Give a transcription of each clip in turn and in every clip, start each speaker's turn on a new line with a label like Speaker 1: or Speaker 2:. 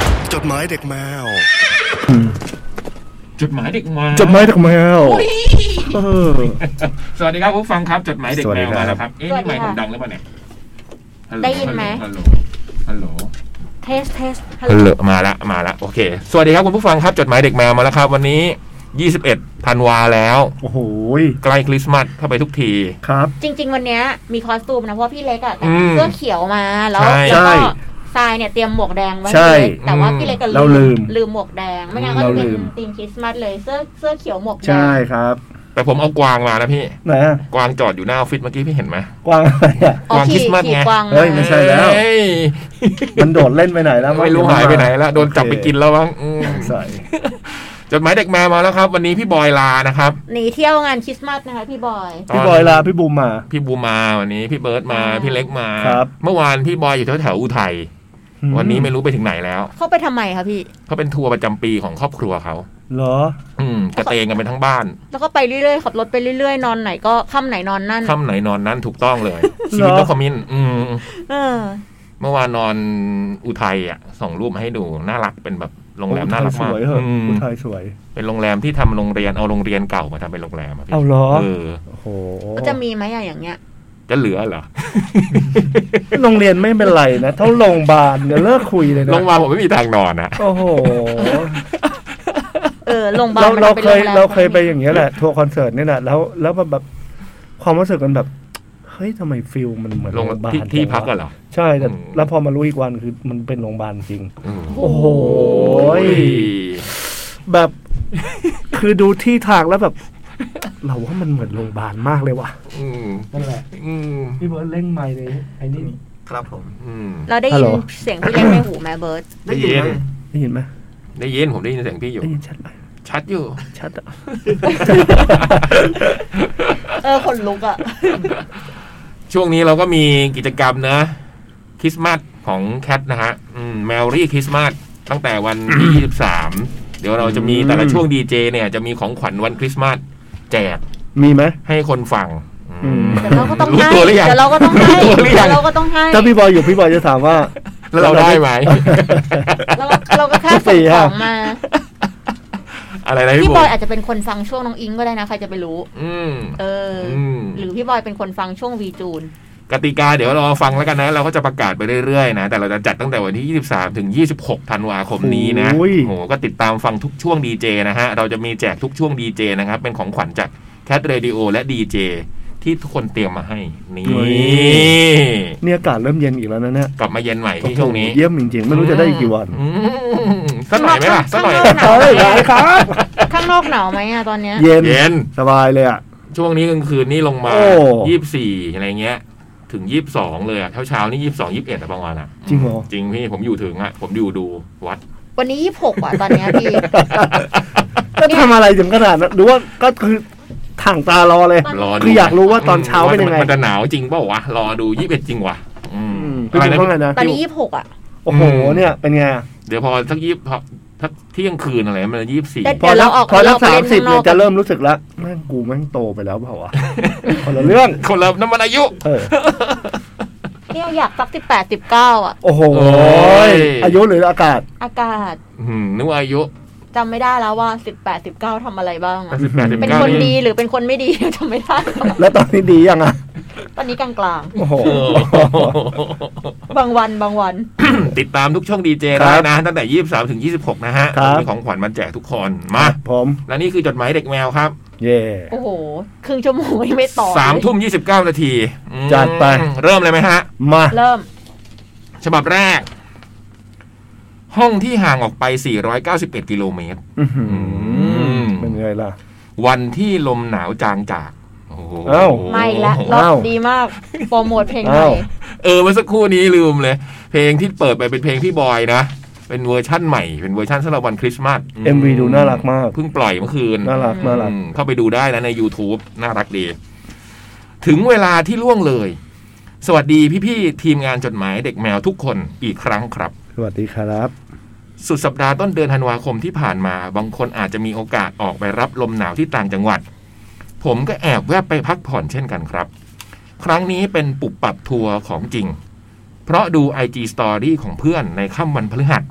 Speaker 1: เด็กแมว
Speaker 2: จดหมายเด็กแมว
Speaker 3: จดหมายเด็กแมวเออ
Speaker 2: สวัสดีครับผู้ฟังครับจดหมายเด็กแม
Speaker 3: ส
Speaker 2: ว
Speaker 3: วัสดีครับ
Speaker 2: มาแล้วครับเอ๊ะ
Speaker 4: สวัส
Speaker 2: นี่ไม
Speaker 4: ดี
Speaker 2: ค์ผ
Speaker 4: ค่ะ
Speaker 2: มดังหรือเปล่าเนี่ยฮัลโล
Speaker 4: ได้ยินไหม
Speaker 2: ฮัลโหลฮัลโหล
Speaker 4: เทสเทสฮัล
Speaker 2: ฮัล
Speaker 4: โห
Speaker 2: โห
Speaker 4: ล
Speaker 2: ลมาละมาละโอเค สวัสดีครับคุณผู้ฟังครับจดหมายเด็กแมวมาแล้วครับ วันนี้ 21ธันวาแล้ว
Speaker 3: โอ้โห
Speaker 2: ใกล้คริสต์มาสเข้าไปทุกที
Speaker 3: ครับ
Speaker 4: จริง ๆ วันเนี้ยมีคอสตูมนะ เพราะว่าพี่เล็กอะแต่ง
Speaker 2: อืม
Speaker 4: เสื้อเขียวมาแล้ว
Speaker 2: ใช่
Speaker 4: แล้วก็
Speaker 3: ใช่
Speaker 4: ทรายเนี่ยเตรียมหมวกแดงไว้
Speaker 3: ใช่
Speaker 4: ให้เล็กแต่ว่า
Speaker 2: อืม
Speaker 4: พี่เล็กก็
Speaker 3: เราลืม
Speaker 4: ลืมหมวกแดง ไม่งั้นก็
Speaker 3: เรา
Speaker 4: จะเป็น
Speaker 3: ลืม
Speaker 4: ธีมคริสต์มาสเลยเสื้อเสื้อเขียวหมวกแด
Speaker 3: ใช่
Speaker 4: ง
Speaker 3: ครับ
Speaker 2: แต่ผมเอากวางมานะพี่
Speaker 3: ไหนะ
Speaker 2: กวางจอดอยู่หน้าออฟฟิศเมื่อกี้พี่เห็นไหม
Speaker 3: กวางอะไรอ่ะ
Speaker 4: อ๋อก
Speaker 2: วางคริ
Speaker 4: ขี่
Speaker 2: สต์มาส
Speaker 4: ขี่
Speaker 2: ไง
Speaker 4: กวาง
Speaker 3: เฮ้ยไม่ใช่ แล้ว
Speaker 2: เฮ้ย
Speaker 3: มันโดดเล่นไปไหนแล้ว
Speaker 2: ไม่รู้หายไปไหนแล้วโดนจับไปกินแล้วมั้งอืม
Speaker 3: ใส่
Speaker 2: จดหมายเด็กแมวมาแล้วครับ วันนี้พี่บอยลานะครับ
Speaker 4: หนีเที่ยวงานคริสต์มาสนะคะพี่บอย
Speaker 3: พี่บอยลาพี่บูมมา
Speaker 2: พี่บูมาวันนี้พี่เบิร์ตมา
Speaker 4: อ่า
Speaker 2: พี่เล็กมา
Speaker 3: ครับ
Speaker 2: เมื่อวานพี่บอยอยู่แถวแถวๆอุทัยวันนี้ไม่รู้ไปถึงไหนแล้ว
Speaker 4: เข้าไปทำไมคะพี่
Speaker 2: เขาเป็นทัวร์ประจำปีของครอบครัวเขา
Speaker 3: เหรอ
Speaker 2: อืมกระเตงกันไปทั้งบ้าน
Speaker 4: แล้วก็ไปเรื่อยๆขับรถไปเรื่อยๆ นอนไหนก็ค่ำไหนนอนนั่น
Speaker 2: ค่ำไหนนอนนั้นถูกต้องเลยชีวิตต้องคอมมินอืม
Speaker 4: เออ
Speaker 2: เมื่อวานนอนอุทัยอ่ะส่งรูปมาให้ดูน่ารักเป็นแบบโรงแรมน่ารักมาก
Speaker 3: อุทัยสวยเหอะ
Speaker 2: อืม
Speaker 3: อุทัยสวย
Speaker 2: เป็นโรงแรมที่ทำโรงเรียนเอาโรงเรียนเก่ามาทำเป็นโรงแรมอะพี่
Speaker 3: เอาเหรอ
Speaker 2: เออ
Speaker 3: โอ้โห
Speaker 4: ก็จะมีไหมอะอย่างเงี้ย
Speaker 2: จะเหลือเหรอ
Speaker 3: โรงเรียนไม่เป็นไรนะ เท่าโรงพยาบาลเดี๋ยวเลิกคุยเลยนะ
Speaker 2: ลงมาผมไม่มีทางนอนนะ
Speaker 3: โอ้โห
Speaker 4: เออโรงพยาบาล
Speaker 3: เรา
Speaker 4: มัน
Speaker 3: เรา
Speaker 4: ป็น
Speaker 3: เคย
Speaker 4: โงแม
Speaker 3: เราเคยไปอย่างเงี้ยแหละทัวร์คอนเสิร์ตเนี่ยแหละแล้วแล้วมันแบบความรู้สึกมันแบบ เฮ้ยทำไมฟิลมันเหมือน
Speaker 2: ล
Speaker 3: โรง งพยาบาล
Speaker 2: ที่
Speaker 3: จังวะ
Speaker 2: ที่พักกันเหรอ
Speaker 3: ใช่แต่
Speaker 2: อืม
Speaker 3: แล้วพอมารู้อีกวันคือมันเป็นโรงพยาบาลจริง
Speaker 2: อืม
Speaker 3: โอ้โห แบบ คือดูที่ทางแล้วแบบ เราว่ามันเหมือนโรงพยาบาลมากเลยว่ะ
Speaker 2: อืม
Speaker 3: นั่นแหละ
Speaker 2: อืม
Speaker 3: พี่เบิร์ดเล่งไม้เลยไอ้นี่
Speaker 5: ครับผม
Speaker 2: อืม
Speaker 4: เราได้ยิ
Speaker 3: ฮัลโห
Speaker 4: น
Speaker 3: ล
Speaker 4: เสียงพี่เล็กในหูแม่เบิร์ด
Speaker 2: ได้ยิน
Speaker 3: ได้ยินไหม
Speaker 2: ได้ยินผมได้ยินเสียงพี่อยู่
Speaker 3: ได้ยินชัดไหม
Speaker 2: ชัดอยู่
Speaker 3: ชัดอะ
Speaker 4: เออขนลุกอะ
Speaker 2: ช่วงนี้เราก็มีกิจกรรมนะคริสต์มาสของแคทนะฮะแมรี่คริสต์มาสตั้งแต่วันที่ 23 เดี๋ยวเราจะมีแต่ละช่วงดีเจเนี่ย จะมีของขวัญวันคริสต์มาสแจก
Speaker 3: มีไหม
Speaker 2: ให้คนฟังอืม
Speaker 4: เดี๋ยวเราก็ต้องให้
Speaker 2: ตัวหรือยัง
Speaker 4: เดี๋ยวเราก็ต้องให้
Speaker 2: รู้ตัวหรือ
Speaker 4: เดี๋
Speaker 2: ยั
Speaker 4: ย
Speaker 2: ง
Speaker 4: วเราก็ต้องให้
Speaker 3: ถ้าพี่บอยอยู่พี่บอยจะถามว่า
Speaker 2: แล้วเราได้ไหม
Speaker 4: เราก็เราก็แค่ส่งของมา
Speaker 2: อะไรนะพี่
Speaker 4: พี่
Speaker 2: บุ๋
Speaker 4: บอย
Speaker 2: ม
Speaker 4: อาจจะเป็นคนฟังช่วงน้องอิงก็ได้นะ ใครจะไปรู้
Speaker 2: อืม
Speaker 4: เอออ
Speaker 2: ม
Speaker 4: หรือพี่บอยเป็นคนฟังช่วงวีจูน
Speaker 2: กติกาเดี๋ยวรอฟังแล้วกันนะ เราก็จะประกาศไปเรื่อยๆนะ แต่เราจะจัดตั้งแต่วันที่ 23 ถึง 26 ธันวาคมนี้นะ
Speaker 3: โอ้ย
Speaker 2: โหก็ติดตามฟังทุกช่วงดีเจนะฮะ เราจะมีแจกทุกช่วงดีเจนะครับ เป็นของขวัญจากแคทเรดิโอและดีเจที่ทุกคนเตรียมมาให้ นี่
Speaker 3: เนี่ยอากาศเริ่มเย็นอีกแล้วนะเนี่ย
Speaker 2: กลับมาเย็นใหม่ที่ช่วงนี้
Speaker 3: เยี่ยมจริงๆไม่รู้จะได้อีกกี่วัน
Speaker 2: อืมสักหน่อยไหมล่ะสักหน่อย
Speaker 4: ข้างนอก
Speaker 3: เฮ้ยได้ครับ
Speaker 4: ข้างนอกหนาวไหมอะตอนเนี้ย
Speaker 3: เย็น
Speaker 2: เย็น
Speaker 3: สบายเลยอ่ะ
Speaker 2: ช่วงนี้กลางคืนนี่ลงมา
Speaker 3: โอ้
Speaker 2: 24 อะไรเงี้ย ถึง 22 เลยอะเช้าๆนี่ 22 21อะบางวันอะ
Speaker 3: จริงเหรอ
Speaker 2: จริงพี่ผมอยู่ถึงอะผมอยู่ดูวัด
Speaker 4: วันนี้ยี่สิบหกอะตอนเนี้ย พี่
Speaker 3: ก็ทำอะไรถึงขนาดนั้นหรือว่าก็คือถ่างตารอเลย
Speaker 2: รอดู
Speaker 3: คืออยากรู้ว่าตอนเช้าเป็นยังไง
Speaker 2: มันจะหนาวจริงเปล่าวะ รอดูยี่สิบเอ็ดจริงวะอืม
Speaker 3: พี่
Speaker 2: อะไร
Speaker 3: บุ๊ค
Speaker 2: นะ
Speaker 3: ว่าไงนะ
Speaker 4: ตอนนี้ยี่สิบหกอะ
Speaker 3: โอ้โหเนี่ยเป็นไง
Speaker 2: เดี๋ยวพอสักยี่พอสักเที่ยงคืนอะไรมันยี่สิบสี่
Speaker 4: เดี๋ยว
Speaker 3: พอรั
Speaker 4: เดี๋ยวเรา
Speaker 3: ก
Speaker 4: ออก
Speaker 3: พอรัก
Speaker 4: เราไป
Speaker 3: สาม
Speaker 4: เล่น
Speaker 3: สิบ
Speaker 4: ข้างน
Speaker 3: เนี่
Speaker 4: อย ก
Speaker 3: จะเริ่มรู้สึกแล้วแม่งกูแม่งโตไปแล้วเปล่าวะ คนละเรื่อง
Speaker 2: คนละน้ำมันอายุ
Speaker 3: เออ
Speaker 4: เนี่ยอยากสักสิบแปดสิบเก้าอะ
Speaker 3: โอ้โห
Speaker 2: โอ้ย
Speaker 3: อายุหรืออากาศ
Speaker 4: อากาศ
Speaker 2: อืมนึกว่าอายุ
Speaker 4: จำไม่ได้แล้วว่าสิบแปดสิบเก้าทำอะไรบ้างอะ
Speaker 2: สิบแปดสิบ
Speaker 4: เป็น
Speaker 2: เก้า
Speaker 4: คนดีหรือเป็นคนไม่ดี จำไม่ได้
Speaker 3: แล้วตอนนี้ดียังอ่ะ
Speaker 4: ตอนนี้กลาง
Speaker 3: โอ้โห
Speaker 4: ๆ บางวันบางวัน
Speaker 2: ติดตามทุกช่องดีเจได้นะ ตั้งแต่ยี่สิบสามถึงยี่สิบหกนะฮะ
Speaker 3: ครับ
Speaker 2: มีของขวัญมาแจกทุกคนมา
Speaker 3: ผม
Speaker 2: และนี่คือจดหมายเด็กแมวครับ
Speaker 3: เย่
Speaker 4: โอ้โห ครึ่งชั่วโมงยังไม่ต่อเลย
Speaker 2: สามทุ่มยี่สิบเก้านาทีอืม
Speaker 3: จัดไป
Speaker 2: เริ่มเลยไหมฮะ
Speaker 3: มา
Speaker 4: เริ่ม
Speaker 2: ฉบับแรก ห้องที่ห่างออกไป 491 กิโลเมตร
Speaker 3: อื้อหือ
Speaker 2: ม
Speaker 3: เป็นไงล่ะ
Speaker 2: วันที่ลมหนาวจางจากโอ้โห
Speaker 3: เอ้า
Speaker 4: ไม่ละร
Speaker 3: อ้า
Speaker 4: อ
Speaker 3: ว
Speaker 4: บดีมาก โปรโมทเพลงใหม่
Speaker 3: อ้าว
Speaker 2: เออเมื่อสักครู่นี้ลืมเลย เพลงที่เปิดไปเป็นเพลงพี่บอยนะ เป็นเวอร์ชั่นใหม่ เป็นเวอร์ชั่นสำหรับวันคริสต์มาส
Speaker 3: MV ดูน่ารักมาก
Speaker 2: เพิ่งปล่อยเมื่อคืน
Speaker 3: น่ารักน่ารัก
Speaker 2: อืมเข้าไปดูได้นะใน YouTube น่ารักดี ถึงเวลาที่ล่วงเลย สวัสดีพี่ๆทีมงานจดหมายเด็กแมวทุกคนอีกครั้งครับ
Speaker 3: สวัสดีครับ
Speaker 2: สุดสัปดาห์ต้นเดือนธันวาคมที่ผ่านมา บางคนอาจจะมีโอกาสออกไปรับลมหนาวที่ต่างจังหวัด ผมก็แอบแวบไปพักผ่อนเช่นกันครับ ครั้งนี้เป็นปุบปรับทัวร์ของจริง เพราะดู IG Story ของเพื่อนในค่ำวันพฤหัส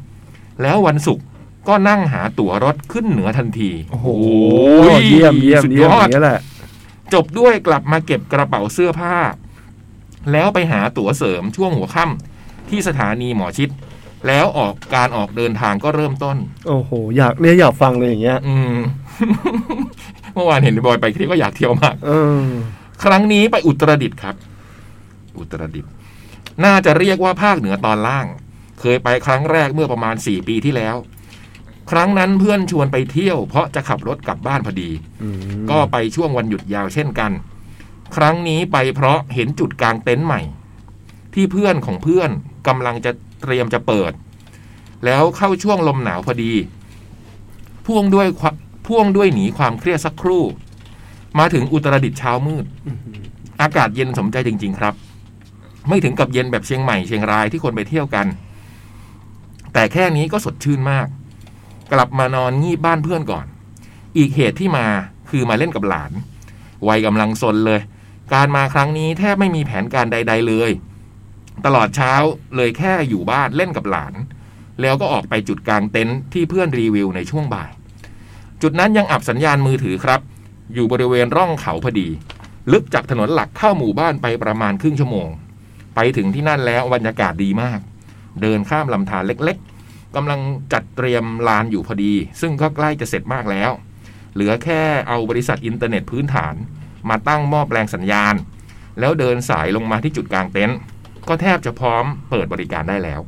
Speaker 2: แล้ววันศุกร์ก็นั่งหาตั๋วรถขึ้นเหนือทันที
Speaker 3: โอ้โหเยี่ยมเยี่ยม
Speaker 2: สุดย
Speaker 3: เยี่ยม
Speaker 2: อ
Speaker 3: อ
Speaker 2: ด
Speaker 3: ย่างนี้ยแหละ
Speaker 2: จบด้วยกลับมาเก็บกระเป๋าเสื้อผ้า แล้วไปหาตั๋วเสริมช่วงหัวค่ำที่สถานีหมอชิด แล้วออกการออกเดินทางก็เริ่มต้น
Speaker 3: โอ้โหอยากเนี่ยอยากฟังเลยอย่างเงี้ย
Speaker 2: อืม เมื่อวานเห็นบอยไปคลิปก็อยากเที่ยวมาก
Speaker 3: เออ
Speaker 2: ครั้งนี้ไปอุตรดิตถ์ครับ อุตรดิตถ์น่าจะเรียกว่าภาคเหนือตอนล่าง เคยไปครั้งแรกเมื่อประมาณสี่ปีที่แล้ว ครั้งนั้นเพื่อนชวนไปเที่ยว เพราะจะขับรถกลับบ้านพอดี
Speaker 3: อืม
Speaker 2: ก็ไปช่วงวันหยุดยาวเช่นกัน ครั้งนี้ไปเพราะเห็นจุดกลางเต็นท์ใหม่ ที่เพื่อนของเพื่อนกำลังจะเตรียมจะเปิด แล้วเข้าช่วงลมหนาวพอดี พ่วงด้วยควพ่วงด้วยหนีความเครียดสักครู่ มาถึงอุตรดิตถ์เช้ามืด อากาศเย็นสมใจจริง ๆ ครับ ไม่ถึงกับเย็นแบบเชียงใหม่เชียงรายที่คนไปเที่ยวกัน แต่แค่นี้ก็สดชื่นมาก กลับมานอนงีบบ้านเพื่อนก่อน อีกเหตุที่มาคือมาเล่นกับหลาน วัยกำลังซนเลย การมาครั้งนี้แทบไม่มีแผนการใด ๆเลย ตลอดเช้าเลยแค่อยู่บ้านเล่นกับหลาน แล้วก็ออกไปจุดกลางเต็นท์ที่เพื่อนรีวิวในช่วงบ่าย จุดนั้นยังอับสัญญาณมือถือครับ อยู่บริเวณร่องเขาพอดี ลึกจากถนนหลักเข้าหมู่บ้านไปประมาณครึ่งชั่วโมง ไปถึงที่นั่นแล้วบรรยากาศดีมาก เดินข้ามลำธารเล็กๆกำลังจัดเตรียมลานอยู่พอดี ซึ่งก็ใกล้จะเสร็จมากแล้ว เหลือแค่เอาบริษัทอินเทอร์เน็ตพื้นฐาน มาตั้งหม้อแปลงสัญญาณ แล้วเดินสายลงมาที่จุดกลางเต็นท์ก็แทบจะพร้อมเปิดบริการได้แล้ว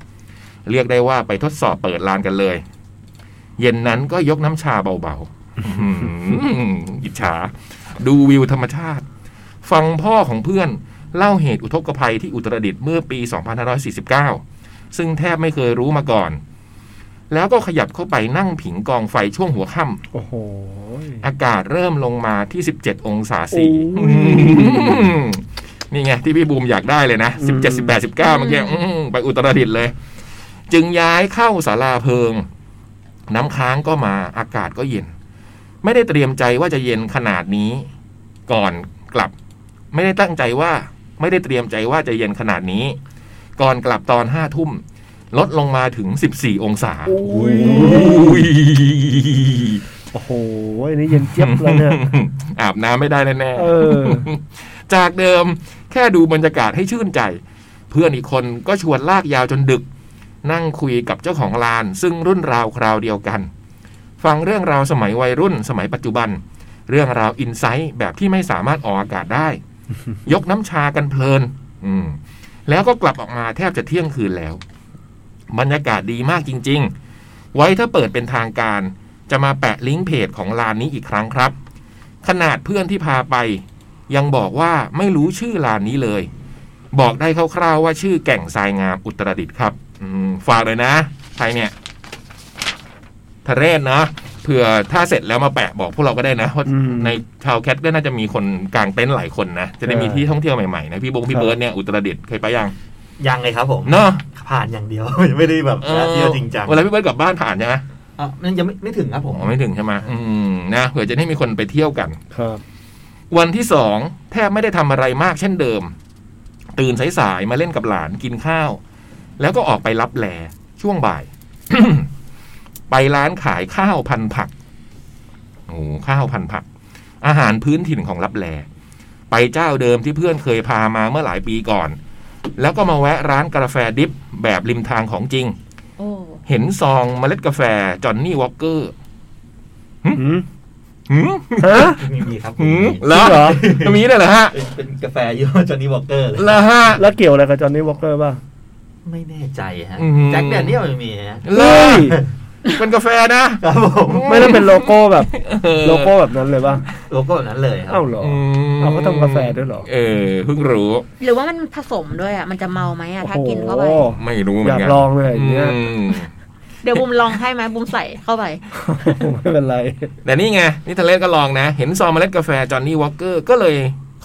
Speaker 2: เรียกได้ว่าไปทดสอบเปิดลานกันเลย เย็นนั้นก็ยกน้ำชาเบาๆ อื้อหืออิจฉา ดูวิวธรรมชาติ ฟังพ่อของเพื่อนเล่าเหตุอุทกภัยที่อุตรดิตถ์เมื่อปี 2549 ซึ่งแทบไม่เคยรู้มาก่อน แล้วก็ขยับเข้าไปนั่งผิงกองไฟช่วงหัวค่ำ
Speaker 3: โอ้โห
Speaker 2: อากาศเริ่มลงมาที่ 17 องศาซี
Speaker 3: โอ้ย
Speaker 2: นี่ไง ที่พี่บูมอยากได้เลยนะ
Speaker 3: อืม
Speaker 2: 17 18 19 เมื่อกี้อืมไปอุตรดิตถ์เลย จึงย้ายเข้าศาลาเพิง น้ำค้างก็มาอากาศก็เย็น ไม่ได้เตรียมใจว่าจะเย็นขนาดนี้ ก่อนกลับ ไม่ได้ตั้งใจว่า ไม่ได้เตรียมใจว่าจะเย็นขนาดนี้ ก่อนกลับตอนห้าทุ่ม ลดลงมาถึง 14 องศาอุ้ย
Speaker 3: โอ้โหอันนี้เย็นเจี๊ยบแล้วเนี่ย
Speaker 2: อาบน้ำไม่ได้แน่
Speaker 3: เออ
Speaker 2: ๆ จากเดิมแค่ดูบรรยากาศให้ชื่นใจ เพื่อนอีกคนก็ชวนลากยาวจนดึก นั่งคุยกับเจ้าของลาน ซึ่งรุ่นราวคราวเดียวกัน ฟังเรื่องราวสมัยวัยรุ่นสมัยปัจจุบัน เรื่องราวอินไซต์แบบที่ไม่สามารถออกอากาศได้ ยกน้ำชากันเพลิน อืม แล้วก็กลับออกมาแทบจะเที่ยงคืนแล้ว บรรยากาศดีมากจริง ๆ ไว้ถ้าเปิดเป็นทางการ จะมาแปะลิงก์เพจของลานนี้อีกครั้งครับ ขนาดเพื่อนที่พาไป ยังบอกว่าไม่รู้ชื่อลานนี้เลย บอกได้คร่าวๆว่าชื่อแก่งทรายงามอุตรดิตถ์ครับ อืมฝากเลยนะใครเนี่ยทะเรศนะเผื่อถ้าเสร็จแล้วมาแปะบอกพวกเราก็ได้นะเพราะ
Speaker 3: อืม
Speaker 2: ในชาวแคทก็น่าจะมีคนกางเต็นท์หลายคนนะจะได้มีที่ท่องเที่ยวใหม่ๆนะพี่บงพี่เบิร์ดเนี่ยอุตรดิตถ์เคยไปยัง
Speaker 1: ยังเลยครับผม
Speaker 2: เนาะ
Speaker 1: ผ่านอย่างเดียว ยังไม่ได้แบบเที่ยวจริงจัง
Speaker 2: เวลาพี่เบิร์ดกลับบ้านผ่านใช่ไหม
Speaker 1: อ่ะมันยังไม่ไม่ถึงครับผ
Speaker 2: ผม มไม่ถึงใช่ไหมอืมนะเผื่อจะได้มีคนไปเที่ยวกัน
Speaker 3: ครับ
Speaker 2: วันที่สองแทบไม่ได้ทำอะไรมากเช่นเดิม ตื่นสายๆมาเล่นกับหลานกินข้าว แล้วก็ออกไปรับแลช่วงบ่าย ไปร้านขายข้าวพันผักโอ้โหข้าวพันผัก อาหารพื้นถิ่นของรับแลไปเจ้าเดิมที่เพื่อนเคยพามาเมื่อหลายปีก่อน แล้วก็มาแวะร้านกาแฟดิบแบบริมทางของจริง
Speaker 4: โอ้
Speaker 2: เห็นซองเมล็ดกาแฟจอห์นนี่วอลเกอร์
Speaker 3: หืม
Speaker 2: หืม
Speaker 3: ฮะ
Speaker 1: มีมีครับ
Speaker 2: หื
Speaker 1: มี
Speaker 2: ม
Speaker 3: จริ
Speaker 2: เหรอง
Speaker 3: เหรอ
Speaker 2: จะมีได้วยเหรอฮะ
Speaker 1: เป็นเป็นกาแฟยี่ห้อจอห์นนี่วอลเกอร์เลย
Speaker 2: เหรอฮะ
Speaker 3: แล้วเกี่ยวอะไรกับจอห์นนี่วอลเกอร์ป่ะ
Speaker 1: ไม่แน่ใจฮะ
Speaker 2: อืม
Speaker 1: แจ็คแดเนียลไม่มีฮะ
Speaker 2: เหร
Speaker 3: เฮ้
Speaker 2: อย เป็นกาแฟนะครับ
Speaker 1: ผม
Speaker 3: ไม่ได้เป็นโลโก้แบบ
Speaker 2: เออ
Speaker 3: โลโก้แบบนั้นเลยป่ะ
Speaker 1: โลโก้แบบนั้นเลยครั
Speaker 3: เอ้าเหรอ
Speaker 2: อืม
Speaker 3: เอาเขาทำกาแฟด้วยเหรอ
Speaker 2: เออเพิ่งรู้
Speaker 4: หรือว่ามันผสมด้วยอ่ะ มันจะเมาไหมอ่ะ ถ้ากินเข้าไป
Speaker 3: โอ้โห
Speaker 2: ไม่รู้เห
Speaker 3: อ
Speaker 2: มื
Speaker 3: ยา
Speaker 2: อน
Speaker 3: ก
Speaker 2: กัน
Speaker 3: ลองเลยอย่างเงี้ย
Speaker 2: อืม
Speaker 4: เดี๋ยวบุมลองให้ไหมบุมใส่เข้าไป
Speaker 3: ไม่เป็นไร
Speaker 2: แต่นี่ไงนี่ทะเลก็ลองนะ เห็นซองเมล็ดกาแฟจอห์นนี่วอลเกอร์ก็เลย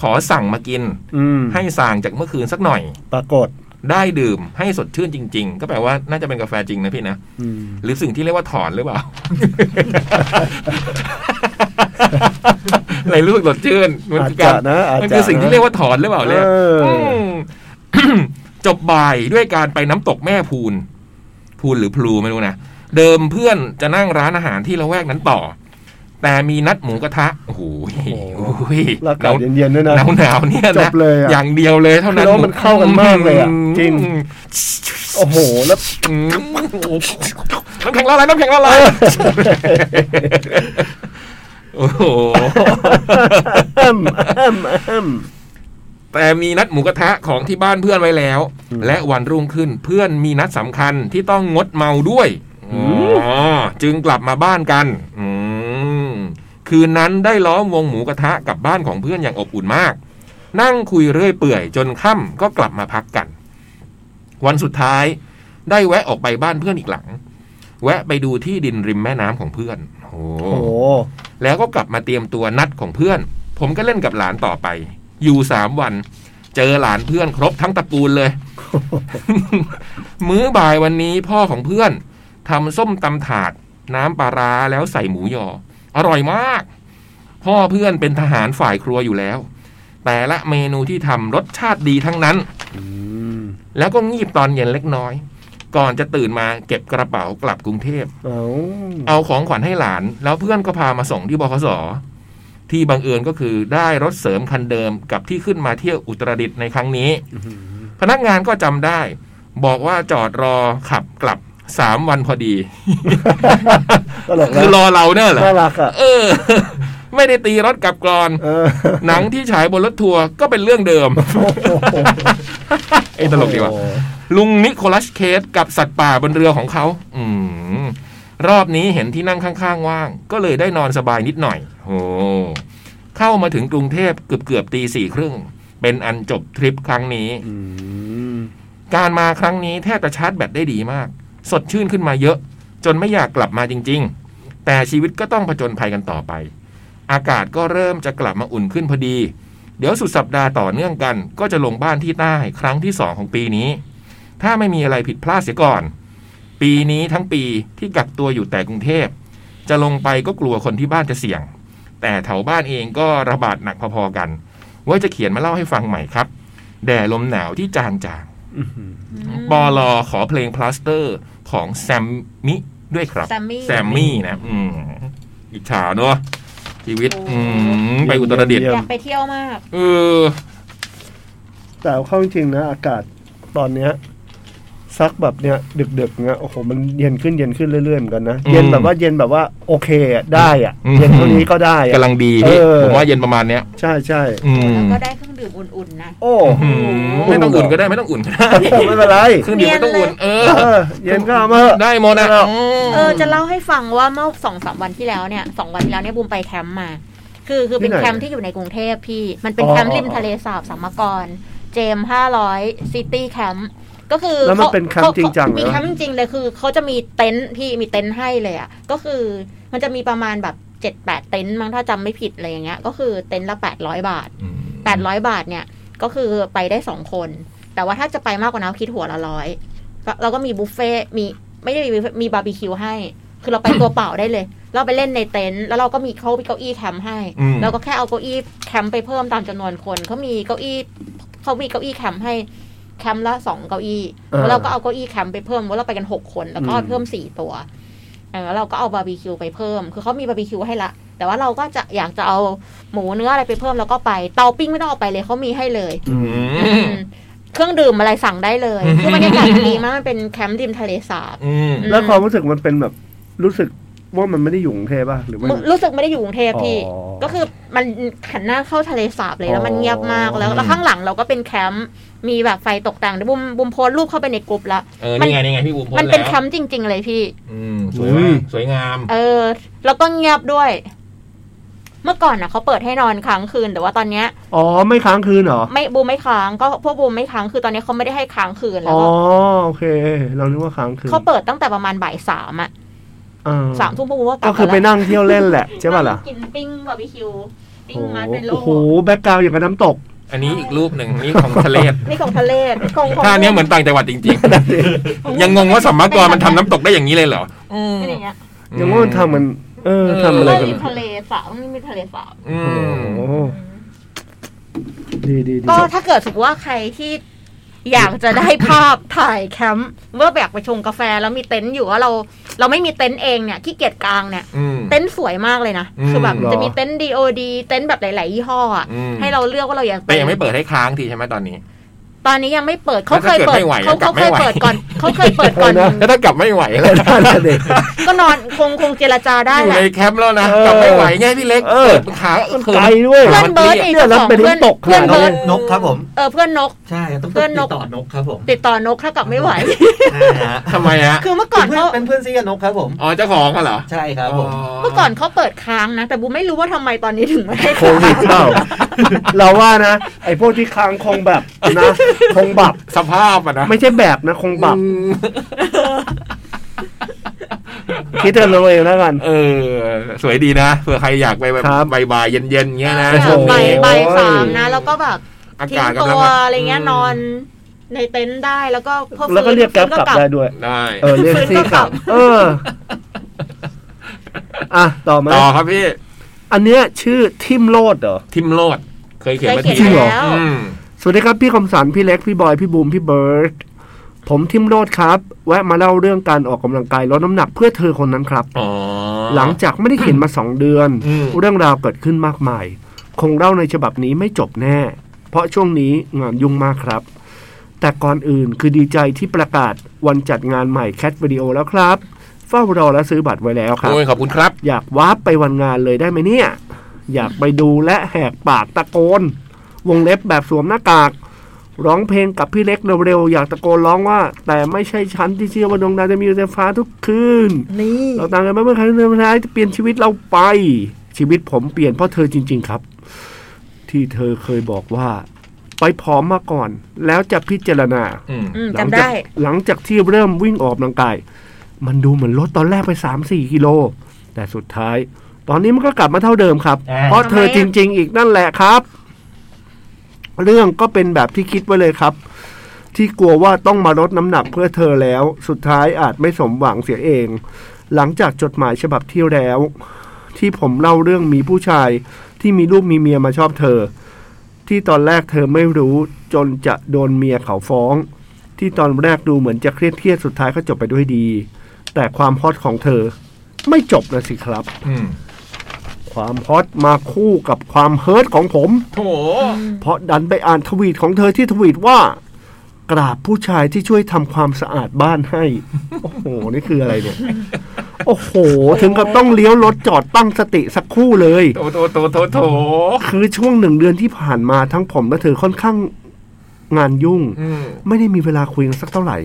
Speaker 2: ขอสั่งมากิน
Speaker 3: อืม
Speaker 2: ให้สั่งจากเมื่อคืนสักหน่อย
Speaker 3: ปรากฏ
Speaker 2: ได้ดื่มให้สดชื่นจริง ๆ ก็แปลว่าน่าจะเป็นกาแฟจริงนะพี่นะ
Speaker 3: อืม
Speaker 2: หรือสิ่งที่เรียกว่าถอนหรือ เปล่า อะไรรู้สึกสดชื่นมัน
Speaker 3: อาจ
Speaker 2: คือ
Speaker 3: จะ
Speaker 2: การ
Speaker 3: นะอาจ
Speaker 2: มัน
Speaker 3: จะ
Speaker 2: คือสิ่งที่เรียกว่าถอนหรือเปล่าเนี่ย
Speaker 3: อออ
Speaker 2: ม จบบ่ายด้วยการไปน้ำตกแม่พูน พูนหรือพลูไม่รู้นะ เดิมเพื่อนจะนั่งร้านอาหารที่ละแวกนั้นต่อ แต่มีนัดหมูกระทะโอ้โหโอ้ย
Speaker 3: แล้ว
Speaker 2: หนาก
Speaker 3: อาาศ
Speaker 2: ว
Speaker 3: เย็นๆด้วยนะ
Speaker 2: หนาวหนาวเนี่ย
Speaker 3: จ
Speaker 2: นะ
Speaker 3: บเลยอะ
Speaker 2: อย่างเดียวเลยเท่านั้น
Speaker 3: คือแล้วมันเข้ากันมากเลยอะจริง โอ้โห แล้ว
Speaker 2: อืมน้ำแข็งละลายน้ำแข็งละลายโอ้โห
Speaker 3: อ้มอ้มอ้ม
Speaker 2: แต่มีนัดหมูกระทะของที่บ้านเพื่อนไว้แล้ว
Speaker 3: อืม
Speaker 2: และวันรุ่งขึ้นเพื่อนมีนัดสำคัญที่ต้องงดเมาด้วย
Speaker 3: อื
Speaker 2: อ๋
Speaker 3: ม
Speaker 2: อจึงกลับมาบ้านกัน อืมคืนนั้นได้ล้อมวงหมูกระทะกับบ้านของเพื่อนอย่างอบอุ่นมาก นั่งคุยเรื่อยเปื่อยจนค่ำก็กลับมาพักกัน วันสุดท้ายได้แวะออกไปบ้านเพื่อนอีกหลัง แวะไปดูที่ดินริมแม่น้ำของเพื่อนโอ้
Speaker 3: โอ้โห
Speaker 2: แล้วก็กลับมาเตรียมตัวนัดของเพื่อน ผมก็เล่นกับหลานต่อไป อยู่สามวัน เจอหลานเพื่อนครบทั้งตระกูลเลย มื้อบ่ายวันนี้พ่อของเพื่อนทำส้มตำถาด น้ำปลาร้าแล้วใส่หมูยอ อร่อยมาก พ่อเพื่อนเป็นทหารฝ่ายครัวอยู่แล้ว แต่ละเมนูที่ทำรสชาติดีทั้งนั้น แล้วก็งีบตอนเย็นเล็กน้อย ก่อนจะตื่นมาเก็บกระเป๋ากลับกรุงเทพ
Speaker 3: เอา
Speaker 2: เอาของขวัญให้หลาน แล้วเพื่อนก็พามาส่งที่บคสที่บังเอิญก็คือได้รถเสริมคันเดิมกับที่ขึ้นมาเที่ยวอุตรดิตถ์ในครั้งนี้ พนักงานก็จำได้ บอกว่าจอดรอขับกลับสามวันพอดี
Speaker 3: ตลก
Speaker 2: คือร
Speaker 3: นะ
Speaker 2: อเราเนี่ยเหรอ
Speaker 3: น่ารักอ่ะ
Speaker 2: เออ ไม่ได้ตีรถกลับกรอน
Speaker 3: เออ
Speaker 2: หนังที่ฉายบนรถทัวร์ก็เป็นเรื่องเดิม
Speaker 3: โอ้โห
Speaker 2: ไอ้ยตลกดีว่ะ
Speaker 3: โอ้โห
Speaker 2: ลุงนิโคลัสเคสกับสัตว์ป่าบนเรือของเขา อืมรอบนี้เห็นที่นั่งข้างๆว่าง ก็เลยได้นอนสบายนิดหน่อย โอ้เข้ามาถึงกรุงเทพเกือบเกือบๆตีสี่ครึ่ง เป็นอันจบทริปครั้งนี้
Speaker 3: อืม
Speaker 2: การมาครั้งนี้แทบจะชาร์จแบตได้ดีมาก สดชื่นขึ้นมาเยอะ จนไม่อยากกลับมาจริง ๆ แต่ชีวิตก็ต้องผจญภัยกันต่อไป อากาศก็เริ่มจะกลับมาอุ่นขึ้นพอดี เดี๋ยวสุดสัปดาห์ต่อเนื่องกัน ก็จะลงบ้านที่ใต้ครั้งที่สองของปีนี้ ถ้าไม่มีอะไรผิดพลาดเสียก่อน ปีนี้ทั้งปีที่กักตัวอยู่แต่กรุงเทพ จะลงไปก็กลัวคนที่บ้านจะเสี่ยง แต่แถวบ้านเองก็ระบาดหนักพอๆกัน ไว่าจะเขียนมาเล่าให้ฟังใหม่ครับ แด่ลมหนาวที่จางจางๆ
Speaker 3: อื้อหือ
Speaker 2: ปอลอขอเพลงพลาสเตอร์ของแซมมิด้วยครับ
Speaker 4: แซมมี่
Speaker 2: แซมมี่นะ อืมอิจฉาเนอะชีวิต
Speaker 4: โอ้
Speaker 2: อืมไปอุตรดิตถ์
Speaker 4: อยากไปเที่ยวมาก
Speaker 2: เออ
Speaker 3: แต่เอาเข้าจริงๆนะ อากาศตอนเนี้ยซักแบบเนี้ยดึกๆเนี้ยโอ้โหมันเย็นขึ้นเย็นขึ้นเรื่อยๆเหมือนกันนะ
Speaker 2: อืม
Speaker 3: เย็นแบบว่าเย็นแบบว่าโอเคอะได้อ่ะ
Speaker 2: อืม
Speaker 3: เย็นเท่านี้ก็ได้อะ
Speaker 2: กำลังดีพี่
Speaker 3: เออ
Speaker 2: ผมว่าเย็นประมาณเนี้ย
Speaker 3: ใช่ใช่
Speaker 2: อืม
Speaker 4: แล้วก็ได้เครื่องดื่มอุ่นๆนะ
Speaker 3: โอ้
Speaker 2: อืมไม่ต้องอุ่นก็ ได้ไม่ต้องอุ่นก็ได้
Speaker 3: ไม่เป็นไร
Speaker 2: เครื่องดื่มไม่ต้องอุ่น เออ
Speaker 3: เออเย็นก็เอามาเถอะ
Speaker 2: ได้หมดนะ
Speaker 3: เอา
Speaker 2: อืม
Speaker 4: เออจะเล่าให้ฟังว่าเมื่อสองสามวันที่แล้วเนี่ยสองวันที่แล้วเนี่ยบูมไปแคมป์มา คือคือเป็น
Speaker 3: ที่ไหน
Speaker 4: แคมป์ที่อยู่ในกรุงเทพพี่ มันเป็น
Speaker 3: อ๋อ
Speaker 4: แคมป์ริมทะเลสาบสามมกร เจมห้าร้อยซิตี้แคมป์ก็คือ
Speaker 3: แล้วมัน
Speaker 4: ขา
Speaker 3: เป็นแคมป์
Speaker 4: ขา
Speaker 3: จริงจังเหรอ
Speaker 4: มีแคมป์จริงๆเลยคือเขาจะมีเต็นท์พี่มีเต็นท์ให้เลยอ่ะก็คือมันจะมีประมาณแบบเจ็ดแปดเต็นท์มั้งถ้าจำไม่ผิดอะไรอย่างเงี้ยก็คือเต็นท์ละแปดร้อยบาท แปดร้อยบาทเนี่ยก็คือไปได้สองคน แต่ว่าถ้าจะไปมากกว่านั้นคิดหัวละร้อยเราก็มีบุฟเฟ่ต์มีไม่ได้มีบุฟเฟ่ต์มีบาร์บีคิวให้ คือเราไป ตัวเปล่าได้เลย เราไปเล่นในเต็นท์แล้วเราก็มีเขามีเก้าอี้แคมป์ให้
Speaker 2: อืม
Speaker 4: เราก็แค่เอาเก้าอี้แคมป์ไปเพิ่มตามจำนวนคนเขามีเก้าอี้เขามีเก้าอี้แคมป์ให้แคมป์ละสองเก้าอี้
Speaker 3: อ่า
Speaker 4: แล้วเราก็เอาเก้าอี้แคมป์ไปเพิ่มว่าเราไปกันหกคนแล้วก็
Speaker 3: อืม
Speaker 4: เพิ่มสี่ตัวเออแล้วเราก็เอาบาร์บีคิวไปเพิ่ม คือเขามีบาร์บีคิวให้ละ แต่ว่าเราก็จะอยากจะเอาหมูเนื้ออะไรไปเพิ่มแล้วก็ไปเตาปิ้งไม่ต้องเอาไปเลยเขามีให้เลย
Speaker 2: อืม
Speaker 4: เครื่องดื่มอะไรสั่งได้เลย
Speaker 2: อืม
Speaker 4: คือบรรยากาศมันดีมากมันเป็นแคมป์ริมทะเลสาบ
Speaker 2: อืม
Speaker 3: แล้วความรู้สึกมันเป็นแบบรู้สึกว่ามันไม่ได้อยู่กรุงเทพป่ะหรือว่า
Speaker 4: รู้สึกไม่ได้อยู่กรุงเทพพี่
Speaker 3: อ๋อ
Speaker 4: ก็คือมันหันหน้าเข้าทะเลสาบเลยแล้วมันเงียบมากแล้ว
Speaker 2: อ๋อ
Speaker 4: แล้วข้างหลังเราก็เป็นแคมป์มีแบบไฟตกแต่งเดี๋ยวบุมบุมโพสต์รูปเข้าไปในกลุ่มละ
Speaker 2: เออนี่ไงนี่ไงพี่บูมโพส
Speaker 4: มัน
Speaker 2: ต์
Speaker 4: เป็น
Speaker 2: แล้ว
Speaker 4: แคมป์จริง ๆ เลยพี่
Speaker 2: อืมสวยมากสวยงาม
Speaker 4: เออ แล้วก็เงียบด้วย เมื่อก่อนนะเขาเปิดให้นอนค้างคืนแต่ว่าตอนเนี้ย
Speaker 3: อ๋อไม่ค้างคืนเหรอ
Speaker 4: ไม่บูมไม่ค้างก็พวกบูมไม่ค้างคือตอนนี้เขาไม่ได้ให้ค้างคืนแล้ว
Speaker 3: อ๋อ
Speaker 4: ก็
Speaker 3: โอเค เรานึกว่าค้างคืน
Speaker 4: เขาเปิดตั้งแต่ประมาณบ่ายสามอ่ะ
Speaker 3: อ่
Speaker 4: สามทุ่มพวกบูมก็กลับ
Speaker 3: ก็คือไป
Speaker 4: แล้ว
Speaker 3: นั่งเที่ยวเล่นแหละ ใช่ป่ะล่ะ
Speaker 4: นั่งกินปิ้งบาร์บีคิวปิ้ง
Speaker 3: โอ้โห
Speaker 4: มัดเป็นโล
Speaker 3: โอ้โหแบ็กกราวด์อย่างกับน้ำตก
Speaker 2: อันนี้อีกรูปหนึ่งนี่ของทะเล
Speaker 4: นี่ของทะเลนี่ของของ
Speaker 2: ท่าเนี้ยเหมือนต่างจังหวัดจริงๆ ยังงงว่าสัมมากรมันทำน้ำตกได้อย่างนี้เลยเหรอ
Speaker 4: เป็นอย่างเงี้ย
Speaker 3: อย่างว่ามันทำมัน เออทำ
Speaker 4: เอ
Speaker 3: อะไร
Speaker 4: อ
Speaker 3: กัน
Speaker 4: มีทะเลสาบนี่มีทะเลสาบ
Speaker 2: อื
Speaker 3: โอ้
Speaker 2: ม
Speaker 3: โหดีดีดี
Speaker 4: ก็ถ้าเกิดสมมติว่าใครที่ อยากจะได้ภาพถ่ายแคมป์เมื่อแบบไปชงกาแฟแล้วมีเต็นท์อยู่ว่าเรา เราไม่มีเต็นท์เองเนี่ยขี้เกียจกลางเนี่ย
Speaker 2: อืม
Speaker 4: เต็นท์สวยมากเลยนะ
Speaker 2: อืม
Speaker 4: คือแบบ
Speaker 3: เหรอ
Speaker 4: จะมีเต็นท์ DOD เต็นท์แบบหลาย ๆ ยี่ห้ออะ
Speaker 2: อืม
Speaker 4: ให้เราเลือกว่าเราอยาก
Speaker 2: แต่ยังไม่เปิดให้ค้างทีใช่ไหมตอนนี้
Speaker 4: ตอนนี้ยังไม่เปิดเขาเคย
Speaker 2: แล้วถ้าเกิด
Speaker 4: เปิด
Speaker 2: ไม่ไหว
Speaker 4: เขา
Speaker 2: กลั
Speaker 4: เขา
Speaker 2: บ
Speaker 4: เค
Speaker 2: ไม่
Speaker 4: ย
Speaker 2: ไหว
Speaker 4: เปิดก่อนเขาเคยเปิดก่อน
Speaker 2: แล้วถ้ากลับไม่ไหวล่ะ
Speaker 3: นั่นน่ะ ดิ
Speaker 4: ก็นอนคงคงเจรจาได้
Speaker 2: อยู่
Speaker 4: แหละ
Speaker 2: ในแคมป์แล้วนะกลับไม่ไหวไงพี่เล็ก
Speaker 3: เออ
Speaker 2: มันขาเออ
Speaker 3: ไกลด้วย
Speaker 4: เพื่อนเบิร์ดอีก
Speaker 3: เนี่ย
Speaker 4: เจ้าของ
Speaker 3: รับเป็น
Speaker 4: เพื่อน
Speaker 3: ตก
Speaker 4: เพื่อน
Speaker 1: น
Speaker 3: ขนาด
Speaker 4: เบิร์
Speaker 1: ก
Speaker 4: ด
Speaker 1: นกครับผม
Speaker 4: เออเพื่อนนก
Speaker 1: ใช่ ต้อง
Speaker 4: เพื่อนน
Speaker 1: ติ
Speaker 4: ก
Speaker 1: ดต่อนกครับผม
Speaker 4: ติดต่อนกถ้ากลับไม่ไหว
Speaker 1: ใช่ฮะ
Speaker 2: ทำไมฮะ
Speaker 4: คือเมื่อก่อน
Speaker 1: เป็นเพื่อ
Speaker 4: เขา
Speaker 1: นเป็นเพื่อนซีกับนกครับผม
Speaker 2: อ๋อเจ้าของเขาเหรอ
Speaker 1: ใช่ครับผม
Speaker 4: เมื่อก่อนเขาเปิดค้างนะ แต่บูไม่รู้ว่าทำไมตอนนี้ถึงไม่ได้
Speaker 3: โควิดเปล่า เราว่านะ ไอ้พวกที่ค้างคงแบบนะคงบับ
Speaker 2: สภาพอะนะ
Speaker 3: ไม่ใช่แบบนะคงบับ
Speaker 2: อืม
Speaker 3: คิดเอาเองแล้วกัน
Speaker 2: เออ สวยดีนะเผื่อใครอยากไปแบบ
Speaker 3: ครับ
Speaker 2: บ่ายๆเย็นๆเงี้ยนะ
Speaker 4: ใช่
Speaker 2: ช่วง
Speaker 4: ไป
Speaker 2: นี้
Speaker 4: ไปสามนะ แล้วก็แบบ
Speaker 2: อา
Speaker 4: ทิ้
Speaker 2: กาง ศ
Speaker 4: ตั
Speaker 2: กำลัง
Speaker 4: ว
Speaker 2: แบบ
Speaker 4: อะไรเงี้ยนอนในเต็นท์ได้แล้วก็พอฟื้น
Speaker 3: แล้วก็เรียกแกร็บ
Speaker 4: ฟื้น
Speaker 3: กลับได้ด้วย
Speaker 2: ได้
Speaker 3: เออเรียกแท็กซี่กลับ เออ อ่ะ ต่อมา
Speaker 2: ต่อครับพี่
Speaker 3: อันเนี้ยชื่อทิมโลดเหรอ
Speaker 2: ทิมโลด เคยเขียน
Speaker 4: ได้
Speaker 2: มา
Speaker 4: เขียน
Speaker 3: จริงเหรอ
Speaker 4: แล้ว
Speaker 2: อืม
Speaker 3: สวัสดีครับ พี่คมสันพี่เล็ก พี่บอย พี่บูม พี่เบิร์ดผมทิมโลดครับ แวะมาเล่าเรื่องการออกกำลังกายลดน้ำหนักเพื่อเธอคนนั้นครับ
Speaker 2: อ๋อ
Speaker 3: หลังจากไม่ได้เขียนมาส องเดือน
Speaker 2: อืม
Speaker 3: เรื่องราวเกิดขึ้นมากมาย คงเล่าในฉบับนี้ไม่จบแน่ เพราะช่วงนี้งานยุ่งมากครับ แต่ก่อนอื่นคือดีใจที่ประกาศวันจัดงานใหม่แคทวิดีโอแล้วครับ เฝ้ารอและซื้อบัตรไว้แล้วครับ
Speaker 2: โอ้ยขอบคุณครับ
Speaker 3: อยากวาร์ปไปวันงานเลยได้ไหมเนี่ย อยากไปดูและแหกปากตะโกน วงเล็บแบบสวมหน้ากาก ร้องเพลงกับพี่เล็กเร็วๆ อยากตะโกนร้องว่า แต่ไม่ใช่ฉันที่เชื่อว่าดวงดาวจะมีอยู่ในฟ้าทุกคืน
Speaker 4: นี่
Speaker 3: เราต่างกันมากเมื่อครั้งเดิมท้ายจะเปลี่ยนชีวิตเราไป ชีวิตผมเปลี่ยนเพราะเธอจริง ๆครับ ที่เธอเคยบอกว่า ไปผอมมาก่อน แล้วจะพิจารณา
Speaker 2: อืม
Speaker 4: อืม
Speaker 3: หลั
Speaker 4: จำ
Speaker 3: จาก
Speaker 4: ได้
Speaker 3: หลังจากที่เริ่มวิ่งออกกำลังกาย มันดูเหมือนลดตอนแรกไป 3-4 กิโล แต่สุดท้าย ตอนนี้มันก็กลับมาเท่าเดิมครับ
Speaker 1: อ่า
Speaker 3: เพราะเธอ
Speaker 4: ทำไม
Speaker 3: จ
Speaker 4: อะ
Speaker 3: ริง ๆ อีกนั่นแหละครับ เรื่องก็เป็นแบบที่คิดไว้เลยครับ ที่กลัวว่าต้องมาลดน้ำหนักเพื่อเธอแล้ว สุดท้ายอาจไม่สมหวังเสียเอง หลังจากจดหมายฉบับที่แล้ว ที่ผมเล่าเรื่องมีผู้ชาย ที่มีลูกมีเมียมาชอบเธอ ที่ตอนแรกเธอไม่รู้จนจะโดนเมียเขาฟ้อง ที่ตอนแรกดูเหมือนจะเครียดเครียดๆสุดท้ายก็จบไปด้วยดี แต่ความฮอตของเธอ ไม่จบนะสิครับ
Speaker 2: อืม
Speaker 3: ความฮอตมาคู่กับความเฮิร์ตของผม
Speaker 2: โถ
Speaker 3: เพราะดันไปอ่านทวีตของเธอที่ทวีตว่ากราบผู้ชายที่ช่วยทำความสะอาดบ้านให้ โอ้โห นี่คืออะไรเนี่ย โอ้โห ถึงกับต้องเลี้ยวรถจอดตั้งสติสักครู่เลย
Speaker 2: โถโถโถโถโถ
Speaker 3: คือช่วงหนึ่งเดือนที่ผ่านมาทั้งผมและเธอค่อนข้างงานยุ่ง
Speaker 2: อืม
Speaker 3: ไม่ได้มีเวลาคุยกันสักเท่าไหร่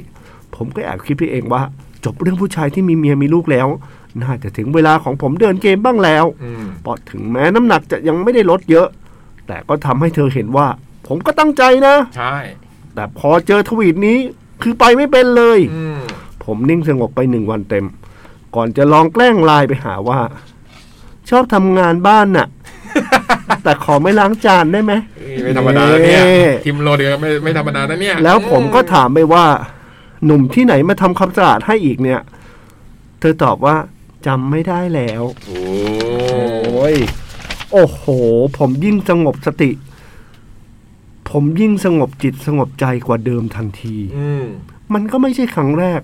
Speaker 3: ผมก็แอบคิดไปเองว่า จบเรื่องผู้ชายที่มีเมียมีลูกแล้ว น่าจะถึงเวลาของผมเดินเกมบ้างแล้ว
Speaker 2: อืม
Speaker 3: เพราะถึงแม้น้ำหนักจะยังไม่ได้ลดเยอะ แต่ก็ทำให้เธอเห็นว่า ผมก็ตั้งใจนะ
Speaker 2: ใช่
Speaker 3: แต่พอเจอทวีตนี้คือไปไม่เป็นเลย
Speaker 2: อืม
Speaker 3: ผมนิ่งสงบไปหนึ่งวันเต็ม ก่อนจะลองแกล้งไลน์ไปหาว่า ชอบทำงานบ้านน่ะ แต่ขอไม่ล้างจานได้ไหม
Speaker 2: ไม่ธรรมดานะเนี่ย
Speaker 3: เอ๊ะ
Speaker 2: ทิมโลเดียวไม่ไม่ธรรมดานะเนี่ย
Speaker 3: แล้วผมก็ถามไปว่า หนุ่มที่ไหนมาทำความสะอาดให้อีกเนี่ย เธอตอบว่าจำไม่ได้แล้ว
Speaker 2: โอ้
Speaker 3: โอ้ย โอ้โห ผมยิ่งสงบสติ ผมยิ่งสงบจิตสงบใจกว่าเดิมทันที
Speaker 2: อืม
Speaker 3: มันก็ไม่ใช่ครั้งแรก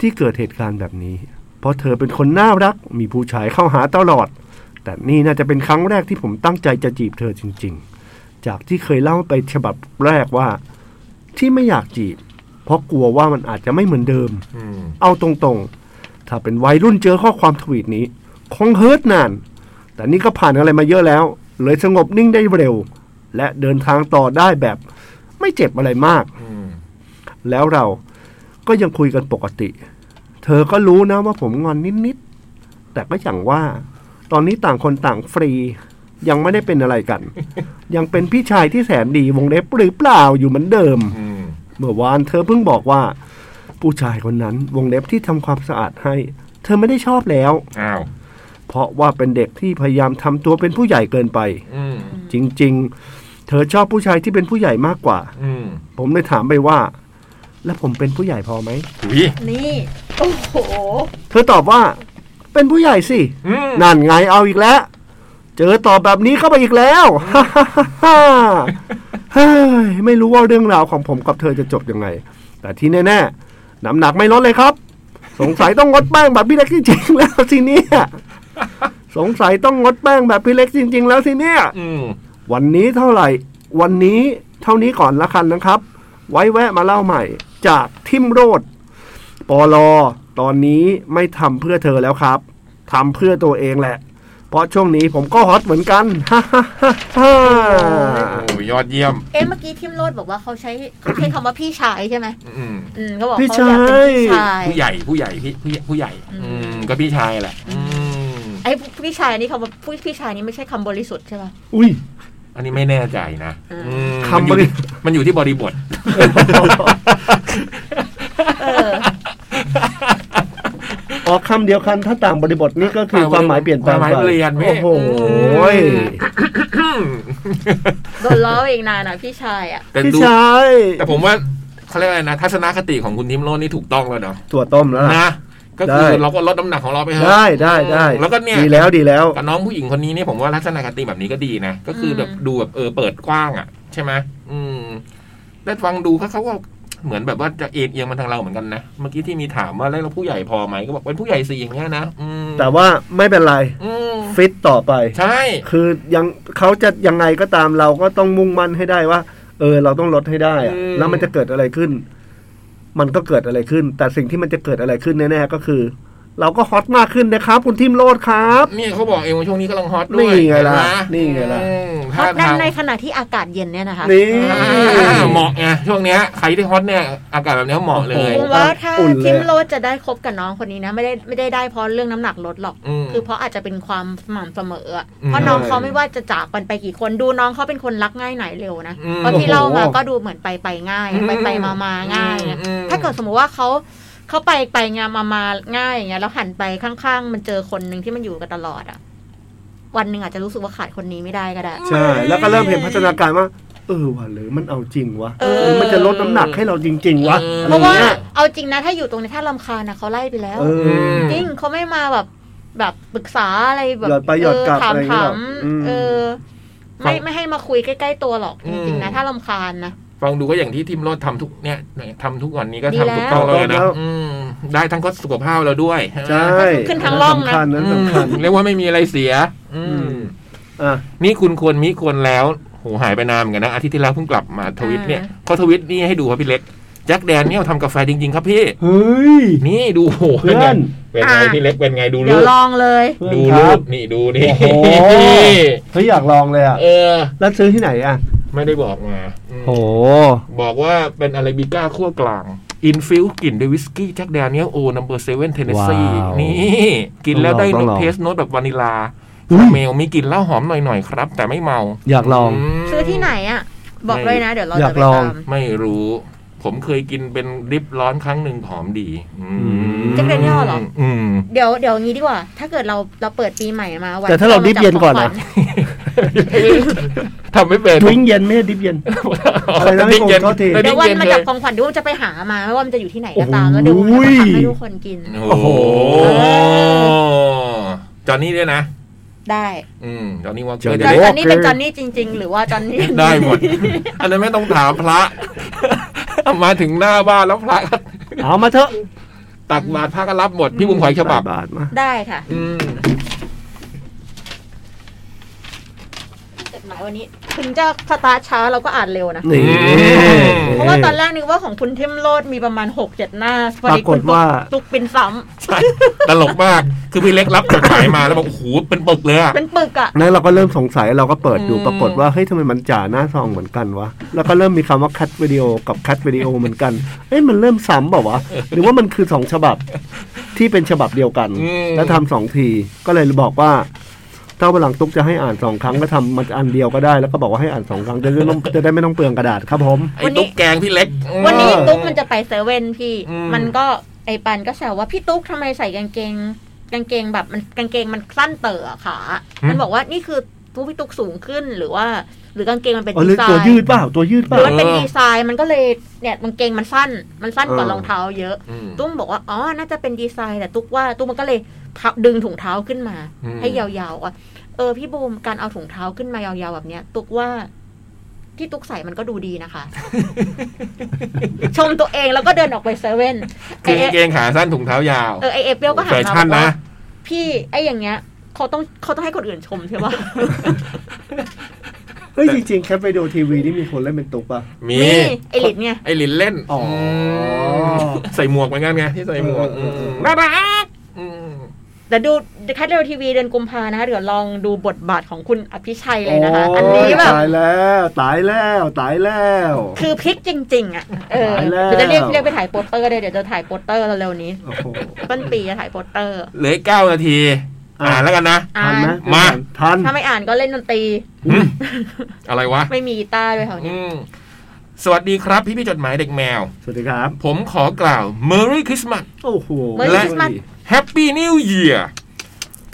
Speaker 3: ที่เกิดเหตุการณ์แบบนี้ เพราะเธอเป็นคนน่ารัก มีผู้ชายเข้าหาตลอด แต่นี่น่าจะเป็นครั้งแรกที่ผมตั้งใจจะจีบเธอจริง ๆ จากที่เคยเล่าไปฉบับแรกว่า ที่ไม่อยากจีบ เพราะกลัวว่ามันอาจจะไม่เหมือนเดิม
Speaker 2: อืม
Speaker 3: เอาตรงๆ ถ้าเป็นวัยรุ่นเจอข้อความทวีตนี้ คงเฮิร์ตนาน แต่นี่ก็ผ่านอะไรมาเยอะแล้ว เลยสงบนิ่งได้เร็ว และเดินทางต่อได้แบบ ไม่เจ็บอะไรมาก
Speaker 2: อืม
Speaker 3: แล้วเราก็ยังคุยกันปกติ เธอก็รู้นะว่าผมงอนนิดๆ แต่ก็อย่างว่า ตอนนี้ต่างคนต่างฟรี ยังไม่ได้เป็นอะไรกัน ยังเป็นพี่ชายที่แสนดีวงเล็บหรือเปล่าอยู่เหมือนเดิม
Speaker 2: อืม
Speaker 3: เมื่อวานเธอเพิ่งบอกว่า ผู้ชายคนนั้นวงเล็บที่ทำความสะอาดให้ เธอไม่ได้ชอบแล้ว
Speaker 2: อ้าว
Speaker 3: เพราะว่าเป็นเด็กที่พยายามทำตัวเป็นผู้ใหญ่เกินไป
Speaker 2: อืม
Speaker 3: จริง ๆ เธอชอบผู้ชายที่เป็นผู้ใหญ่มากกว่า
Speaker 2: อืม
Speaker 3: ผมเลยถามไปว่า แล้วผมเป็นผู้ใหญ่พอไหม
Speaker 2: ถุย
Speaker 4: นี่ โอ้โห
Speaker 3: เธอตอบว่า เป็นผู้ใหญ่สิ
Speaker 2: อืม
Speaker 3: นั่นไงเอาอีกแล้ว เจอตอบแบบนี้เข้าไปอีกแล้ว ฮ่าฮ่าฮ่า เฮ้ยไม่รู้ว่าเรื่องราวของผมกับเธอจะจบยังไง แต่ที่แน่ๆน้ำหนักไม่ลดเลยครับ สงสัยต้องงดแป้งแบบพี่เล็กจริงๆแล้วสิเนี่ยสงสัยต้องงดแป้งแบบพี่เล็กจริง ๆ แล้วสิเนี่ย
Speaker 2: อืม
Speaker 3: วันนี้เท่าไหร่ วันนี้เท่านี้ก่อนละกันนะครับ ไว้แวะมาเล่าใหม่ จากทิมโรดปอลอตอนนี้ไม่ทำเพื่อเธอแล้วครับทำเพื่อตัวเองแหละ เพราะช่วงนี้ผมก็ฮอตเหมือน กันฮ่าฮ่าฮ่าฮ่า
Speaker 2: โอ้ยยอดเยี่ยม
Speaker 4: เอ๊ะเมื่อกี้ทิมโรดบอกว่าเขาใช้เขาใช้คำว่าพี่ชายใช่ไหม
Speaker 2: อืม
Speaker 4: อืมเขาบอกเขาอยากเป็นพี่ชาย
Speaker 2: ผู้ใหญ่ผู้ใหญ่พี่ผู้ใหญ่ผู้ใหญ่
Speaker 4: อืม
Speaker 2: อืมก็พี่ชายแหละ อืม
Speaker 4: ไอ้พี่ชายนี่คำว่าผู้พี่ชายนี่ไม่ใช่คำบริสุทธิ์ใช่ป่ะ
Speaker 3: อุ้ย
Speaker 2: อันนี้ไม่แน่ใจนะ
Speaker 4: อืม
Speaker 2: อืม
Speaker 3: คำบริ
Speaker 2: มันอยู่ที่มันอยู่ที่บริบท
Speaker 4: เออ
Speaker 3: ออกคำเดียวกันถ้าต่างบริบทนี่ก็คือความหมายเปลี่ยนแปลง
Speaker 2: ความห
Speaker 3: ไป
Speaker 2: มายเปลี่ยนพี่
Speaker 3: โอ้โห
Speaker 4: โดนล้อเองนานนะพี่ชายอ่ะ
Speaker 2: แต่
Speaker 3: พี่
Speaker 2: ดู
Speaker 3: ชาย
Speaker 2: แต่ผมว่าเขาเรียกอะไรนะ ทัศนคติของคุณทิมโลนนี่ถูกต้องแล้วเนาะ
Speaker 3: ถั่วต้มแล้วล่ะ
Speaker 2: นะ ก็คือ
Speaker 3: ได้
Speaker 2: เราก็ลดน้ำหนักของเราไปเถอะ
Speaker 3: ได้ได้ได้
Speaker 2: แล้วก็เนี่ย
Speaker 3: ดีแล้วดีแล้ว
Speaker 2: กับน้องผู้หญิงคนนี้นี่ผมว่าลักษณะคติแบบนี้ก็ดีนะ ก็คือแบบ
Speaker 4: อืม
Speaker 2: ดูแบบเออเปิดกว้างอ่ะ ใช่ไหมอืมได้ฟังดูเขาเขาก็เหมือนแบบว่าจะเอ็นเอียงมาทางเราเหมือนกันนะเมื่อกี้ที่มีถามว่าแล้วเราผู้ใหญ่พอไหมก็บอกเป็นผู้ใหญ่สี่อย่างเงี้ยนะอืม
Speaker 3: แต่ว่าไม่เป็นไร
Speaker 2: อืม
Speaker 3: ฟิตต่อไป
Speaker 2: ใช่
Speaker 3: คือยังเขาจะยังไงก็ตามเราก็ต้องมุ่งมั่นให้ได้ว่า เออ เราต้องลดให้ได้อะแล้วมันจะเกิดอะไรขึ้น มันก็เกิดอะไรขึ้น แต่สิ่งที่มันจะเกิดอะไรขึ้นแน่ๆก็คือ เราก็ฮอตมากขึ้นนะครับ คุณทิมโลดครับ
Speaker 2: เนี่ยเขาบอกเองว่าช่วงนี้กำลังฮอตด้ว
Speaker 3: นี่
Speaker 2: ย
Speaker 3: ไงล่ะ
Speaker 2: เห็หม
Speaker 3: นี่ไงล่ะ
Speaker 2: อืม
Speaker 4: ฮอ
Speaker 2: ท่า
Speaker 4: ตนั่
Speaker 2: ทาน ง
Speaker 4: ในขณะที่อากาศเย็นเนี่ยนะคะ
Speaker 3: นี่
Speaker 2: อ่าเหมาะไงช่วงเนี้ยใครที่ฮอตเนี่ยอากาศแบบเนี้ยเหมาะเลย
Speaker 4: ผมว่าถ้า
Speaker 3: อุ่นเลย
Speaker 4: ทิมโรดจะได้คบกับน้องคนนี้นะ ไม่ได้ไม่ได้ได้เพราะเรื่องน้ำหนักลดหรอก
Speaker 2: อืม
Speaker 4: คือเพราะอาจจะเป็นความสม่ำเสมออะ
Speaker 2: อืม
Speaker 4: เพราะน้องเขาไม่ว่าจะจากกันไปกี่คนดูน้องเขาเป็นคนรักง่ายไหนเร็วนะ
Speaker 2: อืม
Speaker 4: เพราะที่เล่ามา
Speaker 3: โอ้โห
Speaker 4: ก็ดูเหมือนไปไปง่าย
Speaker 2: อืม
Speaker 4: ไปไปมามาง่ายอะ
Speaker 2: อืม
Speaker 4: ถ้าเกิดสมมติว่าเขาเขาไปไปงานมามาง่ายอย่างเงี้ยแล้วหันไปข้างๆ มันเจอคนหนึ่งที่มันอยู่กันตลอดอะวันหนึ่งอาจจะรู้สึกว่าขาดคนนี้ไม่ได้ก็ได้
Speaker 3: ใช่ แล้วก็เริ่มเห็นพัฒนาการว่า เออว่ะหรือมันเอาจริงวะ
Speaker 4: เออ
Speaker 3: หรือมันจะลดน้ำหนักให้เราจริง ๆวะ
Speaker 4: เพราะว่า
Speaker 3: อไงี้ย
Speaker 4: เอาจริงนะถ้าอยู่ตรงนี้ถ้าลำคาญนะเขาไล่ไปแล้ว
Speaker 3: เอ
Speaker 2: อื
Speaker 3: อ
Speaker 2: ม
Speaker 4: จริงเขาไม่มาแบบแบบปรึกษาอะไรแบบ
Speaker 3: หยอดไปหยอดกลับ
Speaker 4: เถาม
Speaker 3: อะไรอย่างเงี้
Speaker 4: ถาย ม
Speaker 3: อืม
Speaker 4: เออ
Speaker 2: ฟั
Speaker 4: ไม่
Speaker 2: ง
Speaker 4: ไม่ให้มาคุยใกล้ ๆ ตัวหรอกจริง ๆ
Speaker 2: อื
Speaker 4: นะ
Speaker 2: ม
Speaker 4: ถ้าลำคาญนะ
Speaker 2: ฟังดูก็อย่างที่ทีมโรดทำทุกเนี่ยทำทุกวันนี้ก็
Speaker 4: ดีแล้ว
Speaker 2: ทำถูกต้องแล้วนะ
Speaker 3: แล้ว
Speaker 2: อืมได้ทั้งก็สุขภาพเราด้วยใช่ไหม
Speaker 3: ใช่
Speaker 4: ขึ้นทางร่องนะ
Speaker 3: สำคัญนั้นสำคัญ
Speaker 2: อืมเรียกว่าไม่มีอะไรเสีย อืม
Speaker 3: อืม อ่ะ
Speaker 2: นี่คุณควรมีควรแล้วโหหายไปนานเหมือนกันนะอาทิตย์ที่แล้วเพิ่งกลับมาทวิตเนี่ย
Speaker 4: อ่า
Speaker 2: เขาทวิตนี่ให้ดูครับพี่เล็กแจ็คแดเนียลทำกาแฟจริง ๆ ครับพี่
Speaker 3: เฮ้ย
Speaker 2: นี่ดูโห
Speaker 3: เพื่อน
Speaker 2: เป็นไงพี่เล็กเป็นไงดู
Speaker 4: เดี๋
Speaker 2: รู
Speaker 4: ยว
Speaker 2: ป
Speaker 4: ลองเลย
Speaker 3: เพื่อน
Speaker 2: ดู
Speaker 3: ค
Speaker 2: รู
Speaker 3: รับ
Speaker 2: ปนี่ดูนี่
Speaker 3: โอ้โห เฮ้ยอยากลองเลยอ่ะ
Speaker 2: เออ
Speaker 3: แล้วซื้อที่ไหนอ่ะ
Speaker 2: ไม่ได้บอกมาอืม บอกว่าเป็นอาราบิก้าขั้วกลาง อินฟิลกลิ่นด้วยวิสกี้แจ็คแดเนียลโอนัมเบอร์เซเว่นเทนเนสซี
Speaker 5: ว้าว
Speaker 2: นี่ กินแล้วได้
Speaker 5: ต้องล
Speaker 2: นก
Speaker 5: อง
Speaker 2: เทสโนตแบบวานิลา
Speaker 5: อุ๊ย
Speaker 2: เมลมีกลิ่นเหล้าหอมหน่อย ๆ ครับ แต่ไม่เมา
Speaker 5: อยากลอง
Speaker 2: ม
Speaker 4: ซื้อที่ไหนอ่ะ บอกเลยนะ เดี๋ยวเรา
Speaker 5: อยาก
Speaker 4: จะไป
Speaker 5: ลอง
Speaker 4: ตาม
Speaker 2: ไม่รู้ ผมเคยกินเป็นดิบร้อนครั้งหนึ่งหอมดีอืม
Speaker 4: แจ็คแดเนียลเหรอ
Speaker 2: อืม
Speaker 4: เดี๋ยวเดี๋ยวงี้ดีกว่า ถ้าเกิดเราเราเปิดปีใหม่มาวัน
Speaker 3: แต่ถ้าเราดิฟเย็นก่อนนะ
Speaker 2: ทำไม่เป็น
Speaker 3: ทวิงเย็นไม่ใช่ดิฟเย็น อะไรนะ
Speaker 2: ดิ้งเย็น
Speaker 3: ไม่โกงโทษที
Speaker 2: ได้
Speaker 4: เดี๋
Speaker 2: ดิ้
Speaker 4: ย
Speaker 2: ง
Speaker 4: ววัน
Speaker 2: เย็น
Speaker 4: มา
Speaker 2: เล
Speaker 4: จับ
Speaker 2: ย
Speaker 4: ของขวัญดูว่าจะไปหามาไม่ว่ามันจะอยู่ที่ไหนก็ตามแล้วเดี๋ยวมันจะทำให้ทุกคนกิน
Speaker 2: โอ้โหจอนนี่ด้วยนะ
Speaker 4: ได้
Speaker 2: อืมจอนนี่ว่า
Speaker 3: จอนนี่
Speaker 2: เดี๋
Speaker 4: จ
Speaker 2: ยว
Speaker 4: อนนี่เป็นจอนนี่จริง ๆ หรือว่าจอนนี่
Speaker 2: ได้หมด อันนั้นไม่ต้องถามพระ มาถึงหน้าบ้านแล้วพระก็
Speaker 3: เอามาเถอะ
Speaker 2: ตักบาตรพระก็รับหมด พี่บุ้มขอยฉบับ
Speaker 3: บาทมา
Speaker 4: ได้ค่ะ
Speaker 2: อืม
Speaker 4: จดหมายวันนี้ถึงจะสตาร์ทช้าเราก็อ่านเร็วนะ
Speaker 3: นี่
Speaker 4: เพราะว่าตอนแรกนึกว่าของคุณเทมโลดมีประมาณหกเจ็ดหน้าพอดี
Speaker 3: ปรากฏว่า
Speaker 4: คุณตุ๊ตุกเป็นซ้ำ
Speaker 2: ใช่ตลกมาก คือพี่เล็กรับจดหมายมาแล้วบอกโอ้โหเป็นปึกเลยอะ
Speaker 4: เป็นปึกอะ
Speaker 3: นั้นเราก็เริ่มสงสัยเราก็เปิดดู
Speaker 2: อืม
Speaker 3: ปรากฏว่าเฮ้ยทำไมมันจ่าหน้าซองเหมือนกันวะ แล้วก็เริ่มมีคำว่าคัดวิดีโอกับคัดวิดีโอเหมือนกัน เอ้ยมันเริ่มซ้ำเปล่าวะ หรือว่ามันคือสองฉบับที่เป็นฉบับเดียวกัน
Speaker 2: อืม
Speaker 3: แล้วทำสองทีก็เลยบอกว่า ถ้าวันหลังตุ๊กจะให้อ่านสองครั้งก็ทำมันอันเดียวก็ได้ แล้วก็บอกว่าให้อ่านสองครั้งจะได้ไม่ต้องจะได้ไม่ต้องเปลืองกระดาษครับผม
Speaker 2: ไอ้ตุ๊กแกงพี่เล็ก
Speaker 4: วันนี้ตุ๊กมันจะไปเซเว่นพี่
Speaker 2: อืม
Speaker 4: มันก็ไอปันก็แซวว่าพี่ตุ๊กทำไมใส่กางเกง กางเกงแบบมันกางเกงมันสั้นเต๋ออะขา มันบอกว่านี่คือตุ๊กพี่ตุ๊กสูงขึ้นหรือว่า หรือกางเกงมันเป็น
Speaker 3: อ๋อห
Speaker 4: ดี
Speaker 3: รือ
Speaker 4: ไซ
Speaker 3: ตัว
Speaker 4: น์
Speaker 3: ยืดเปล่าตัวยืด
Speaker 4: ห
Speaker 3: เป
Speaker 4: รือ
Speaker 3: ล่า
Speaker 4: มันเป็นดีไซน์มันก็เลยเนี่ยกางเกงมันสั้น มันสั้นกว่า
Speaker 3: เออ
Speaker 4: รองเท้าเยอะ
Speaker 2: อืม
Speaker 4: ตุ้มบอกว่าอ๋อน่าจะเป็นดีไซน์แต่ตุ๊กว่าตุ้มมันก็เลยพับดึงถุงเท้าขึ้นมา
Speaker 2: อืม
Speaker 4: ให้ยาวๆอ่ะเออพี่บูมการเอาถุงเท้าขึ้นมายาวๆแบบเนี้ย ตุ๊กว่า ที่ตุ๊กใส่มันก็ดูดี นะคะ ชมตัวเองแล้วก็เดินออกไปเซเว่นไอ
Speaker 2: คื
Speaker 4: เอก
Speaker 2: อางเกงขาสั้นถุงเท้ายาว
Speaker 4: เออไอเอฟเปรี้ยวก็หัน
Speaker 2: แฟ
Speaker 4: มาบ
Speaker 2: ชั่น
Speaker 4: อกว่า
Speaker 2: นะ
Speaker 4: พี่ไออย่างเงี้ยเขาต้องเขาต้องให้คนอื่นชมใช่ปะ
Speaker 3: เฮ้ยจริงๆแคปไปดูทีวีนี่มีคนเล่นเป็นตุ๊กปะ
Speaker 2: มี
Speaker 4: มีไอหลินไง
Speaker 2: ไอหลินเล่น
Speaker 3: อ๋ออื
Speaker 2: มใส่หมวกเหมือนกันไงที่ใส่หมวก
Speaker 3: เออเออเออ
Speaker 2: น่ารักอืม
Speaker 4: แต่ดูแคทเรลทีวีเดือนกุมภานะคะ เดี๋ยวลองดูบทบาทของคุณอภิชัยเลยนะคะ
Speaker 3: โ
Speaker 4: อันนี้แบบ
Speaker 3: ตายแล้ว ตายแล้วตายแล้ว
Speaker 4: คือพลิกจริง ๆ อ่ะ เออ
Speaker 3: ตายแล้ว
Speaker 4: เดี๋ยวจะเรียกเรียกไปถ่ายโปสเตอร์เลยเดี๋ยวจะถ่ายโปสเตอร์เร็วๆนี้
Speaker 3: โอ้โห
Speaker 4: ต้นปีจะถ่ายโปสเตอร์
Speaker 2: เหลืออีกเก้านาที
Speaker 3: อ่ะ
Speaker 2: อ่านแล้วกันนะ
Speaker 4: อ่า
Speaker 3: ทัน
Speaker 4: น
Speaker 3: ไหม
Speaker 2: มา
Speaker 3: ทัน
Speaker 4: ถ้าไม่อ่านก็เล่นดนตรี
Speaker 2: อืมอะไรวะ
Speaker 4: ไม่มีกีตาร์ด้วยแถวนี้
Speaker 2: อืมสวัสดีครับพี่พี่ๆจดหมายเด็กแมว
Speaker 3: สวัสดีครับ
Speaker 2: ผมขอกล่าว Merry Christmas
Speaker 3: โอ้โห
Speaker 4: เมื่อ
Speaker 2: และ
Speaker 4: คริสต์มาส
Speaker 2: Happy New Year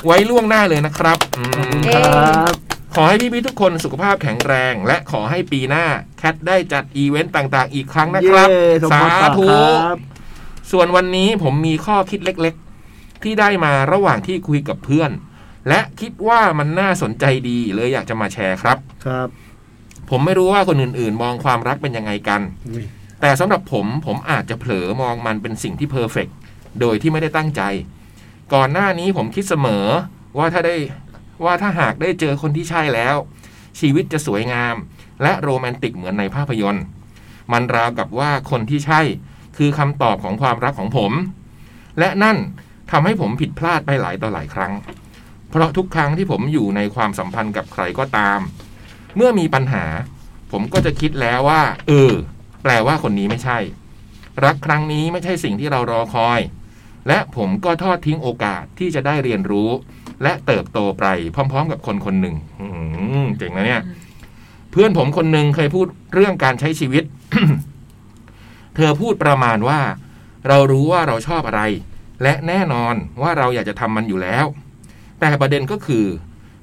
Speaker 2: ไว้ล่วงหน้าเลยนะครับอืม
Speaker 4: เอ๊ะ
Speaker 3: ครับ
Speaker 2: ขอให้พี่พี่ๆทุกคนสุขภาพแข็งแรง และขอให้ปีหน้า แคทได้จัดอีเวนต์ต่างๆ อีกครั้งนะครับ
Speaker 3: เย้สม
Speaker 2: สา
Speaker 3: บูรณ์ปาก
Speaker 2: ธุ
Speaker 3: ครับ
Speaker 2: ส่วนวันนี้ผมมีข้อคิดเล็กๆ ที่ได้มาระหว่างที่คุยกับเพื่อน และคิดว่ามันน่าสนใจดีเลยอยากจะมาแชร์ครับ
Speaker 3: ครับ
Speaker 2: ผมไม่รู้ว่าคนอื่นๆ มองความรักเป็นยังไงกัน
Speaker 3: อุ้ย
Speaker 2: แต่สำหรับผมผมอาจจะเผลอมองมันเป็นสิ่งที่เพอร์เฟกต์โดยที่ไม่ได้ตั้งใจ ก่อนหน้านี้ผมคิดเสมอว่าถ้าได้ว่าถ้าหากได้เจอคนที่ใช่แล้ว ชีวิตจะสวยงาม และโรแมนติกเหมือนในภาพยนตร์ มันราวกับว่าคนที่ใช่ คือคำตอบของความรักของผม และนั่นทำให้ผมผิดพลาดไปหลายต่อหลายครั้ง เพราะทุกครั้งที่ผมอยู่ในความสัมพันธ์กับใครก็ตาม เมื่อมีปัญหา ผมก็จะคิดแล้วว่า เออ แปลว่าคนนี้ไม่ใช่ รักครั้งนี้ไม่ใช่สิ่งที่เรารอคอย และผมก็ทอดทิ้งโอกาสที่จะได้เรียนรู้ และเติบโตไปพร้อม ๆ กับคนคนหนึ่งอื้อหือเจ๋งนะเนี่ย เพื่อนผมคนหนึ่งเคยพูดเรื่องการใช้ชีวิต เธอพูดประมาณว่า เรารู้ว่าเราชอบอะไร และแน่นอนว่าเราอยากจะทำมันอยู่แล้ว แต่ประเด็นก็คือ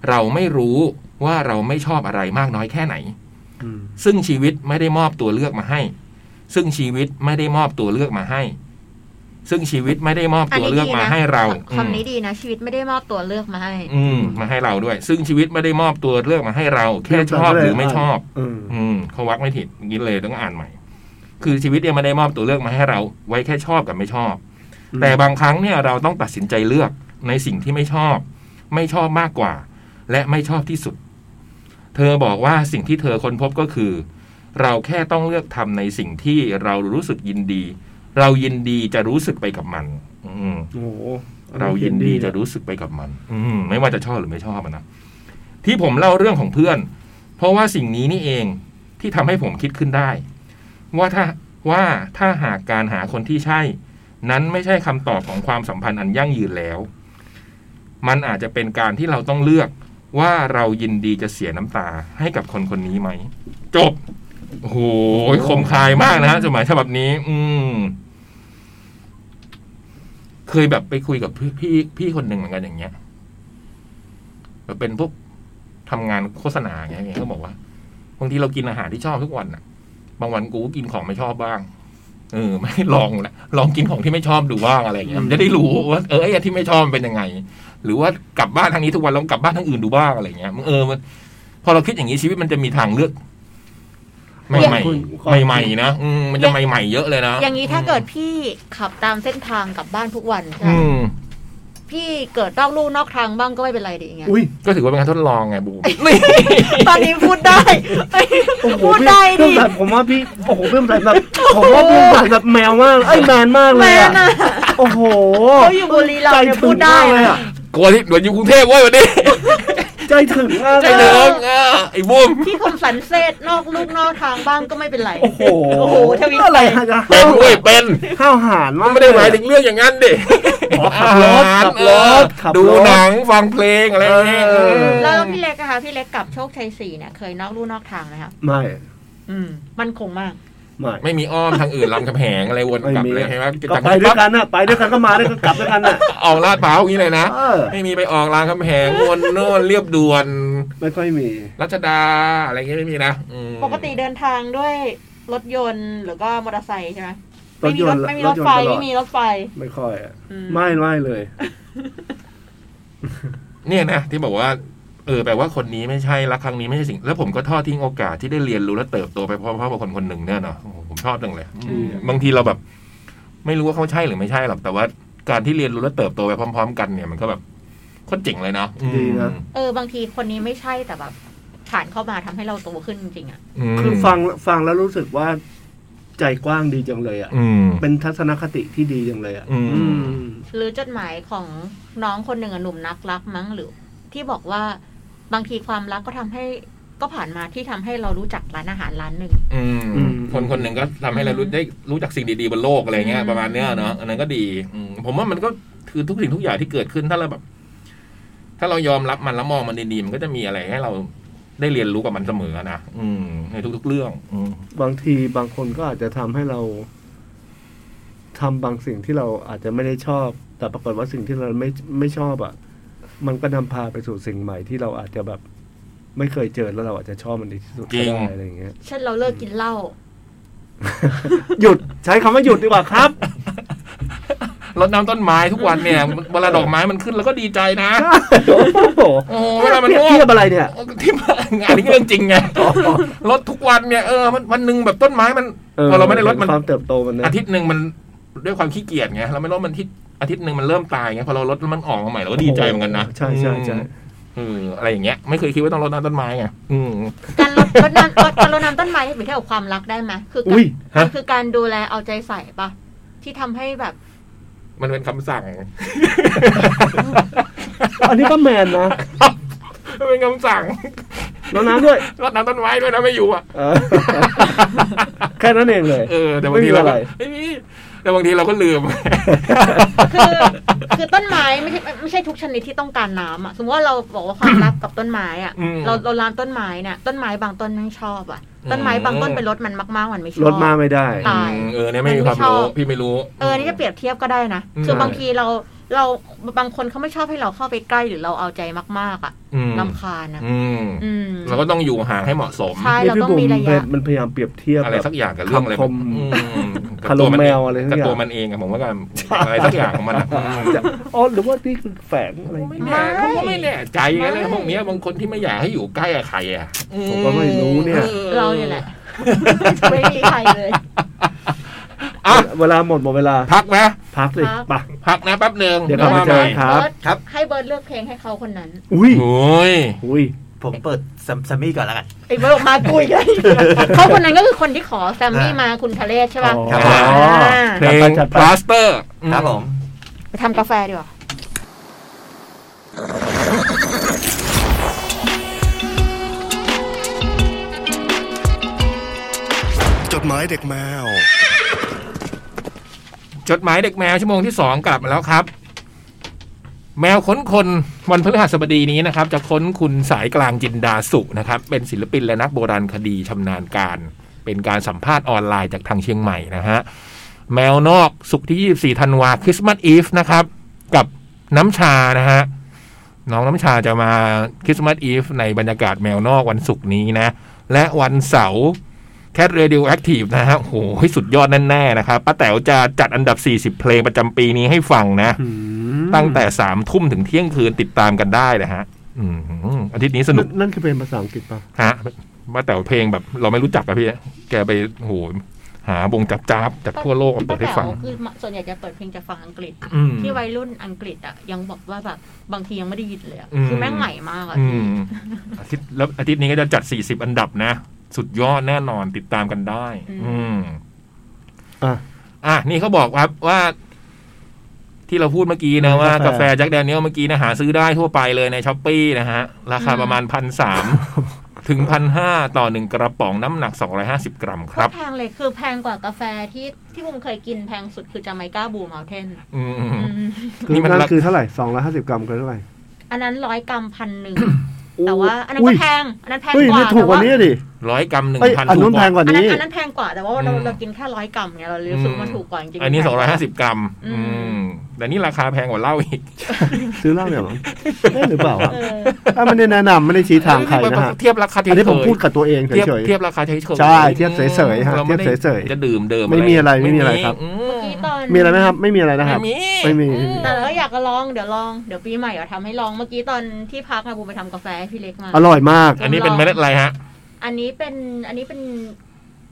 Speaker 2: เราไม่รู้ว่าเราไม่ชอบอะไรมากน้อยแค่ไหน
Speaker 3: อืม
Speaker 2: ซึ่งชีวิตไม่ได้มอบตัวเลือกมาให้ ซึ่งชีวิตไม่ได้มอบตัวเลือกมาให้ ซึ่งชีวิตไม่ได้มอบ
Speaker 4: อัน
Speaker 2: ตัว
Speaker 4: นี้
Speaker 2: เลือก
Speaker 4: ดี
Speaker 2: มา
Speaker 4: นะ
Speaker 2: ให้เรา
Speaker 4: คำนี้ดีนะ ชีวิตไม่ได้มอบตัวเลือกมาให้
Speaker 2: อืม มาให้เราด้วย ซึ่งชีวิตไม่ได้มอบตัวเลือกมาให้เรา แค่ชอบหรือไม่ชอบ
Speaker 3: อืม
Speaker 2: อืมเขาวักไม่ผิดงี้เลยต้องอ่านใหม่ คือชีวิตเนี่ยมันได้มอบตัวเลือกมาให้เรา ไว้แค่ชอบกับไม่ชอบ แต่บางครั้งเนี่ยเราต้องตัดสินใจเลือกในสิ่งที่ไม่ชอบ ไม่ชอบมากกว่า และไม่ชอบที่สุด เธอบอกว่าสิ่งที่เธอค้นพบก็คือ เราแค่ต้องเลือกทำในสิ่งที่เรารู้สึกยินดี เรายินดีจะรู้สึกไปกับมัน อืม
Speaker 3: โอ้โห
Speaker 2: เรายินดีจะรู้สึกไปกับมัน อืมไม่ว่าจะชอบหรือไม่ชอบอะนะ ที่ผมเล่าเรื่องของเพื่อน เพราะว่าสิ่งนี้นี่เองที่ทำให้ผมคิดขึ้นได้ ว่าถ้าว่าถ้าหากการหาคนที่ใช่ นั้นไม่ใช่คำตอบของความสัมพันธ์อันยั่งยืนแล้ว มันอาจจะเป็นการที่เราต้องเลือกว่าเรายินดีจะเสียน้ำตาให้กับคนคนนี้ไหม จบโอ้โหคมคายมากนะฮะจดหมายฉบับนี้ อืม เคยแบบไปคุยกับพี่พี่พี่คนหนึ่งเหมือนกันอย่างเงี้ยแบบเป็นพวกทำงานโฆษณาอย่างเงี้ยเขาบอกว่าบางทีเรากินอาหารที่ชอบทุกวันอ่ะ บางวันกูก็กินของไม่ชอบบ้าง เออ ไม่ลองแหละลองกินของที่ไม่ชอบดูบ้างอะไรอย่างเงี้ยมันจะได้รู้ว่าเออไอ้อันที่ไม่ชอบมันเป็นยังไง หรือว่ากลับบ้านทางนี้ทุกวันลองกลับบ้านทางอื่นดูบ้างอะไรอย่างเงี้ยมึงเออมัน พอเราคิดอย่างนี้ชีวิตมันจะมีทางเลือกใหม่ๆใหม่ๆนะอืมมันจะใหม่ๆเยอะเลยนะ
Speaker 4: อย่างนี้ถ้าเกิดพี่ขับตามเส้นทางกลับบ้านทุกวันใช่ไหม
Speaker 2: อืม
Speaker 4: พี่เกิดนอกลู่นอกทางบ้างก็ไม่เป็นไรดิอย่างเงี้ย
Speaker 3: อุ้ย
Speaker 2: ก็ถือว่าเป็นการทดลองไงบู
Speaker 4: ตอนนี้พูดได้
Speaker 3: โอ้โห
Speaker 4: พูด
Speaker 3: พี่
Speaker 4: ได้ดิ
Speaker 3: เพิ่มใส่ผมว่าพี่โอ้โหเพิ่มใส่แบบผมว่าเพิ่มใส่แบบแมวมากไอ้ยแมนมากเล
Speaker 4: แม
Speaker 3: ย
Speaker 4: น
Speaker 3: อะ
Speaker 4: อะ
Speaker 3: โอ้โห
Speaker 4: เขาอยู่บุรีรัมย์เนี่ยพูดได้
Speaker 3: ใจถึงมากเล
Speaker 4: นะ
Speaker 3: ยอะ
Speaker 2: กลัวที่เดี๋ยวอยู่กรุงเทพเว้ยวันนี้
Speaker 3: ใจถึงมากเล
Speaker 2: ใช่
Speaker 3: ย
Speaker 2: เดิ
Speaker 3: อะ
Speaker 2: มเออไอ้บูม
Speaker 4: พี่คมสันเซตนอกลูกนอกทางบ้างก็ไม่เป็นไร
Speaker 3: โอ้โห
Speaker 4: โอ้โหทวิต
Speaker 3: อะไรฮะจะ
Speaker 2: เป็นเว้ยเป็น
Speaker 3: ข้าวหาร
Speaker 2: มั
Speaker 3: มาน ก
Speaker 2: ไม่ได้หมายถึงเรื่องอย่างนั้นดิ
Speaker 3: อ๋อขับรถขับรถขับรถ
Speaker 2: ดูหนังฟังเพลงอะไรอย่างเงี้ย
Speaker 3: เออ
Speaker 2: เออ
Speaker 4: แล้วพี่เล็กนะคะพี่เล็กกลับโชคชัยสี่เนี่ยเคยนอกลู่นอกทางไหมคะ
Speaker 3: ไม่
Speaker 4: อืม มันคงมาก
Speaker 3: ไม่
Speaker 2: ไม่มีอ้อมทางอื่นลำกำแหงอะไรวนกลับเลยใช่ไหม
Speaker 3: ก็
Speaker 2: จาก
Speaker 3: ไปด้วยกันน่ะไปด้วยกันก็มาด้วยกันกลับด้วยกันน่ะ
Speaker 2: ออกลาดพร้าวอย่างนี้เลยนะ
Speaker 3: เออ
Speaker 2: ไม่มีไปออกรามคำแหงวนโน่นเรียบด่วน
Speaker 3: ไม่ค่อยมี
Speaker 2: รัชดาอะไรอย่างเงี้ยไม่มีนะอืม
Speaker 4: ปกติเดินทางด้วยรถยนต์หรือก็มอเตอร์ไซค์ใช่ไหม
Speaker 3: ร
Speaker 4: ไม่
Speaker 3: ถ
Speaker 4: มี
Speaker 3: ย
Speaker 4: ร
Speaker 3: น
Speaker 4: ถ
Speaker 3: ต์
Speaker 4: ไม่มีรถไฟ
Speaker 3: ยนต์ตลอด
Speaker 4: ไม่มีรถไฟ
Speaker 3: ไม่ค่อยอะ
Speaker 4: อืม
Speaker 3: ไม่ไม่เลย
Speaker 2: เนี่ยนะที่บอกว่า เออแปลว่าคนนี้ไม่ใช่รักครั้งนี้ไม่ใช่สิ่ง แล้วผมก็ทอดทิ้งโอกาสที่ได้เรียนรู้และเติบโตไปพร้อมๆกับคนคนหนึ่งเนี่ยเนาะโอ้โหผมชอบจังเลยอืมบางทีเราแบบ ไม่รู้ว่าเขาใช่หรือไม่ใช่หรอกแต่ว่าการที่เรียนรู้และเติบโตไปพร้อม ๆ กันเนี่ยมันก็แบบโคตรเจ๋งเลยเนาะอืม
Speaker 3: ดีนะ
Speaker 4: เออบางทีคนนี้ไม่ใช่แต่แบบผ่านเข้ามาทำให้เราโตขึ้นจริงๆอะ
Speaker 2: ม
Speaker 3: คือฟังฟังแล้วรู้สึกว่าใจกว้างดีจังเลยอ่ะ
Speaker 2: อืม
Speaker 3: เป็นทัศนคติที่ดีจังเลยอ่ะ
Speaker 2: อืม
Speaker 3: อืม
Speaker 4: หรือจดหมายของน้องคนหนึ่งอะหนุ่มนักรักมั้งหรือ ที่บอกว่าบางทีความรักก็ทำให้ก็ผ่านมาที่ทำให้เรารู้จักร้านอาหารร้านหนึ่ง
Speaker 2: อืม
Speaker 3: อืม
Speaker 2: คนคนหนึ่งก็ทำให้เรารู้ได้รู้จักสิ่งดีๆบนโลกอะไรเงี้ย
Speaker 4: อืม
Speaker 2: ประมาณเนี้ยเนาะอันนั้นก็ดีอืมผมว่ามันก็คือทุกสิ่งทุกอย่างที่เกิดขึ้นถ้าเราแบบ ถ้าเรายอมรับมันแล้วมองมันดีๆมันก็จะมีอะไรให้เราได้เรียนรู้กับมันเสมอนะอืม ในทุก ๆ เรื่อง อืม
Speaker 3: บางทีบางคนก็อาจจะทำให้เราทำบางสิ่งที่เราอาจจะไม่ได้ชอบ แต่ปรากฏว่าสิ่งที่เราไม่ไม่ชอบอ่ะ มันก็นำพาไปสู่สิ่งใหม่ที่เราอาจจะแบบ ไม่เคยเจอแล้วเราอาจจะชอบมันในที่สุด
Speaker 2: จริ
Speaker 3: ก็
Speaker 2: ง
Speaker 3: ได้อะไรอย่างเงี้ย
Speaker 4: เช่นเราเลิกกินเหล้า
Speaker 3: หยุดใช้คำว่าหยุดดีกว่าครับ
Speaker 2: รดน้ำต้นไม้ทุกวันเนี่ยเวลาดอกไม้มันขึ้นเราก็ดีใจนะ
Speaker 3: โอ้โห
Speaker 2: โอ้เวลามัน
Speaker 3: เทียบ
Speaker 2: ร่วง
Speaker 3: เทียบอะไรเนี่ย
Speaker 2: ที่มางานนี้เรื่องจริงไงรถทุกวันเนี่ยเออมันวันหนึ่งแบบต้นไม้มัน
Speaker 3: เออ
Speaker 2: พอเราไม่ได้รดมัน
Speaker 3: ความเติบโตมันนะ
Speaker 2: อาทิตย์หนึ่งมันด้วยความขี้เกียจไงเราไม่รดมันที่อาทิตย์หนึ่งมันเริ่มตายไงพอเราลดแล้วมันออกมาใหม่เราก็ดีใจเหมือนกันนะ
Speaker 3: ใช่ใช่ใช่
Speaker 2: เอออะไรอย่างเงี้ยไม่เคยคิดว่าต้องรดน้ำต้นไม้ไงอืม
Speaker 4: การลดลดน้ำลดการลดน้ำต้นไม้ให้เปรียบเทียบกับความรักได้ไหมคือการ
Speaker 3: อุ้ย
Speaker 2: ฮะ
Speaker 4: มันคือการดูแลเอาใจใส่ปะที่ทำให้แบบ
Speaker 2: มันเป็นคำสั่ง
Speaker 3: อันนี้ก็แมนนะ
Speaker 2: มันเป็นคำสั่ง
Speaker 3: แล้วน้ำด้วย
Speaker 2: รดน้ำต้นไม้ด้วยนะไม่อยู่อ่ะ
Speaker 3: เอ อแค่นั้นเองเลย
Speaker 2: เออแต่บางทีเราก็ไม่มีแต่บางทีเราก็ลืม
Speaker 4: คือคือต้นไม้ไม่ใช่ไม่ใช่ทุกชนิดที่ต้องการน้ำอ่ะ สมมติว่าเราบอกว่าความรักกับต้นไม้อ่ะ
Speaker 2: อืม
Speaker 4: เราเราลามต้นไม้เนี่ยต้นไม้บางต้นไม่ชอบอ่ะ
Speaker 2: อืม
Speaker 4: ต้นไม้บางต้นไปรดมันมากๆมันไม่ชอบ
Speaker 3: รถมาไม่ได้
Speaker 4: ตาย
Speaker 2: อืมเออเนี่ยไม่มีความรู้พี่ไม่รู้
Speaker 4: เออนี่จะเปรียบเทียบก็ได้นะ
Speaker 2: อืม
Speaker 4: คือบางทีเราเราบางคนเขาไม่ชอบให้เราเข้าไปใกล้หรือเราเอาใจมากๆอ่ะ
Speaker 2: อืม
Speaker 4: ลำคาญอ่ะ
Speaker 2: อืม
Speaker 4: อืม
Speaker 2: เราก็ต้องอยู่ห่างให้เหมาะสม
Speaker 4: ใช่
Speaker 3: นี่
Speaker 4: เรา
Speaker 3: พี่
Speaker 4: ต้อง
Speaker 3: บุ๋ม
Speaker 4: มีระยะ
Speaker 3: มันพยายามเปรียบเทียบ
Speaker 2: อะไร
Speaker 3: แบบ
Speaker 2: สักอย่างกับเรื่องอะไร
Speaker 3: คำคม
Speaker 2: อืม
Speaker 3: คารมแมวอะไรสักอย่าง
Speaker 2: กับตัวมันเองอะผมว่าการอะไรสักอย่างของมันอะ
Speaker 3: จะอ๋อหรือว่านี่คือแฝงอะไร
Speaker 2: ไม่แน่
Speaker 4: ไม่
Speaker 2: เขาก็ไม่แน่ใจไง
Speaker 4: ไม่
Speaker 2: เรื่องพวกเนี้ยบางคนที่ไม่อยากให้อยู่ใกล้อะใครอะ
Speaker 3: ผมก็ไม่รู้เนี่ย
Speaker 2: ออ
Speaker 4: เราเนี่ยแหละ ไม่มีใครเลย
Speaker 2: อ่ะ
Speaker 3: เวลาหมดหมดเวลา
Speaker 2: พักนะ
Speaker 3: พักสิ
Speaker 4: พัก
Speaker 3: ไปะ
Speaker 2: พักนะแป๊บหนึ่ง
Speaker 3: เดี๋ยวกลับมาเจอกันครับ
Speaker 4: เบิร์ต
Speaker 1: ครับ
Speaker 4: ให้เบิร์ดเลือกเพลงให้เขาคนนั้น
Speaker 3: อุ้ย
Speaker 2: โอ้ย
Speaker 3: อุ้ย
Speaker 1: ผมเปิดซัมซัมมี่ก่อนแล้วกัน
Speaker 4: ไอ้เบิร์ดออกมากุยกันเขาคนนั้นก็คือคนที่ขอแซมมี่มาคุณทะเลศใช่ป่ะ
Speaker 1: ครับ
Speaker 3: อ๋อ
Speaker 4: อ่า
Speaker 2: เพลง
Speaker 3: จัด
Speaker 2: พ
Speaker 3: ไป
Speaker 2: ลาสเตอร์
Speaker 1: ครับผม
Speaker 4: ไปทำกาแฟดีกว่า
Speaker 5: จดหมายเด็กแมว
Speaker 2: จดหมายเด็กแมวชั่วโมงที่สองกลับมาแล้วครับ แมวค้นคนวันพฤหัสบดีนี้นะครับ จะค้นคุณสายกลางจินดาสุนะครับ เป็นศิลปินและนักโบราณคดีชำนาญการ เป็นการสัมภาษณ์ออนไลน์จากทางเชียงใหม่นะฮะ แมวนอกสุกร์ที่ 24 ธันวาคริสต์มาสอีฟนะครับ กับน้ำชานะฮะ น้องน้ำชาจะมาคริสต์มาสอีฟในบรรยากาศแมวนอกวันศุกร์นี้นะ และวันเสาร์แคทเรดิโอแอคทีฟนะฮะโอ้โหสุดยอดแน่ๆนะครับป้าแต๋วจะจัดอันดับ 40 เพลงประจำปีนี้ให้ฟังนะ
Speaker 3: อืม
Speaker 2: ตั้งแต่สามทุ่มถึงเที่ยงคืนติดตามกันได้นะฮะ อืมอาทิตย์นี้ส นุก
Speaker 3: นั่นคือเป็นภาษาอังกฤษป่ะ
Speaker 2: ฮะมาแต่ว่าเพลงแบบเราไม่รู้จักอะพี่ แกไปโหหาวงจับจ้าบจากทั่วโลกมาเปิดให้ฟัง
Speaker 4: ป้าแต๋วคือส่วนใหญ่จะเปิดเพลงจากฝั่งอังกฤษ
Speaker 2: อืม
Speaker 4: ที่วัยรุ่นอังกฤษอ่ะยังบอกว่าแบบบางทียังไม่ได้ยินเลยอะ
Speaker 2: อืม
Speaker 4: คือแม่งใหม่มากอ่ะ
Speaker 2: อืมอาทิตย์แล้วอาทิตย์นี้ก็จะจัด 40 อันดับนะ สุดยอดแน่นอนติดตามกันได้ อืม
Speaker 3: อ่ะ
Speaker 2: อ่ะนี่เขาบอกครับว่า ที่เราพูดเมื่อกี้นะว่า
Speaker 3: าก
Speaker 2: กา
Speaker 3: แฟ
Speaker 2: แฟแจ็คแดเนียลเมื่อกี้นะหาซื้อได้ทั่วไปเลยในช้อปปีนะฮะ ราคาประมาณพันสาม ถึงพันห้าต่อหนึ่งกระป๋องน้ำหนัก 250 กรัมค
Speaker 4: โค
Speaker 2: รั
Speaker 4: ต
Speaker 2: บ
Speaker 4: รแพงเลยคือแพงกว่ากาแฟที่ที่ผมเคยกินแพงสุดคือจาไมก้าบูมา u เทน
Speaker 2: อืม
Speaker 3: คือ
Speaker 2: นี่มัน
Speaker 3: นั่น
Speaker 2: ละ
Speaker 3: คือเท่าไหร่สองร้อยห้าสิบกรัมคือเท่าไหร่
Speaker 4: อันนั้นร้อยกรัมพันหนึ่งแต่ว่า อันนั้นก็แพงอันนั้นแพง
Speaker 3: เฮ้ย
Speaker 4: กว่า
Speaker 3: นี่ถูกกว่านี้ดิ
Speaker 2: ร้อยกรัมหนึ่ง
Speaker 3: เอ้ย
Speaker 2: พัน
Speaker 3: อัน
Speaker 2: ถู
Speaker 3: นู้
Speaker 2: ก
Speaker 3: น
Speaker 2: ก
Speaker 3: แพ
Speaker 2: ว่า
Speaker 3: งกว่า
Speaker 4: อันนั้น
Speaker 3: นี้
Speaker 4: อันนั้นแพงกว่าแต่ว่าเรา
Speaker 2: อืม
Speaker 4: เรากินแค่ร้อยกรัมเนี่ยเราเลยรู้สึกว่ามันถูกกว่าจริงๆ
Speaker 2: อันนี้
Speaker 4: แพกว่า
Speaker 2: 250 กรัม
Speaker 4: อื
Speaker 2: อื
Speaker 4: ม
Speaker 2: ม แต่นี่ราคาแพงกว่าเหล้าอีก
Speaker 3: ซื้อเหล้าเนี่ยเหร อเอ้ยหรือเปล่าอ่ะ
Speaker 4: เออ
Speaker 3: ถ้าไม่ได้แนะนำไม่ได้ชี้ทางใครนะฮะ
Speaker 2: เทียบราคาเฉยๆ
Speaker 3: อันนี้ผมพูดกับตัวเอง
Speaker 2: เทียบ
Speaker 3: เฉย
Speaker 2: เทียบราคาเฉยๆ
Speaker 3: ใช่เทียบเฉยๆฮะ
Speaker 2: ราไม่ได้
Speaker 3: เทียบเฉยๆ
Speaker 2: จะดื่มเดิม
Speaker 3: ไม่มีอะไรไม่มีอะไรครับ
Speaker 2: อื
Speaker 4: เมื่อ
Speaker 2: ม
Speaker 4: กี้ นี้ตอน
Speaker 3: มีอะไรไหมครับ ไม่มีอะไรนะครับ
Speaker 2: ไม่มี
Speaker 3: ไม่มี
Speaker 4: แต่ก็อยากจะลองเดี๋ยวลองเดี๋ยวปีใหม่เดี๋ยวทำให้ลองเมื่อกี้ตอนที่พักอะบูมไปทำกาแฟให้พี่เล็กมา
Speaker 3: อร่อยมาก
Speaker 2: อันนี้เป็นเมล็ดอะไรฮะ
Speaker 4: อันนี้เป็นอันนี้เป็น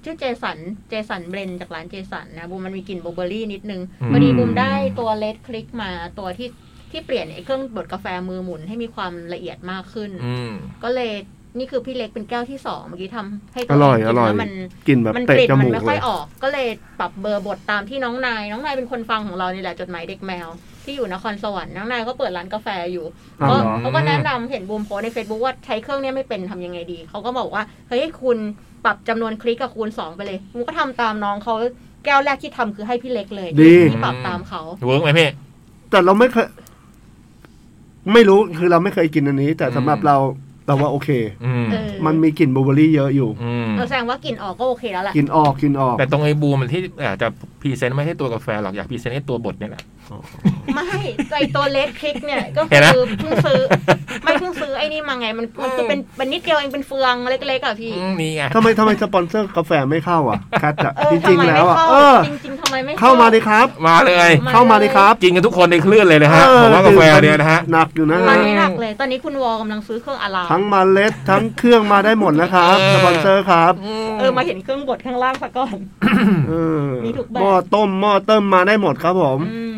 Speaker 4: ชื่อเจสันเจสันเบรนจากร้านเจสันนะบูมมันมีกลิ่นโบเบอรี่นิดนึง
Speaker 2: อืม
Speaker 4: พอดีบูมได้ตัวเลดคลิกมาตัวที่ที่เปลี่ยนไอ้เครื่องบดกาแฟมือหมุนให้มีความละเอียดมากขึ้น
Speaker 2: อืม
Speaker 4: ก็เลยนี่คือพี่เล็กเป็นแก้วที่สองเมื่อกี้ทำให้
Speaker 3: อร่อย อ
Speaker 4: ตัว
Speaker 3: ร่อย
Speaker 4: เงกินแล้วมัน
Speaker 3: กลิ่นแบบ
Speaker 4: มัน
Speaker 3: เตะ
Speaker 4: กลิ่น
Speaker 3: จ
Speaker 4: มั
Speaker 3: มูก
Speaker 4: นไม่
Speaker 3: เล
Speaker 4: ค่อย ยออก ก็เลยปรับเบอร์บทตามที่น้องนาย น้องนายเป็นคนฟังของเรานี่แหละจดหมายเด็กแมว ที่อยู่นครสวรรค์น้องนายก็เปิดร้านกาแฟอยู่
Speaker 3: อ้าว
Speaker 4: ก็
Speaker 3: เหรอ
Speaker 4: เขาก็แนะนำเห็นบูมโพสต์ใน Facebook ว่าใช้เครื่องเนี้ยไม่เป็นทำยังไงดี เขาก็บอกว่า เฮ้ย คุณปรับจำนวนคลิกกับคูณ 2 ไปเลยบูมก็ทำตามน้องเขาแก้วแรกที่ทำคือให้พี่เล็กเลย
Speaker 3: ดี
Speaker 4: ที่ปรับตามเขา
Speaker 2: เวิร์กไหมพี่
Speaker 3: แต่เราไม่เคย ไม่รู้คือเราไม่เคยกินอันนี้ แต่
Speaker 2: อืม
Speaker 3: สำหรับเราเราว่าโอเค
Speaker 2: อืม
Speaker 4: เออ
Speaker 3: มันมีกลิ่นบลูเบอรี่เยอะอยู่
Speaker 2: อืม
Speaker 4: เออแสดงว่ากลิ่นออกก็โอเคแล้วแหละ
Speaker 3: กินออกกินออก
Speaker 2: แต่ตรงไอ้บูมมันที่อาจจะพรีเซนต์ไม่ให้ตัวกาแฟหรอกอยากพรีเซนต์ให้ตัวบทเนี่ยแหละ
Speaker 4: ไม่ไอตัวเลดคลิกเนี่ยก็
Speaker 2: เห็นนะ
Speaker 4: คือเพิ่งซื้อ ไม่เพิ่งซื้อไอ้นี่มาไง มันมันคือเป็นมันนิดเดียวเองเป็นเฟืองเล็กๆอ่ะพี่
Speaker 2: อืมนี่ไง
Speaker 3: ทำไมทำไมสปอนเซอร์กาแฟไม่เข้าอ่ะแคทอ่ะ
Speaker 4: เออ
Speaker 3: จริง ๆ แล้วอ่ะเออ
Speaker 4: ทำไมไม่เข้าจริงๆทำไมไม่
Speaker 3: เข้ามาดิครับ
Speaker 2: มาเลย
Speaker 4: มลย
Speaker 3: เข้ามาดิครับ
Speaker 2: กินกันทุกคนในคลื่นเลยนะฮะ
Speaker 3: ออ
Speaker 2: ผมว่ากาแฟเนี่ยนะฮะ
Speaker 3: หนักอยู่นะ
Speaker 4: ตอ
Speaker 3: ฮะ
Speaker 4: นนี้หนักเลย ตอนนี้คุณวอกำลังซื้อเครื่องอะลาม
Speaker 3: ทั้งเมาเล็ดทั้งเครื่องมาได้หมดนะครับ
Speaker 2: เออ
Speaker 3: สปอนเซอร์ครับ
Speaker 4: เออมาเห็นเครื่องบดข้างล่างซะก่อน
Speaker 3: เออ
Speaker 4: มีทุกแบบ
Speaker 3: หม้อต้มหม้อเติมมาได้หมดครับผม
Speaker 4: อืม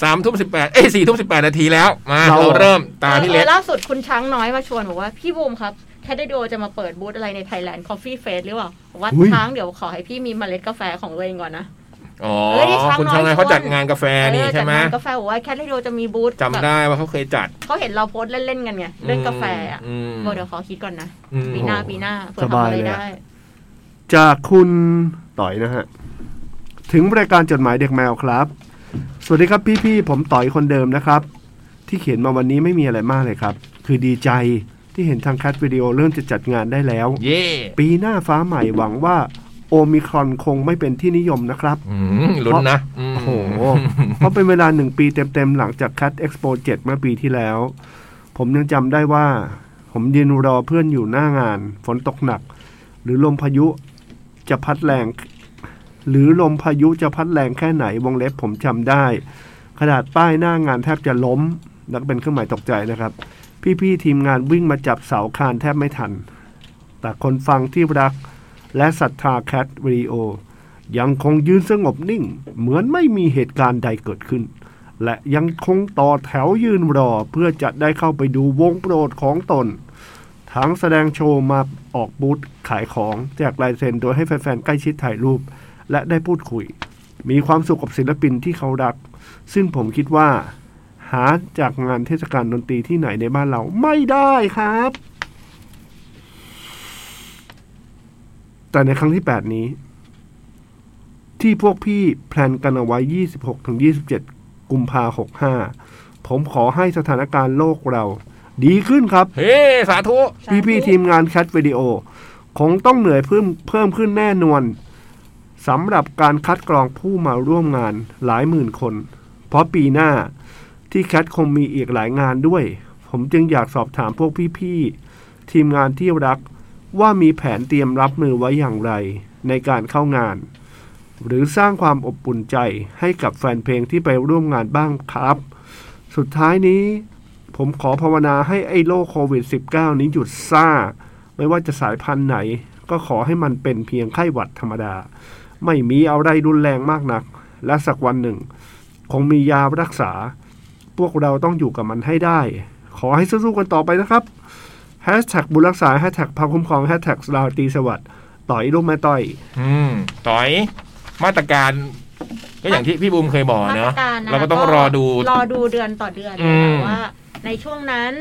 Speaker 2: สามทุ่มสิบแปดเอ้ยสี่ทุ่มสิบแปดนาทีแล้ว มา
Speaker 3: เรา
Speaker 2: เราเริ่มตามพี่เล็ก
Speaker 4: ออล่าสุดคุณช้างน้อยมาชวนบอกว่า พี่บูมครับแคดโดจะมาเปิดบูธอะไรในไทยแลนด์คอฟฟี่เฟสหรือเปล่าวัด
Speaker 3: อุ้ย
Speaker 4: ช้างเดี๋ยวขอให้พี่มีเมล็ดกาแฟของตัวเองก่อนนะ
Speaker 2: อ๋อ
Speaker 4: เออที่ช้าง
Speaker 2: คุณช้าง
Speaker 4: น้
Speaker 2: น
Speaker 4: อย
Speaker 2: เขาจัดงานกาแฟนี่
Speaker 4: เออ
Speaker 2: ใช่ไหม
Speaker 4: จัดงานกาแฟบอกว่าแคดโดจะมีบูธ
Speaker 2: จำ
Speaker 4: แบบ
Speaker 2: ได้ว่าเขาเคยจัด
Speaker 4: เขาเห็นเราโพสต์เล่นๆกันไงเรื่องกาแฟอ่ะ
Speaker 2: ม
Speaker 4: บอกเดี๋ยวขอคิดก่อนนะ
Speaker 2: อืม
Speaker 4: ปีหน้าปีหน้าเผื่อทำอะไรได้
Speaker 3: จากคุณต่อยนะฮะ ถึงรายการจดหมายเด็กแมวครับ สวัสดีครับพี่ๆผมต่อยคนเดิมนะครับ ที่เขียนมาวันนี้ไม่มีอะไรมากเลยครับ คือดีใจที่เห็นทางแคทวิดีโอเริ่มจะจัดงานได้แล้ว
Speaker 2: เย่
Speaker 3: ปีหน้าฟ้าใหม่หวังว่าโอมิครอนคงไม่เป็นที่นิยมนะครับ
Speaker 2: อืมลุ้นนะม
Speaker 3: โอ้โห เพราะเป็นเวลาหนึ่งปีเต็มๆ หลังจากคัดเอ็กซ์โปเจ็ดเมื่อปีที่แล้ว ผมยังจำได้ว่า ผมยืนรอเพื่อนอยู่หน้างาน ฝนตกหนัก หรือลมพายุจะพัดแรง หรือลมพายุจะพัดแรงแค่ไหนวงเล็บผมจำได้ ขนาดป้ายหน้างานแทบจะล้ม นักเป็นเครื่องหมายตกใจนะครับ พี่ๆ ทีมงานวิ่งมาจับเสาคานแทบไม่ทัน แต่คนฟังที่รักและศรัทธาแคทวิดีโอ ยังคงยืนสงบนิ่ง เหมือนไม่มีเหตุการณ์ใดเกิดขึ้น และยังคงต่อแถวยืนรอเพื่อจะได้เข้าไปดูวงโปรดของตน ทั้งแสดงโชว์มาออกบูธขายของแจกลายเซ็นโดยให้แฟนๆ ใกล้ชิดถ่ายรูป และได้พูดคุย มีความสุขกับศิลปินที่เขารัก ซึ่งผมคิดว่า หาจากงานเทศกาลดนตรีที่ไหนในบ้านเราไม่ได้ครับ แต่ในครั้งที่ 8 นี้ ที่พวกพี่แพลนกันเอาไว้ 26 ถึง 27 กุมภา65 ผมขอให้สถานการณ์โลกเรา ดีขึ้นครับ
Speaker 2: เฮ้สาธุ
Speaker 3: พี่พี่ๆทีมงานแคทวิดีโอ คงต้องเหนื่อยเพิ่มเพิ่มขึ้นแน่นวนสำหรับการคัดกรองผู้มาร่วมงานหลายหมื่นคน เพราะปีหน้าที่แคทคงมีอีกหลายงานด้วย ผมจึงอยากสอบถามพวกพี่ๆทีมงานที่รักว่ามีแผนเตรียมรับมือไว้อย่างไรในการเข้างาน หรือสร้างความอบอุ่นใจให้กับแฟนเพลงที่ไปร่วมงานบ้างครับ สุดท้ายนี้ ผมขอภาวนาให้ไอ้โรคโควิด -19 นี้หยุดซ่า ไม่ว่าจะสายพันธุ์ไหน ก็ขอให้มันเป็นเพียงไข้หวัดธรรมดา ไม่มีอะไรรุนแรงมากนัก และสักวันหนึ่ง คงมียารักษา พวกเราต้องอยู่กับมันให้ได้ ขอให้สู้ๆกันต่อไปนะครับแฮชแท็กบุญรักษาแฮชแท็กพาคุ้มครองแฮชแท็กลาวตีสวัสดิ์ต่อยลูกแม่ต่อย
Speaker 2: อืมต่อยมาตรการ ก็อย่างที่พี่บูมเคยบอก
Speaker 4: มาต
Speaker 2: เน
Speaker 4: ร
Speaker 2: อะ
Speaker 4: การนะ
Speaker 2: เราก็ต้องรอดู
Speaker 4: รอดูเดือนต่อเดือน
Speaker 2: อื
Speaker 4: เล
Speaker 2: ม
Speaker 4: ยนะว่า ในช่วงนั้น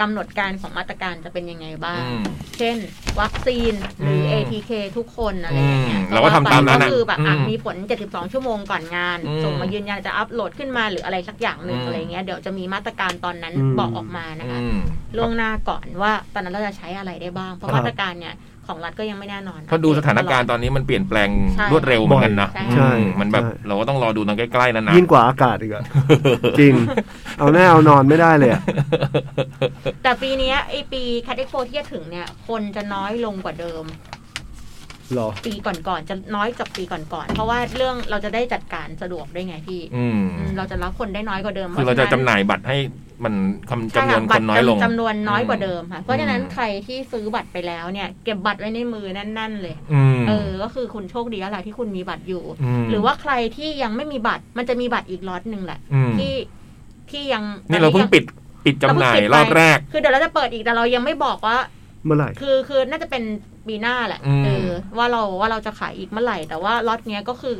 Speaker 4: กำหนดการของมาตรการจะเป็นยังไงบ้าง
Speaker 2: อืม
Speaker 4: เช่น วัคซีนหรือ
Speaker 2: ม
Speaker 4: อ ATK ทุกคนอะไรอย่างเงี้ย
Speaker 2: อืมเราก็ทำตามนั้น
Speaker 4: ก็
Speaker 2: อะ
Speaker 4: คือแบบอ่ะ
Speaker 2: อืม
Speaker 4: มีผล 72 ชั่วโมงก่อนงาน
Speaker 2: อืม
Speaker 4: ส่งมายืนยันจะอัพโหลดขึ้นมาหรืออะไรสักอย่างหนึ่ง
Speaker 2: อืม
Speaker 4: อะไรเงี้ยเดี๋ยวจะมีมาตรการตอนนั้น
Speaker 3: อืม
Speaker 4: บอกออกมานะคะ
Speaker 2: อืม
Speaker 4: ล่วงหน้าก่อนว่าตอนนั้นเราจะใช้อะไรได้บ้าง เพราะ
Speaker 3: ครับ
Speaker 4: มาตรการเนี่ยของรัฐก็ยังไม่แน่นอน
Speaker 2: เพราะดูสถานการณ์ตอนนี้มันเปลี่ยนแปลง
Speaker 4: ใช่
Speaker 2: รวดเร็วเหมือนกันนะ
Speaker 4: ใช่
Speaker 2: อืม
Speaker 3: ใช่
Speaker 2: มันแบบ
Speaker 3: ใช่
Speaker 2: เราก็ต้องรอดูตอนใกล้ๆนั้นนะ
Speaker 3: ยิ่งกว่าอากาศอีกอะ จริง เอาแน่เอานอนไม่ได้เลยอะ
Speaker 4: แต่ปีเนี้ยไอปีแคดเอ็กโปที่จะถึงเนี่ย คนจะน้อยลงกว่าเดิม
Speaker 3: หรอ
Speaker 4: ปีก่อนๆจะน้อยกว่าปีก่อนๆเพราะว่าเรื่องเราจะได้จัดการสะดวกด้วยไงพี่
Speaker 2: อืม
Speaker 4: อืมเราจะรับคนได้น้อยกว่าเดิม
Speaker 2: คือเราจะจำหน่ายบัตรให้มันคำจำนวนคนน้อยลง
Speaker 4: จำนวนน้อยกว่าเดิมค่ะเพราะฉะนั้น
Speaker 2: อืม
Speaker 4: ใครที่ซื้อบัตรไปแล้วเนี่ย เก็บบัตรไว้ในมือแน่น ๆ เลย
Speaker 2: อืม
Speaker 4: เออ ก็คือคุณโชคดีแล้วล่ะที่คุณมีบัตรอยู่
Speaker 2: ม
Speaker 4: หรือว่าใครที่ยังไม่มีบัตร มันจะมีบัตรอีกล็อตหนึ่งแหละ
Speaker 2: อืม
Speaker 4: ที่ที่ยัง
Speaker 2: นี่เราเพิ่งปิดปิดจำหน่ายรอบแรก
Speaker 4: คือเดี๋ยวเราจะเปิดอีกแต่เรายังไม่บอกว่า
Speaker 3: เมื่อไหร่
Speaker 4: คือคือน่าจะเป็นปีหน้าแหละ
Speaker 2: อืม
Speaker 4: เออว่าเราว่าเราจะขายอีกเมื่อไหร่ แต่ว่าล็อตเนี้ยก็คือ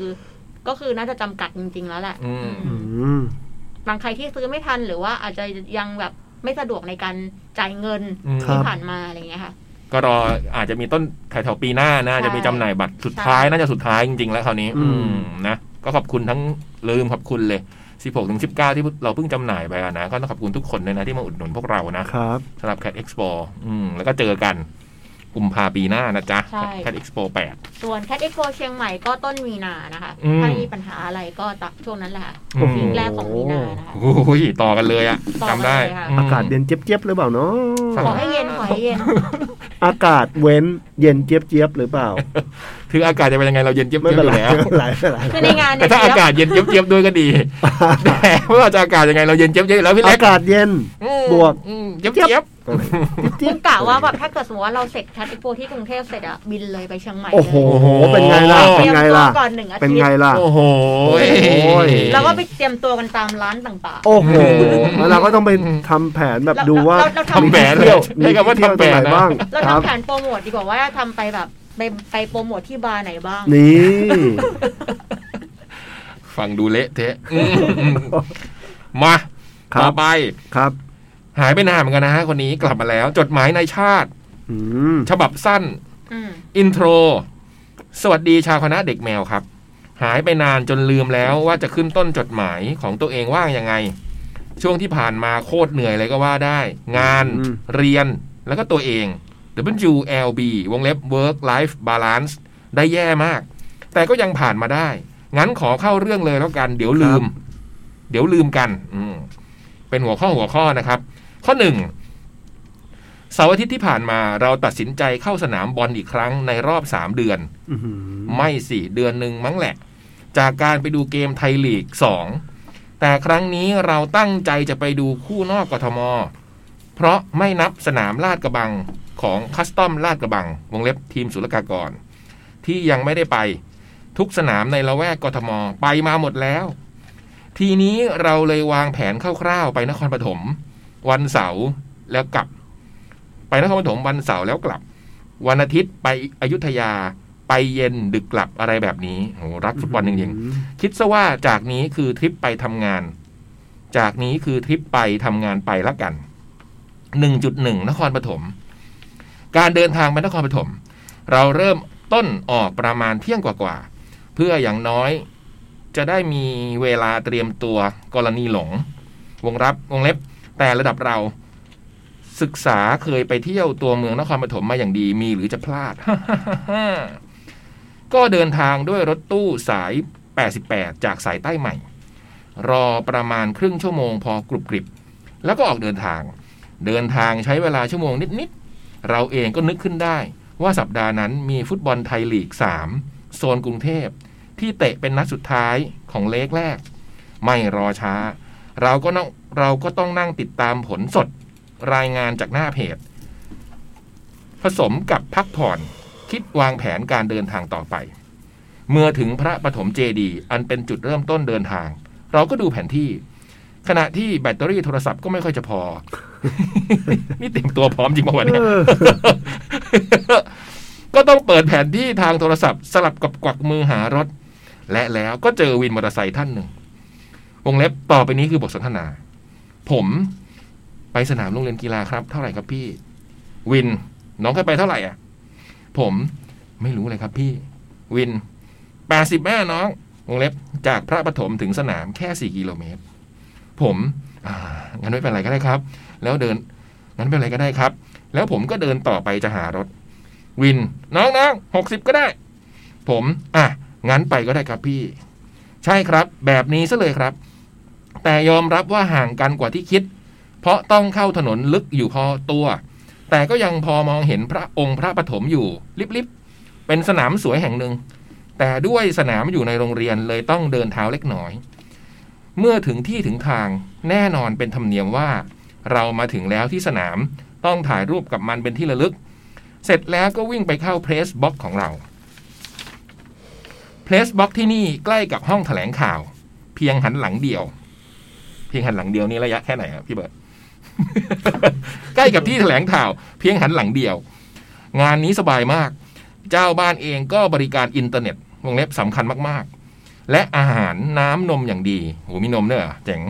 Speaker 4: ก็คือน่าจะจำกัดจริง ๆ แล้วแหละ
Speaker 2: อืม
Speaker 3: อืม
Speaker 4: บางใครที่ซื้อไม่ทันหรือว่าอาจจะยังแบบไม่สะดวกในการจ่ายเงิน
Speaker 2: อืม
Speaker 3: ค
Speaker 4: ที่
Speaker 3: รับ
Speaker 4: ผ่านมาอะไรเงี้ยค่ะ
Speaker 2: ก็รออาจจะมีต้นแถวๆปีหน้านะ
Speaker 4: ใช่
Speaker 2: จะมีจำหน่ายบัตรสุดท้าย
Speaker 4: ใช่
Speaker 2: น่าจะสุดท้ายจริงๆแล้วคราวนี้
Speaker 3: อื
Speaker 2: อื
Speaker 3: ม
Speaker 2: มนะก็ขอบคุณทั้งลืมขอบคุณเลย 16ถึง19 ที่เราเพิ่งจำหน่ายไปอะนะก็ต้องขอบคุณทุกคนเลยนะที่มาอุดหนุนพวกเรานะครับ สำหรับ Cat Expo อืมแล้วก็เจอกันกุมภาปีหน้านะจ๊ะ
Speaker 4: ใช่
Speaker 2: Cat Expo 8
Speaker 4: ส่วนแคดเอ็กโเชียงใหม่ก็ต้นมีนานะคะ
Speaker 2: อืม
Speaker 4: ถ้ามีปัญหาอะไรก็ตักช่วงนั้นแหละค่ะ
Speaker 2: อืม
Speaker 4: วีคแรกของมีนานะคะ
Speaker 2: โอ้ยต่อกันเลยอะ
Speaker 4: ต่อกัน
Speaker 2: จำได้
Speaker 4: เลยค่ะ
Speaker 2: ม
Speaker 3: อากาศเย็นเจี๊ยบๆหรือเปล่าเนาะ
Speaker 2: ใช่
Speaker 4: ขอให้เย็นขอให้เย็น
Speaker 3: อากาศเว้นเย็นเจี๊ยบๆหรือเปล่า
Speaker 2: ถึงอากาศจะเป็นยังไงเราเย็นเจี๊ยบๆ
Speaker 3: ไม่
Speaker 2: อ
Speaker 3: เป็น
Speaker 2: ยู่
Speaker 3: ไรไม่เป็นไรไม่เป็นไร
Speaker 2: แล้ว
Speaker 4: คือในงาน
Speaker 2: แต่
Speaker 4: เนี่ย
Speaker 2: ถ้าอากาศเย็นเจี๊ยบๆด้วยก็ดีแต่ไม่ว่าจะอากาศยังไงเราเย็นเจี๊ยบๆอยู่แล้วพี่เล็
Speaker 3: อาก กาศเย็น
Speaker 2: อืม
Speaker 3: บวก
Speaker 2: อืมเจี๊ยบๆ
Speaker 4: เพิ่งกะว่าแบบถ้าเกิดสมมติว่าเราเสร็จแคดเอ็กโที่กรุงเทพเสร็จอะบินเลยไปเชียงใหม่เลย
Speaker 3: โอ้โห เป็นไงล่ะ
Speaker 4: เต
Speaker 3: เป็
Speaker 4: รี
Speaker 3: น
Speaker 4: ยม
Speaker 3: ไง
Speaker 4: ตัว
Speaker 3: ล่ะ
Speaker 4: ก่อนหนึ่งอาทิต
Speaker 3: เป็น
Speaker 4: ย์
Speaker 3: ไงล่ะ
Speaker 2: โอ้โห
Speaker 3: โอ้ย
Speaker 4: แล้วก็ไปเตรียมตัวกันตามร้านต่าง
Speaker 3: โอ้โห แล้วเราก็ต้องไปทำแผนแบบดูว่า
Speaker 4: เราทำ
Speaker 2: ทำแผน
Speaker 3: มี
Speaker 2: เล
Speaker 3: เที่
Speaker 2: ย
Speaker 3: ยวมี
Speaker 2: ใช้คำว่า
Speaker 3: เที่ยวต
Speaker 2: ทำแผ
Speaker 3: รงไหน
Speaker 2: นนะ
Speaker 3: บ้าง
Speaker 4: ๆ
Speaker 3: ค
Speaker 4: เรา
Speaker 3: รับ
Speaker 4: ทำแผนโปรโมทดีกว่าว่าทำไปแบบไปไปโปรโมทที่บาร์ไหนบ้าง
Speaker 3: นี่
Speaker 2: ฟังดูเละเทะอืมมา
Speaker 3: ครับ
Speaker 2: ต่อไป
Speaker 3: ครับ
Speaker 2: หายไปนานเหมือนกันนะฮะคนนี้กลับมาแล้ว จดหมายในายชาติ
Speaker 3: อืม
Speaker 2: ฉบับสั้น
Speaker 4: อืม
Speaker 2: อินโทร สวัสดีชาวคณะเด็กแมวครับ หายไปนานจนลืมแล้วว่าจะขึ้นต้นจดหมายของตัวเองว่ายังไง ช่วงที่ผ่านมาโคตรเหนื่อยเลยก็ว่าได้ งาน
Speaker 3: อืม
Speaker 2: เรียนแล้วก็ตัวเอง WLB วงเล็บ Work Life Balance ได้แย่มาก แต่ก็ยังผ่านมาได้ งั้นขอเข้าเรื่องเลยแล้วกัน เดี๋ยวลืม เดี๋ยวลืมกัน อืมเป็นหัวข้อหัวข้อนะครับ ข้อหนึ่ง เสาร์อาทิตย์ที่ผ่านมาเราตัดสินใจเข้าสนามบอลอีกครั้งในรอบ 3 เดือน
Speaker 3: อื้อหือ
Speaker 2: ไม่สิเดือนหนึ่งมั้งแหละ จากการไปดูเกมไทยลีก 2 แต่ครั้งนี้เราตั้งใจจะไปดูคู่นอกกทม เพราะไม่นับสนามลาดกระบังของคัสตอมลาดกระบัง วงเล็บทีมศุลกากร ที่ยังไม่ได้ไป ทุกสนามในละแวกกทม ไปมาหมดแล้ว ทีนี้เราเลยวางแผนคร่าวๆไปนครปฐม วันเสาร์แล้วกลับ ไปนครปฐมวันเสาร์แล้วกลับ วันอาทิตย์ไปอยุธยาไปเย็นดึกกลับอะไรแบบนี้โหรักฟุตบอลจริงๆ คิดซะว่าจากนี้คือทริปไปทำงาน จากนี้คือทริปไปทำงานไปละกัน 1.1 นครปฐม การเดินทางไปนครปฐม เราเริ่มต้นออกประมาณเที่ยงกว่าๆ เพื่ออย่างน้อยจะได้มีเวลาเตรียมตัวกรณีหลง วงรับวงเล็บ แต่ระดับเราศึกษาเคยไปเที่ยวตัวเมืองนครปฐมมาอย่างดีมีหรือจะพลาด ก็เดินทางด้วยรถตู้สาย 88 จากสายใต้ใหม่ รอประมาณครึ่งชั่วโมงพอกรุบกริบ แล้วก็ออกเดินทาง เดินทางใช้เวลาชั่วโมงนิด ๆ เราเองก็นึกขึ้นได้ ว่าสัปดาห์นั้นมีฟุตบอลไทยลีก 3 โซนกรุงเทพ ที่เตะเป็นนัดสุดท้ายของเลกแรก ไม่รอช้า เราก็ต้องเราก็ต้องนั่งติดตามผลสดรายงานจากหน้าเพจ ผสมกับพักผ่อนคิดวางแผนการเดินทางต่อไป เมื่อถึงพระปฐมเจดีย์อันเป็นจุดเริ่มต้นเดินทาง เราก็ดูแผนที่ ขณะที่แบตเตอรี่โทรศัพท์ก็ไม่ค่อยจะพ อ นี่เต็มตัวพร้อมจริงปะวันนี้
Speaker 3: เออ
Speaker 2: ก็ต้องเปิดแผนที่ทางโทรศัพท์สลับกับกวักมือหารถ และแล้วก็เจอวินมอเตอร์ไซค์ท่านหนึ่ง วงเล็บต่อไปนี้คือบทสนทนา ผมไปสนามโรงเรียนกีฬาครับ เท่าไหร่ครับพี่ วิน น้องเคยไปเท่าไหร่อ่ะ ผมไม่รู้เลยครับพี่ วินแปดสิบแม่น้อง วงเล็บจากพระปฐมถึงสนามแค่สี่กิโลเมตร ผมอ่างั้นไม่เป็นไรก็ได้ครับ แล้วเดินงั้นไม่เป็นไรก็ได้ครับ แล้วผมก็เดินต่อไปจะหารถ วิน น้องน้องหกสิบก็ได้ ผมอ่ะงั้นไปก็ได้ครับพี่ ใช่ครับ แบบนี้ซะเลยครับ แต่ยอมรับว่าห่างกันกว่าที่คิด เพราะต้องเข้าถนนลึกอยู่พอตัว แต่ก็ยังพอมองเห็นพระองค์พระปฐมอยู่ลิบๆ ไป เป็นสนามสวยแห่งหนึ่ง แต่ด้วยสนามอยู่ในโรงเรียนเลยต้องเดินเท้าเล็กน้อย เมื่อถึงที่ถึงทางแน่นอนเป็นธรรมเนียมว่า เรามาถึงแล้วที่สนามต้องถ่ายรูปกับมันเป็นที่ระลึก เสร็จแล้วก็วิ่งไปเข้าเพรสบ็อกของเรา เพลสบ็อกที่นี่ใกล้กับห้องแถลงข่าว เพียงหันหลังเดียว เพียงหันหลังเดียวนี่ระยะแค่ไหนครับพี่เบิร์ต ใกล้กับที่แถลงข่าว เพียงหันหลังเดียว งานนี้สบายมาก เจ้าบ้านเองก็บริการอินเทอร์เน็ตวงเล็บสำคัญมากๆ และอาหารน้ำนมอย่างดีโอ้มีนมเนอะเจ๋ง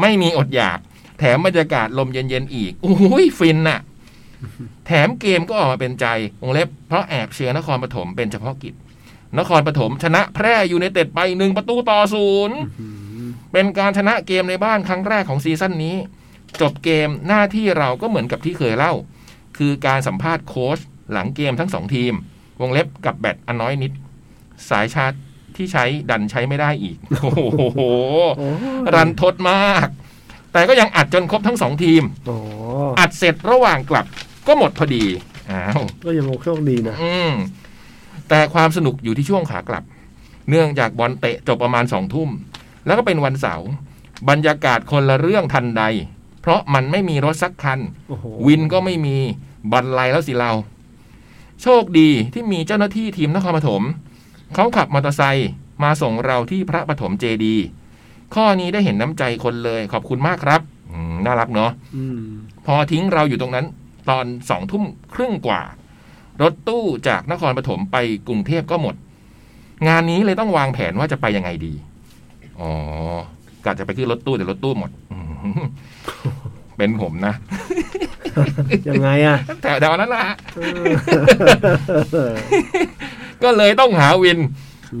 Speaker 2: ไม่มีอดอยาก แถมบรรยากาศลมเย็นๆอีกโอ้โหฟินน่ะ แถมเกมก็ออกมาเป็นใจวงเล็บเพราะแอบเชียร์นครปฐมเป็นเฉพาะกิจ นครปฐมชนะแพร่ยูไนเต็ดไปหนึ่งประตูต่อศูนย์เป็นการชนะเกมในบ้านครั้งแรกของซีซั่นนี้ จบเกมหน้าที่เราก็เหมือนกับที่เคยเล่า คือการสัมภาษณ์โค้ชหลังเกมทั้งสองทีม วงเล็บกับแบตอันน้อยนิด สายชาร์จที่ใช้ดันใช้ไม่ได้อีก โอ้โห รันทดมาก แต่ก็ยังอัดจนครบทั้งสองทีม
Speaker 3: อ๋อ
Speaker 2: อัดเสร็จระหว่างกลับก็หมดพอดีอ้าว
Speaker 3: ก็ยังโชคดีนะ
Speaker 2: อืม แต่ความสนุกอยู่ที่ช่วงขากลับ เนื่องจากบอลเตะจบประมาณสองทุ่ม แล้วก็เป็นวันเสาร์บรรยากาศคนละเรื่องทันใด เพราะมันไม่มีรถสักคัน
Speaker 3: โอ้โห
Speaker 2: วินก็ไม่มีบันไลแล้วสิเรา โชคดีที่มีเจ้าหน้าที่ทีมนครปฐมเขาขับมอเตอร์ไซค์มาส่งเราที่พระปฐมเจดีย์ข้อนี้ได้เห็นน้ำใจคนเลยขอบคุณมากครับอืมน่ารักเนาะ
Speaker 3: อืม
Speaker 2: พอทิ้งเราอยู่ตรงนั้นตอนสองทุ่มครึ่งกว่า รถตู้จากนครปฐมไปกรุงเทพก็หมด งานนี้เลยต้องวางแผนว่าจะไปยังไงดี อ๋อกะจะไปขึ้นรถตู้แต่รถตู้หม ดอื้อหือเป็นผมนะ
Speaker 3: ยังไงอ่ะ
Speaker 2: แต่เดานั้นละ
Speaker 3: เออ
Speaker 2: ก็เลยต้องหาวิน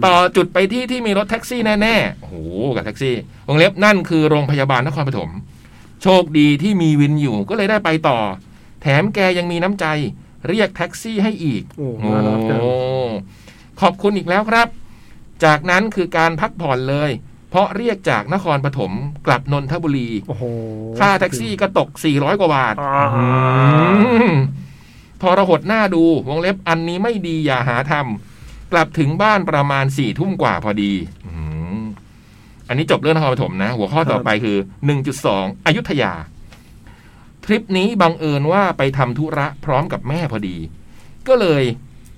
Speaker 2: ต่อจุดไปที่ที่มีรถแท็กซี่แน่ๆโอ้โหกับแท็กซี่วงเล็บนั่นคือโรงพยาบาลนครปฐมโชคดีที่มีวินอยู่ก็เลยได้ไปต่อ แถมแกยังมีน้ำใจ เรียกแท็กซี่ให้อีก
Speaker 3: โอ้
Speaker 2: โอ้
Speaker 3: น่ารักจัง
Speaker 2: ขอบคุณอีกแล้วครับ จากนั้นคือการพักผ่อนเลย เพราะเรียกจากนครปฐมกลับนนทบุรี
Speaker 3: โอ้โห
Speaker 2: ค่าแท็กซี่ก็ตก 400 กว่าบาท
Speaker 3: อ่า
Speaker 2: อืมพอระหดหน้าดูวงเล็บอันนี้ไม่ดีอย่าหาทำกลับถึงบ้านประมาณสี่ทุ่มกว่าพอดีอืมอันนี้จบเรื่องนครปฐมนะ หัวข้อต่อไปคือ 1.2 อยุธยา ทริปนี้บังเอิญว่าไปทำธุระพร้อมกับแม่พอดี ก็เลย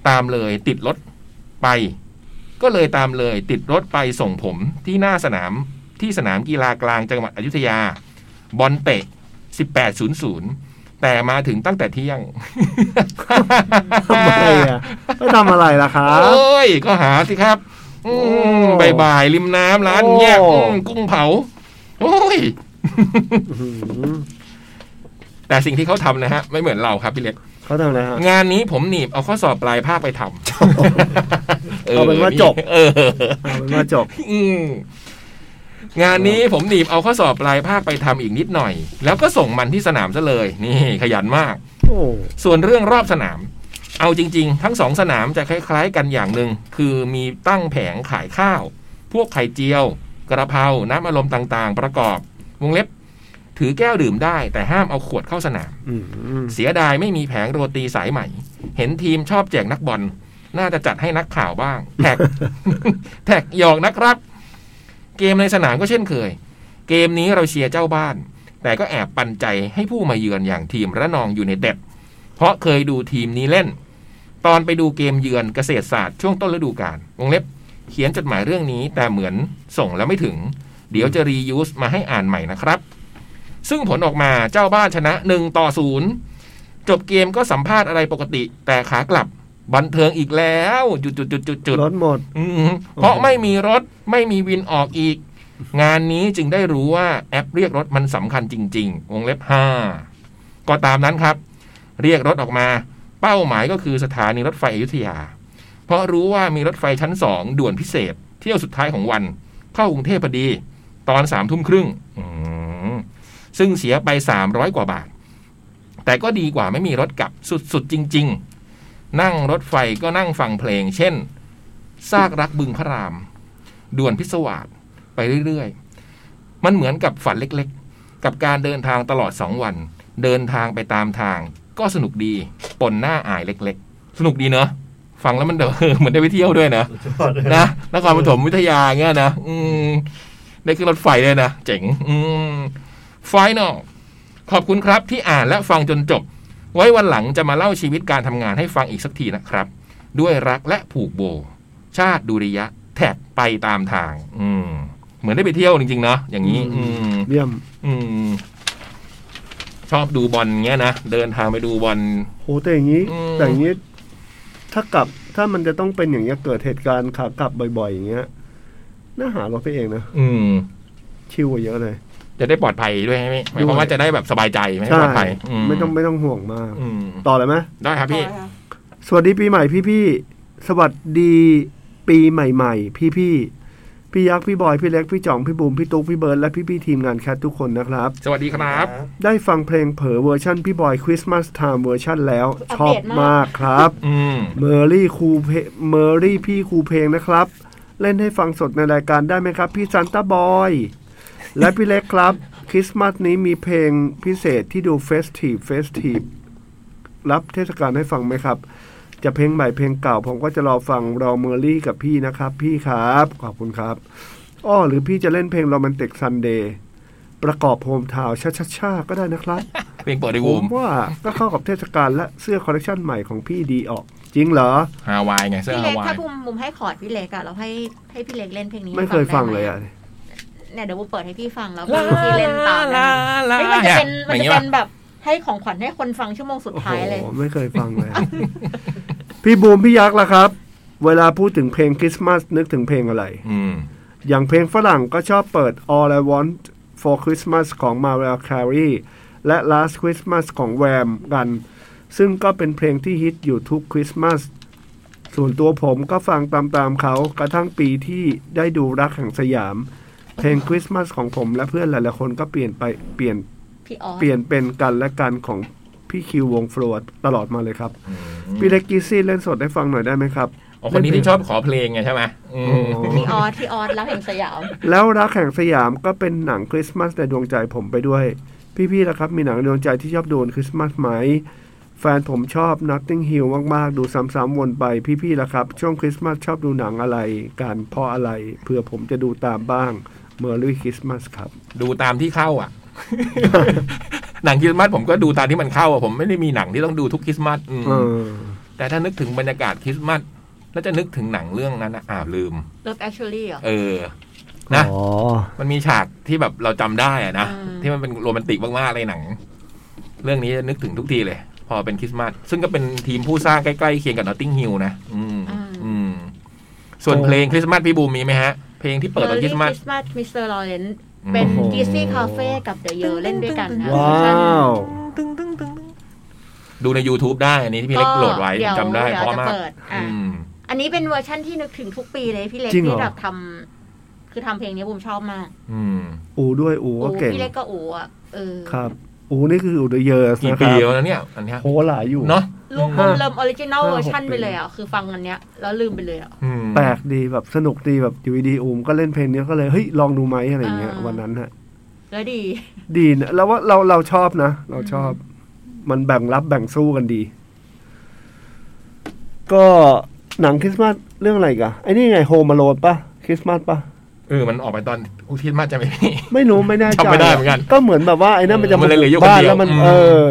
Speaker 2: ตามเลยติดรถไป ก็เลยตามเลยติดรถไปส่งผมที่หน้าสนามที่สนามกีฬากลางจังหวัดอยุธยา บอลเตะ 18.00 แต่มาถึงตั้งแต่เที่ยง
Speaker 3: ทำไมอ่ะก็ทำอะไรล่ะค
Speaker 2: โอ
Speaker 3: รับ
Speaker 2: ้ย ก็หาสิครับ อืม
Speaker 3: โอ้
Speaker 2: บายๆริมน้ำร้านแยก
Speaker 3: โอ้
Speaker 2: อืมกุ้งเผา โอ้ย
Speaker 3: อื้อหือ
Speaker 2: แต่สิ่งที่เขาทำนะฮะ ไม่เหมือนเราครับพี่เล็ก
Speaker 3: เขาทำอะไรฮะ
Speaker 2: งานนี้ผมหนีบเอาข้อสอบปลายภาคไปทำ
Speaker 3: เอาเป็นว่าจบ
Speaker 2: เออ
Speaker 3: เอาเป็นว่าจบ
Speaker 2: อืมงานนี้ผมหนีบเอาข้อสอบปลายภาคไปทำอีกนิดหน่อย แล้วก็ส่งมันที่สนามซะเลย นี่ขยันมาก
Speaker 3: โอ้
Speaker 2: ส่วนเรื่องรอบสนาม เอาจริง ๆ ทั้งสองสนามจะคล้าย ๆ กันอย่างหนึ่ง คือมีตั้งแผงขายข้าว พวกไข่เจียว กระเพรา น้ำอารมณ์ต่าง ๆ ประกอบ วงเล็บ ถือแก้วดื่มได้ แต่ห้ามเอาขวดเข้าสนาม
Speaker 3: อื้อหือ
Speaker 2: เสียดายไม่มีแผงโรตีสายใหม่ เห็นทีมชอบแจกนักบอล น่าจะจัดให้นักข่าวบ้าง แท็ก แท็กหยอกนะครับ เกมในสนามก็เช่นเคย เกมนี้เราเชียร์เจ้าบ้าน แต่ก็แอบปันใจให้ผู้มาเยือนอย่างทีมระนองอยู่ในเด็ด เพราะเคยดูทีมนี้เล่น ตอนไปดูเกมเยือนเกษตรศาสตร์ช่วงต้นฤดูกาลวงเล็บ เขียนจดหมายเรื่องนี้แต่เหมือนส่งแล้วไม่ถึง เดี๋ยวจะรียูสมาให้อ่านใหม่นะครับ ซึ่งผลออกมาเจ้าบ้านชนะ1ต่อ0 จบเกมก็สัมภาษณ์อะไรปกติ แต่ขากลับ บันเทิงอีกแล้วจุดจุดจุดจุดจุด
Speaker 3: รถหมด
Speaker 2: อืมเพราะไม่มีรถไม่มีวินออกอีก งานนี้จึงได้รู้ว่าแอปเรียกรถมันสำคัญจริง ๆ วงเล็บห้าก็ตามนั้นครับ เรียกรถออกมา เป้าหมายก็คือสถานีรถไฟอยุธยา เพราะรู้ว่ามีรถไฟชั้นสองด่วนพิเศษ เที่ยวสุดท้ายของวัน เข้ากรุงเทพพอดี ตอนสามทุ่มครึ่งอืมซึ่งเสียไปสามร้อยกว่าบาท แต่ก็ดีกว่าไม่มีรถกลับสุด ๆ จริง ๆ นั่งรถไฟก็นั่งฟังเพลง เช่น ซากรักบึงพระราม ด่วนพิศวาสไปเรื่อย ๆ มันเหมือนกับฝันเล็กๆ กับการเดินทางตลอดสองวัน เดินทางไปตามทาง ก็สนุกดีปนหน้าอายเล็ก ๆ สนุกดีเนอะ ฟังแล้วมันเดออเหมือน ได้ไปเที่ยวด้วยนะนะนครปฐมวิทยาเงี้ยนะอืมได้ขึ้นรถไฟเลยนะเจ๋ง อืมไฟนอลขอบคุณครับที่อ่านและฟังจนจบ ไว้วันหลังจะมาเล่าชีวิตการทำงานให้ฟังอีกสักทีนะครับ ด้วยรักและผูกโบ ชาติดุริยะ แท็กไปตามทาง อืม เหมือนได้ไปเที่ยวจริงๆเนาะอย่างนี้ อืม
Speaker 3: เยี่ยม
Speaker 2: อืม ชอบดูบอลเงี้ยนะ เดินทางไปดูบอล
Speaker 3: โหแต่อย่างนี้
Speaker 2: อืม
Speaker 3: แต่อย่างนี้ ถ้ากลับถ้ามันจะต้องเป็นอย่างเงี้ยเกิดเหตุการณ์ขากลับบ่อยๆอย่างเงี้ยน่าหารถไปเองนะ
Speaker 2: อืม
Speaker 3: ชิวกว่าเยอะเลย
Speaker 2: จะได้ปลอดภัยด้วยใช่ไหมหมายความว่าจะได้แบบสบายใจไหม
Speaker 3: ใช่
Speaker 2: ปลอดภัย
Speaker 3: ไม่ต้องไม่ต้องห่วงมาก
Speaker 2: อืม
Speaker 3: ต่อเลยไหม
Speaker 2: ได้ครับพี่
Speaker 3: สวัสดีปีใหม่พี่พี่ๆสวัสดีปีใหม่ๆ พี่พี่ๆพี่ยักษ์พี่บอยพี่เล็กพี่จ่องพี่บูมพี่ตุ๊กพี่เบิร์ดและพี่พี่ๆทีมงานแคททุกคนนะครับ
Speaker 2: สวัสดีครับ
Speaker 3: ได้ฟังเพลงเผอเวอร์ชันพี่บอยคริสต์มาสไทม์เวอร์ชันแล้ว ชอบมากครับ
Speaker 2: อืม
Speaker 3: เมอรี่ครูเพเมอรี่พี่ครูเพลงนะครับ เล่นให้ฟังสดในรายการได้ไหมครับ พี่ซันตาบอย และพี่เล็กครับคริสต์มาสนี้มีเพลงพิเศษที่ดูเฟสทีฟเฟสทีฟรับเทศกาลให้ฟังไหมครับ จะเพลงใหม่เพลงเก่า ผมก็จะรอฟังรอเมอรี่กับพี่นะครับ พี่ครับ ขอบคุณครับ อ้อหรือพี่จะเล่นเพลงโรแมนติกซันเดย์ประกอบโฮมทาวชาชาชาก็ได้นะครับ
Speaker 2: เพลงเปิดใน
Speaker 3: ผ
Speaker 2: วง
Speaker 3: มว่าก็เข้ากับเทศกาลและเสื้อคอลเลกชันใหม่ของพี่ดีออก จริงเหรอ
Speaker 2: ฮาวายไงเสื้อฮา
Speaker 4: พี่เล็ก
Speaker 2: วาย
Speaker 4: ถ้าบุมบุมให้คอร์ดพี่เล็กอะเราให้ให้พี่เล็กเล่นเพลงนี้
Speaker 3: ไม่เคยฟังเลย
Speaker 4: ได้
Speaker 3: อ่ะ
Speaker 4: ไหมเนี่ยเดี๋ยวบุมเปิดให้พี่ฟังแล้วพี่เล่นตามนะ
Speaker 2: ลา
Speaker 4: เฮ้ยมันจะเป็นมัน
Speaker 2: อย่าง
Speaker 4: จะ
Speaker 2: งี้
Speaker 4: เป็
Speaker 2: ป่ะ
Speaker 4: นแบบให้ของขวัญให้คนฟังชั่วโมงสุด
Speaker 3: โอ้โห
Speaker 4: ท้ายเลย
Speaker 3: ไม่เคยฟังเลยอะ พี่บูมพี่ยักษ์ล่ะครับ เวลาพูดถึงเพลงคริสต์มาสนึกถึงเพลงอะไร
Speaker 2: อืม
Speaker 3: อย่างเพลงฝรั่งก็ชอบเปิด All I Want for Christmas ของ Mariah Carey และ Last Christmas ของ Wham กัน ซึ่งก็เป็นเพลงที่ฮิตอยู่ทุกคริสต์มาสส่วนตัวผมก็ฟังตามๆเขากระทั่งปีที่ได้ดูรักแห่งสยาม เพลงคริสต์มาสของผมและเพื่อนหลายๆคนก็เปลี่ยนไปเปลี่ยน
Speaker 4: พี่ออส
Speaker 3: เปลี่ยนเป็นกันและกันของพี่คิววงโฟลว์ตลอดมาเลยครับ พี่เล็กกี้ซี่เล่นสดให้ฟังหน่อยได้ไหมครับ
Speaker 2: อ๋อคนนี้ที่ชอบขอเพลงไงใช่ไหมอืม
Speaker 4: พี่ออสพี่ออสรักแห่งสยาม
Speaker 3: แล้วรักแห่งสยามก็เป็นหนังคริสต์มาสในดวงใจผมไปด้วย พี่ๆล่ะครับ มีหนังในดวงใจที่ชอบดูวันคริสต์มาสไหม แฟนผมชอบ Nothing Hill มากๆ ดูซ้ำๆวนไปพี่ๆล่ะครับ ช่วงคริสต์มาสชอบดูหนังอะไรการเพราะอะไรเผื่อผมจะดูตามบ้าง Merry Christmas ครับ
Speaker 2: ดูตามที่เข้า อ่ะ หนังคริสต์มาสผมก็ดูตามที่มันเข้าอ่ะผมไม่ได้มีหนังที่ต้องดูทุกคริสต์มาสอืม
Speaker 3: เออ
Speaker 2: แต่ถ้านึกถึงบรรยากาศคริสต์มาสแล้วจะนึกถึงหนังเรื่องนั้นนะอ้าวลืม
Speaker 4: Love Actually เหรอ
Speaker 2: เออ นะ
Speaker 3: อ๋อ
Speaker 2: มันมีฉากที่แบบเราจำได้อะนะ
Speaker 4: อืม
Speaker 2: ที่มันเป็นโรแมนติกมากๆเลยหนัง เรื่องนี้นึกถึงทุกทีเลย พอเป็นคริสต์มาสซึ่งก็เป็นทีมผู้สร้างใกล้ๆเคียงกับนอตติงฮิลนะอืมอืม ส่วนเพลงคริสต์มาสพี่บูมมีไหมฮะ เพลงที่เปิดตอนคริสต์มาส
Speaker 4: Merry Christmas Mr. Lawrence เป็น
Speaker 3: โอ้โห
Speaker 4: Dizzy Cafe กับ The Year เล่นด้วยกันนะ
Speaker 3: ว้าว
Speaker 2: ดูใน YouTube ได้ อันนี้ที่พี่เล็กโหลดไว้
Speaker 4: เยว
Speaker 2: จำได้
Speaker 4: เยว
Speaker 2: เพราะ
Speaker 4: จะ
Speaker 2: มาก
Speaker 4: เปิดอ่ะ
Speaker 2: อืม
Speaker 4: อันนี้เป็นเวอร์ชั่นที่นึกถึงทุกปีเลยพี่เล็ก
Speaker 3: จริงเหรอ
Speaker 4: ที่แบบทำคือทำเพลงนี้บุมชอบมาก
Speaker 2: อืม
Speaker 3: อูด้วยอูก็
Speaker 4: โอ้
Speaker 3: เก่ง
Speaker 4: พี่เล็กก็โอ้อ่ะเออ
Speaker 3: ครับ อูนี่คืออูเดเยอร์
Speaker 2: กี่
Speaker 3: นะค
Speaker 2: ปี
Speaker 3: รับ
Speaker 2: แล้วนะเนี่ย อันเนี้ย
Speaker 3: โหหลายอยู่
Speaker 2: เนาะ
Speaker 4: ลูกบุมเริ่มออริจินอล
Speaker 3: ห้าหก
Speaker 4: เวอร์ชันไป
Speaker 3: ปี
Speaker 4: เลยอ่ะคือฟังอันเนี้ยแล้วลืมไปเลยอ่ะ
Speaker 2: อืม
Speaker 3: แปลกดีแบบสนุกดีแบบอยู่ดีๆอูมก็เล่นเพลงนี้ก็เลยเฮ้ยลองดูไหมอะไรอย่างเงี้ย
Speaker 4: อ่า
Speaker 3: วันนั้นฮะ
Speaker 4: แล้วดี
Speaker 3: ดีนะแล้วว่าเราเราชอบนะ เราชอบ มันแบ่งรับแบ่งสู้กันดี ก็หนังคริสต์มาสเรื่องอะไรอีกอะไอ้นี่ไงโฮมาโลนปะคริสต์มาสปะ
Speaker 2: เออมันออกไปตอนคริสต์มาสจะไหมพี่
Speaker 3: ไม่รู้ไม่แน่ใจ
Speaker 2: จำไม่ได้เหมือนกัน
Speaker 3: ก็เหมือนแบบว่าไอ้นั่นมันจะ
Speaker 2: มันเลยเหลืออยู่คน
Speaker 3: บ้าน
Speaker 2: เดียว
Speaker 3: แล้วมัน
Speaker 2: อืม
Speaker 3: เออ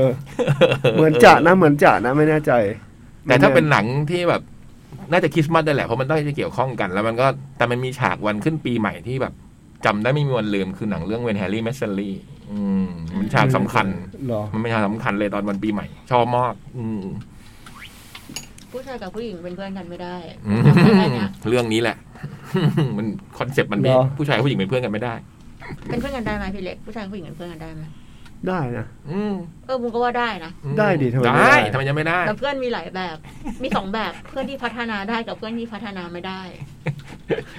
Speaker 3: เหมือนจะนะเหมือนจะนะไม่แน่ใจ
Speaker 2: แต่ถ้าเป็นหนังที่แบบ น่าจะคริสต์มาสได้แหละเพราะมันต้องจะเกี่ยวข้องกัน แล้วมันก็แต่มันมีฉากวันขึ้นปีใหม่ที่แบบจำได้ไม่มีวันลืมคือหนังเรื่องเวนแฮร์รี่แมสเซอรี่มันฉากสำคัญ
Speaker 3: เหรอ
Speaker 2: มันเป็นฉากสำคัญเลยตอนวันปีใหม่ ชอบมากอืม
Speaker 4: ผู้ชายกับผู้หญิงเป็นเพื่อนกันไม่ได้
Speaker 2: อืม
Speaker 4: จำได้อันเนี้ย
Speaker 2: เรื่องนี้แหละ มันคอนเซปต์มันมี
Speaker 3: เหรอ
Speaker 2: ผู้ชายกับผู้หญิงเป็นเพื่อนกันไม่ได้
Speaker 4: เป็นเพื่อนกันได้ไหมพี่เล็กผู้ชายกับผู้หญิงเป็นเพื่อนกันได้ไหม
Speaker 3: ได้นะ
Speaker 2: อืม
Speaker 4: เออบุมก็ว่าได้นะ
Speaker 2: อืม
Speaker 3: ได้ดิทำไมไม่ได้
Speaker 2: ได้ทำไมยังไม่ได้
Speaker 4: แต่เพื่อนมีหลายแบบ มีสองแบบเพื่อนที่พัฒนาได้กับเพื่อนที่พัฒนาไม่ได้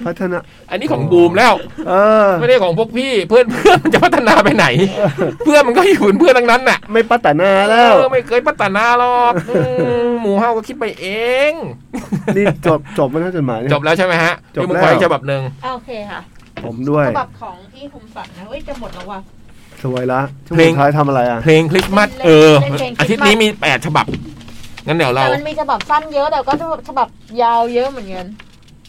Speaker 3: พัฒนา
Speaker 2: อันนี้ของบูมแล้ว
Speaker 3: เออ
Speaker 2: ไม่ได้ของพวกพี่เพื่อนเพื่อนมันจะพัฒนาไปไหน เพื่อนมันก็อยู่เป็นเพื่อนทั้งนั้นน่ะ
Speaker 3: ไม่ปัตตานาแล้ว
Speaker 2: เออไม่เคยพัฒนาหรอกอืมหมูเฮาก็คิดไปเอง
Speaker 3: นี่จบจบมาแล้วจดหมายเนี่ย
Speaker 2: จบแล้วใช่ไหมฮะ
Speaker 3: จบแล้ว
Speaker 2: พี่มุกขออีกฉบับหนึ่ง
Speaker 4: อ่ะโอเคค่ะ
Speaker 3: ผมด้วย
Speaker 4: ฉบับของพี่คมสันนะเว้ยจะหมดแล้วว่ะ
Speaker 3: สวยละช่วงสุดท้ายทำอะไรอ่ะ
Speaker 2: เพลงคริสต์มาส
Speaker 4: เล่น
Speaker 2: เออ
Speaker 4: เล่นเพลง Christmas
Speaker 2: อาทิตย์นี้มีแปดฉบับ งั้นเดี๋ยว
Speaker 4: แต่
Speaker 2: เรา
Speaker 4: มันมีฉบับสั้นเยอะแต่ก็ฉบับยาวเยอะเหมือนกัน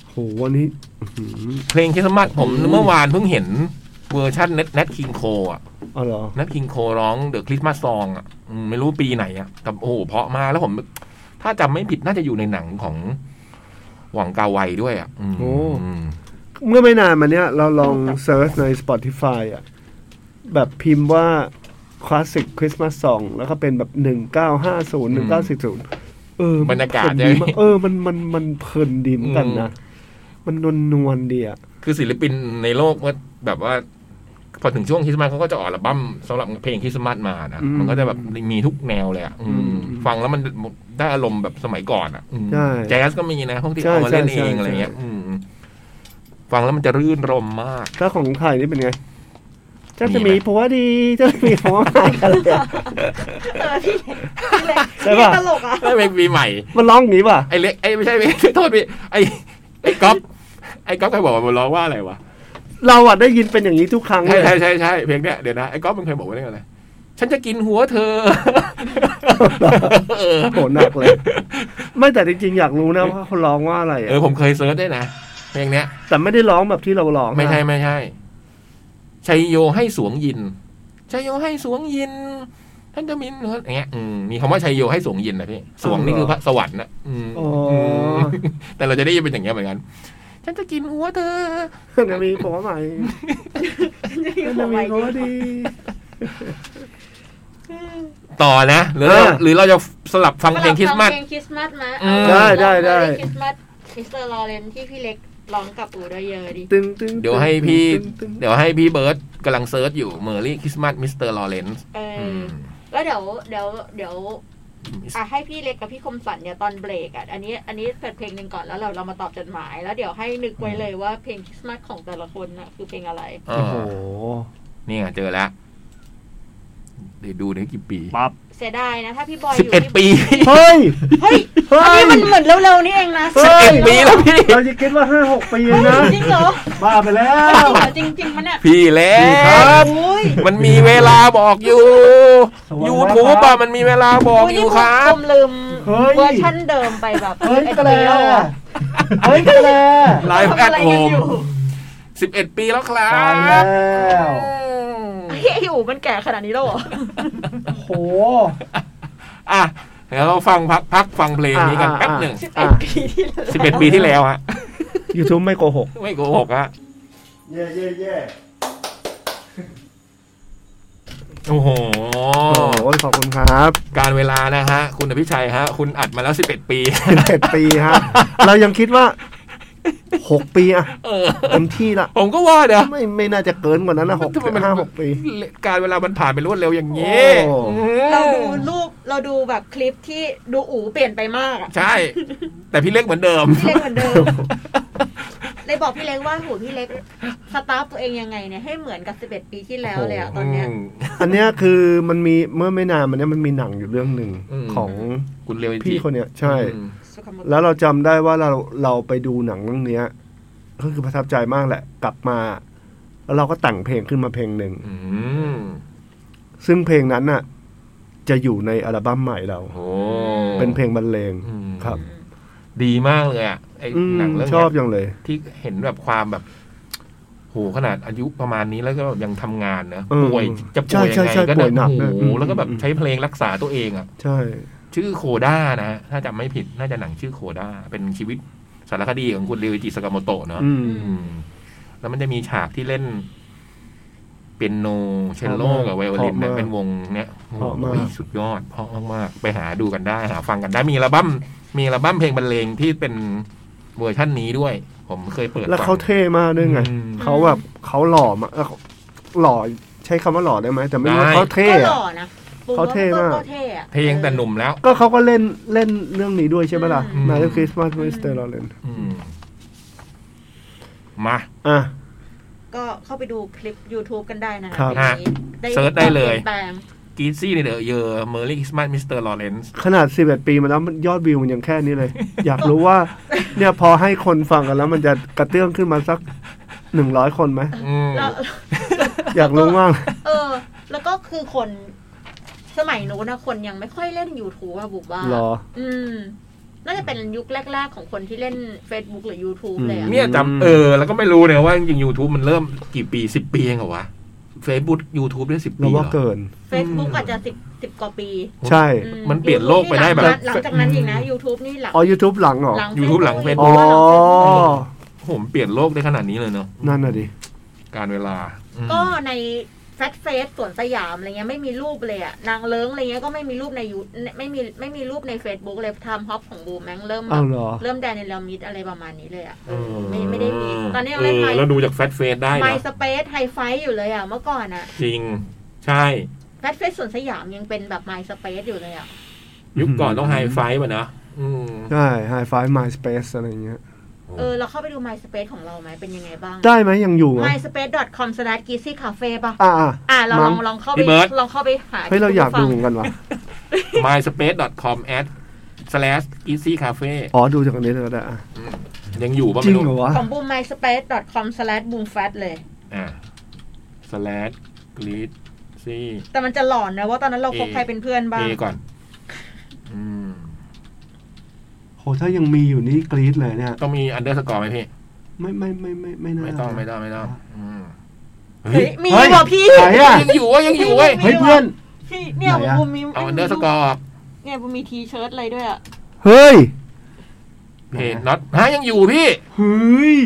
Speaker 3: โหวันนี้อื้อหือ
Speaker 2: เพลงคริสต์มาสผมเมื่อวานเพิ่งเห็นเวอร์ชันเน็ตเน็ตคิงโคอ่ะ
Speaker 3: อ๋อเหรอ
Speaker 2: นักคิงโคร้องเดอะคริสต์มาสซองอ่ะอืมไม่รู้ปีไหนอ่ะกับโอ้โหเพราะมากแล้วผม ถ้าจำไม่ผิดน่าจะอยู่ในหนังของหวังกาไวด้วยอ่ะม
Speaker 3: โอ้
Speaker 2: ม
Speaker 3: เมื่อไม่นานมาเนี้ยเราลองเซิร์ชใน Spotify อ่ะ แบบพิมพ์ว่าคลาสสิกคริสต์มาสซองแล้วก็เป็นแบบหนึ่งเก้าห้าศูนย์หนึ่งเก้าสี่ศูนย์เออบ
Speaker 2: รรยากาศ
Speaker 3: มัน
Speaker 2: เนี่
Speaker 3: ดี
Speaker 2: ย
Speaker 3: มากเออมันมันมันเพลินดีเหมือนกันนะ มันนวลนวลๆดีอ่ะ
Speaker 2: คือศิลปินในโลกว่าแบบว่า พอถึงช่วงคริสต์มาสเขาก็จะออกอัลบั้มสำหรับเพลงคริสต์มาสมานะ
Speaker 3: อืม
Speaker 2: มันก็จะแบบมีทุกแนวเลยอ่ะอืม
Speaker 3: อืม
Speaker 2: ฟังแล้วมันได้อารมณ์แบบสมัยก่อนอ่ะอืม
Speaker 3: ใช่
Speaker 2: แจ๊สก็มีนะพวกที่
Speaker 3: ใช่
Speaker 2: เอามาเล่นเอ
Speaker 3: ใช่ใช่
Speaker 2: งอะไรเงี้ยอืมฟังแล้วมันจะรื่นรมมาก
Speaker 3: ถ้าของไทยนี่เป็นไงเจ้าจะ
Speaker 2: มี
Speaker 3: มี
Speaker 2: ไหม
Speaker 3: ผัวดีเจ้าจะมีผัวใหม่อะไร อ่ะ
Speaker 4: เออพี่พี่เล็ก
Speaker 3: ใช่ปะ
Speaker 4: พี่ตลกอ่ะ
Speaker 2: แล้วเพลงปีใหม่
Speaker 3: มันร้องอย่างนี้ป่ะ
Speaker 2: ไอเล็กไอไม่ใช่ไม่ โทษพี่ไอไอก๊อฟไอก๊อฟเคยบอกว่ามันร้องว่าอะไรวะ
Speaker 3: เราอ่ะได้ยินเป็นอย่างนี้ทุกครั้งเล
Speaker 2: ใช่
Speaker 3: ย
Speaker 2: ใช่ใช่ใช่เพลงเนี้ยเดี๋ยวนะไอก๊อฟมันเคยบอกว่าเรื่องอะไรฉันจะกินหัวเธอเออ
Speaker 3: โหหนักเลย ไม่แต่จริงๆ อยากรู้นะว่าเขาร้องว่าอะไร
Speaker 2: เอ
Speaker 3: อ่ะ
Speaker 2: อผมเคยเซิร์ชด้วยนะเพลงเนี้ย
Speaker 3: แต่ไม่ได้ร้องแบบที่เราร้องนะ
Speaker 2: ไม่ใช่ไม่ใช่ชัยโยให้สวงยินชัยโยให้สวงยินท่านจะมินหัวอย่างเงี้ยอืมมีคำว่าชัยโยให้สวงยินนะพี่สวงนี่คือพระสวรรค์นะอืม
Speaker 3: อ๋อ
Speaker 2: ม แต่เราจะได้ยินเป็นอย่างเงี้ยเหมือนกันฉันจะกินหัวเธอ
Speaker 3: จะมีผัวใหม่จะมีผัวดี
Speaker 2: ต่อนะ หรือเรา
Speaker 3: อ่า
Speaker 2: หรือเราจะสลับฟังเพลงคริสต์มาส
Speaker 4: เพลงคริสต์มาสมา
Speaker 2: อืม
Speaker 3: ได้ได้ได้
Speaker 4: เพลงคริสต์มาสมิสเตอร์ลอเรนที่พี่เล็กร้องกับอูด้วยเยอะดิ
Speaker 3: ตึงตึง
Speaker 2: เดี๋ยวให้พี่
Speaker 3: ตึงตึง
Speaker 2: เดี๋ยวให้พี่เบิร์ตกำลังเซิร์ชอยู่เมอร์รี่คริสต์มาสมิสเตอร์ลอเรนซ์
Speaker 4: เอออแล้วเดี๋ยวเดี๋ยวเดี๋ยวอ่ะให้พี่เล็กกับพี่คมสันเนี่ยตอนเบรกอ่ะอันนี้อันนี้เปิดเพลงหนึ่งก่อนแล้วเราเรามาตอบจดหมาย แล้วเดี๋ยวให้นึกไว้เลยว่าเพลงคริสต์มาสของแต่ละคนน่ะคือเพลงอะไร
Speaker 2: โอ้
Speaker 3: โอ้โห
Speaker 2: นี่ไงเจอแล้ว เดี๋ยวดูในกี่ปี
Speaker 3: ปั๊บ
Speaker 4: เสียดายนะถ้าพี่บอยอ
Speaker 2: สิบ
Speaker 4: ยู่
Speaker 2: เอ็ด
Speaker 4: ที่
Speaker 2: ปี
Speaker 3: เฮ้ย
Speaker 4: เฮ้ย
Speaker 3: เฮ้
Speaker 4: อั
Speaker 3: ย
Speaker 4: นนี้มันเหมือนเร็วๆนี่เองนะ
Speaker 3: เฮ้ย
Speaker 2: สิบเอ็ดปีแล้วพี่
Speaker 3: เราจะคิดว่าห้าหกปีเอง
Speaker 4: เฮ้ย
Speaker 3: นะ
Speaker 4: จริงเหรอ
Speaker 3: บ้าไปแล้ว
Speaker 4: จริงจริงๆมันเนี่ย
Speaker 2: พี่แล้
Speaker 3: ดีครั
Speaker 2: ว
Speaker 3: บ
Speaker 4: โอ้ย
Speaker 2: มันมีเวลาบอกอยู่
Speaker 3: สวัสดีครับ
Speaker 2: ยูทูบอะมันมีเวลาบอกอยู่ครับ
Speaker 4: ผมลืม
Speaker 3: เฮ้ย
Speaker 4: เวอร์ชั่นเดิมไปแบบ
Speaker 3: เฮ้ย
Speaker 4: 11
Speaker 3: กระแล
Speaker 4: ปีวอะ
Speaker 3: เฮ้ยกระแล
Speaker 2: ไลฟ์แอ
Speaker 4: ทำะ
Speaker 2: ด
Speaker 4: ไร
Speaker 2: โฮ
Speaker 4: กั
Speaker 2: ม
Speaker 4: นอยู่
Speaker 2: สิบเอ็ดปีแล้วครั
Speaker 3: ตาย
Speaker 2: บ
Speaker 3: แล้ว
Speaker 4: เฮ้ยไอ้อู๋มันแก่ขนาดนี้แล้วเหรอ
Speaker 3: โอ้โห
Speaker 2: อ่ะเดี๋ยวเราฟังพักพักฟังเพลงนี้กันแป๊บหนึ่ง
Speaker 3: อ่ะ
Speaker 4: สิบเอ็ดปีที่แล้ว
Speaker 2: สิบเอ็ดปีที่แล้ว
Speaker 3: YouTube
Speaker 2: ฮะ
Speaker 3: ไม่โกหก
Speaker 2: ไม่โกหกฮะ
Speaker 3: เย่เย่เย่
Speaker 2: โอ้โห
Speaker 3: โอ้โหขอบคุณครับ
Speaker 2: การเวลานะฮะ คุณอภิชัยฮะ คุณอัดมาแล้ว 11 ปี
Speaker 3: เป็นเจ็ดปีฮะ เรายังคิดว่าหกปีอะ
Speaker 2: เออ
Speaker 3: เต็มที่ละ
Speaker 2: ผมก็ว่าเดี๋ยว
Speaker 3: ไม่ไม่น่าจะเกินกว่านั้นนะหก
Speaker 2: ทำไมมัน
Speaker 3: ห้าหกปี
Speaker 2: การเวลามันผ่านไปรวดเร็วอย่างนี้
Speaker 3: โอ้
Speaker 4: เราดูรูปเราดูแบบคลิปที่ดูอู๋เปลี่ยนไปมากอะ
Speaker 2: ใช่ แต่พี่เล็กเหมือนเดิม
Speaker 4: พี่เล็กเหมือนเดิมเลยบอกพี่เล็กว่าหูพี่เล็กสตาฟตัวเองยังไงเนี่ยให้เหมือนกับสิบเอ็ดปีที่แล้วเลยอะตอนเนี้ย
Speaker 2: ม
Speaker 3: อันเนี้ยคือมันมีเมื่อไม่นานมันเนี้ยมันมีหนังอยู่เรื่องหนึ่ง
Speaker 2: อืม
Speaker 3: ของ
Speaker 2: คุณเร็วจริง
Speaker 3: พี่คนเนี้ยใช่
Speaker 2: อืม
Speaker 4: สุขมงคล
Speaker 3: แล้วเราจำได้ว่าเราเราไปดูหนังเรื่องเนี้ยก็คือประทับใจมากแหละ กลับมา แล้วเราก็แต่งเพลงขึ้นมาเพลงหนึ่ง
Speaker 2: อืม
Speaker 3: ซึ่งเพลงนั้นน่ะ จะอยู่ในอัลบั้มใหม่เรา
Speaker 2: โอ้โห
Speaker 3: เป็นเพลงบรรเลง
Speaker 2: อืม
Speaker 3: ครับ
Speaker 2: ดีมากเลยอ่ะไอ้
Speaker 3: อืม
Speaker 2: หนังเรื่อง
Speaker 3: ชอบ
Speaker 2: เนี้ย
Speaker 3: อย่างเลย
Speaker 2: ที่เห็นแบบความแบบโหขนาดอายุประมาณนี้แล้วก็แบบยังทำงานนะ
Speaker 3: เออ
Speaker 2: ป่วยจะ
Speaker 3: ใช่
Speaker 2: ป่วยยัง
Speaker 3: ใช่
Speaker 2: ไง
Speaker 3: ใช่
Speaker 2: ก็
Speaker 3: ป่วยหนัก
Speaker 2: โอ้โห
Speaker 3: ด้วย
Speaker 2: แล้วก็แบบ
Speaker 3: อืม
Speaker 2: ใช้เพลงรักษาตัวเองอ่ะ
Speaker 3: ใช่
Speaker 2: ชื่อโคด้านะฮะถ้าจำไม่ผิดน่าจะหนังชื่อโคด้า เป็นชีวิตสารคดีของคุณเรวิจิสากาโมโตะเนาะ
Speaker 3: อืม
Speaker 2: อืม แล้วมันจะมีฉากที่เล่น เปียโนเชลโล
Speaker 3: ชอบมาก
Speaker 2: กับไวโอลินเนี่ย
Speaker 3: ชอบมาก
Speaker 2: เป็นวงเนี้ยโอ้โห
Speaker 3: ชอบมาก
Speaker 2: สุดยอดเพราะมากๆไปหาดูกันได้ หาฟังกันได้มีอัลบั้มมีอัลบั้มเพลงบรรเลงที่เป็นเวอร์ชั่นนี้ด้วย ผมเคยเปิด
Speaker 3: แล้ว
Speaker 2: ฟัง
Speaker 3: เขาเท่มากด้วยไง
Speaker 2: อืม
Speaker 3: เขาแบบเขาหล่อมากแล้วเขาหล่อใช้คำว่าหล่อได้ไหมแต่ไม่รู้
Speaker 2: ได้
Speaker 3: เขาเท่
Speaker 4: ก็
Speaker 3: อะ
Speaker 4: หล่อนะผมว่
Speaker 3: เขาเท่มาก
Speaker 4: ก็เท่อะ
Speaker 2: เพลงแต่หนุ่มแล้ว
Speaker 3: ก็เขาก็เล่นเล่นเรื่องนี้ด้วยใช่ไหมล่ะ
Speaker 2: อืม
Speaker 3: มาเรื่องคริสต์มาสมิสเตอร์ลอเรน
Speaker 2: อืมมา
Speaker 3: อ่ะ
Speaker 4: ก็เข้าไปดูคลิป YouTube กันได้นะะ
Speaker 3: ครับ
Speaker 4: เพลงนี้
Speaker 2: เสิร์ชได้เลย
Speaker 4: แปง
Speaker 2: กีซี่ในเดอะเยอร์เมอร์ลี่คริสต์มาสมิสเตอร์ลอเรนซ์
Speaker 3: ขนาด 11 ปีมาแล้วมันยอดวิวมันยังแค่นี้เลย อยากรู้ว่า เนี่ยพอให้คนฟังกันแล้วมันจะกระเตื้องขึ้นมาสัก 100 คนไหม
Speaker 4: แล้ว
Speaker 3: อยากรู้มาก
Speaker 4: เออ แล้วก็คือคนส สมัยนู้นนะคนยังไม่ค่อยเล่น YouTube อะบุบว่า
Speaker 3: หรอ
Speaker 4: อืม น่าจะเป็นยุคแรก ๆ ของคนที่เล่น Facebook หรือ YouTube เลยอะ
Speaker 2: เนี่ยจำเออ แล้วก็ไม่รู้เนี่ยว่าจริงๆ YouTube มันเริ่มกี่ปีสิบปีเองเหรอวะ Facebook YouTube ได้สิบปี
Speaker 3: เรา
Speaker 2: เหร
Speaker 3: ว่า
Speaker 2: อ
Speaker 3: เกิน
Speaker 4: Facebook
Speaker 2: อืม
Speaker 4: อาจจะสิบสิบกว่าปี
Speaker 3: ใช่
Speaker 4: อื
Speaker 2: มันเปลี่ยนโลกไปได้แบบ
Speaker 4: หลังจากนั้นอีกนะ YouTube นี่หลัง
Speaker 3: อ๋อ YouTube หลังเหรอ
Speaker 4: หลัง
Speaker 2: YouTube หลัง
Speaker 4: Facebook
Speaker 3: อ๋อ
Speaker 4: หลัง Facebook
Speaker 2: ผมเปลี่ยนโลกได้ขนาดนี้เลยเนาะ
Speaker 3: นั่นน่ะดิ
Speaker 2: การเวลาอืม
Speaker 4: ก็ในแฟลชเฟสสวนสยามอะไรเงี้ยไม่มีรูปเลยอะนางเลิ้งอะไรเงี้ยก็ไม่มีรูปในยูไม่มีไม่มีรูปใน Facebook เลยทำฮอปของบูมแม่งเริ่มแบ
Speaker 3: อ้าว
Speaker 4: บ
Speaker 3: เหรอ
Speaker 4: เริ่มแดนในเลมิดอะไรประมาณนี้เลยอะ
Speaker 2: เออ
Speaker 4: ไม่ไม่ได้มี ตอนนี้ยังเล่น
Speaker 2: เอ
Speaker 4: ไม
Speaker 2: อแล้วดูจากแฟชเฟซได้
Speaker 4: ไม
Speaker 2: นะ
Speaker 4: สเปซไฮไฟอยู่เลยอะเมื่อก่อนอะ
Speaker 2: จริง ใช่
Speaker 4: แฟลชเฟสสวนสยามยังเป็นแบบไมสเปซอยู่เลยอะ
Speaker 2: ยุคก่อนต้องไฮไฟป่ะนะอืม
Speaker 3: ใช่ไฮไฟม y สเปซอะไรเงี้ย
Speaker 4: เออเราเข้าไปดูไมสเปซของเราไหมเป็นยังไงบ้าง
Speaker 3: ได้ไหมยังอยู่อ่ะ
Speaker 4: myspace.com/geezycafe ป่ะ
Speaker 3: อ่า
Speaker 4: อ่ะเราลอง
Speaker 3: มั้ง
Speaker 4: ลองเข้าไป
Speaker 2: พี่เบิร์ด
Speaker 4: ลองเข้าไปหา
Speaker 3: เฮ้ย เราอยากดูเหมือนกันว่ะ
Speaker 2: myspace.com at slash easy cafe
Speaker 3: อ๋อ ดูจากอันนี้เลยก็ได้อ่ะ
Speaker 2: ยังอยู่ป่ะ
Speaker 3: จริ
Speaker 2: ไม่
Speaker 3: ง
Speaker 2: รู้
Speaker 3: เหรอวะ
Speaker 4: ของ boommyspace.com/boomfat เลย
Speaker 2: อ่า slash glitzy
Speaker 4: แต่มันจะหลอนนะว่าตอนนั้นเราคบใครเป็นเพื่อนบ้าง
Speaker 2: A ก่อน อืม
Speaker 3: โห ถ้ายังมีอยู่นี่กรี๊ดเลยเนี่ย
Speaker 2: ต้องมี underscore ไหมพี่
Speaker 3: ไม่ไม่ไม่ไม่ไม่น่า
Speaker 2: ไม่ต้องไม่ต้องไม่ต้องอืม
Speaker 4: เฮ้ยมี
Speaker 3: เฮ้ย
Speaker 4: ว่ะพี่
Speaker 3: ไหนอ่ะ
Speaker 2: ยังอยู่เว้ยยังอยู่เว้ย
Speaker 3: เฮ้ยเพื่อน
Speaker 4: พี่เนี่ย
Speaker 3: ไหนอะ
Speaker 4: บูมมี
Speaker 2: เอา underscore ออก
Speaker 4: เนี่ยบูมมีทีเชิร์ตอะไรด้วยอ่ะ
Speaker 3: เฮ้ย
Speaker 2: เพจน็อตฮะยังอยู่พี่
Speaker 3: เฮ้ย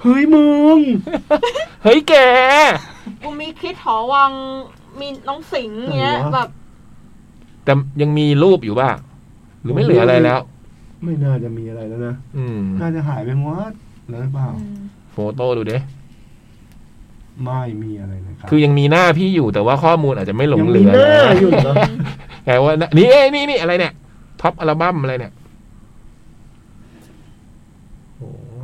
Speaker 3: เฮ้ยมึง
Speaker 2: เฮ้ยแก
Speaker 4: บูมมีคิดหอวังมีน้องสิงห์เนี้ย
Speaker 3: ไหนวะ
Speaker 4: แบบ
Speaker 2: แต่ยังมีรูปอยู่ป่ะ หรือไม่เหลืออะไรแล้ว
Speaker 3: ไม่น่าจะมีอะไรแล้วนะ
Speaker 2: อืม
Speaker 3: น่าจะหายไปหมดแล้วหรือเปล่า
Speaker 2: โฟโต้ดูดิ
Speaker 3: ไม่มีอะไรเลยครับ
Speaker 2: คือยังมีหน้าพี่อยู่แต่ว่าข้อมูลอาจจะไม่หลงเหลือ
Speaker 3: ยังมีหน้า
Speaker 2: แล้ว
Speaker 3: อยู่เหรอ
Speaker 2: แกว่าน่ะนี่เอ้ยนี่นี่อะไรเนี่ยท็อปอัลบั้มอะไรเนี่ย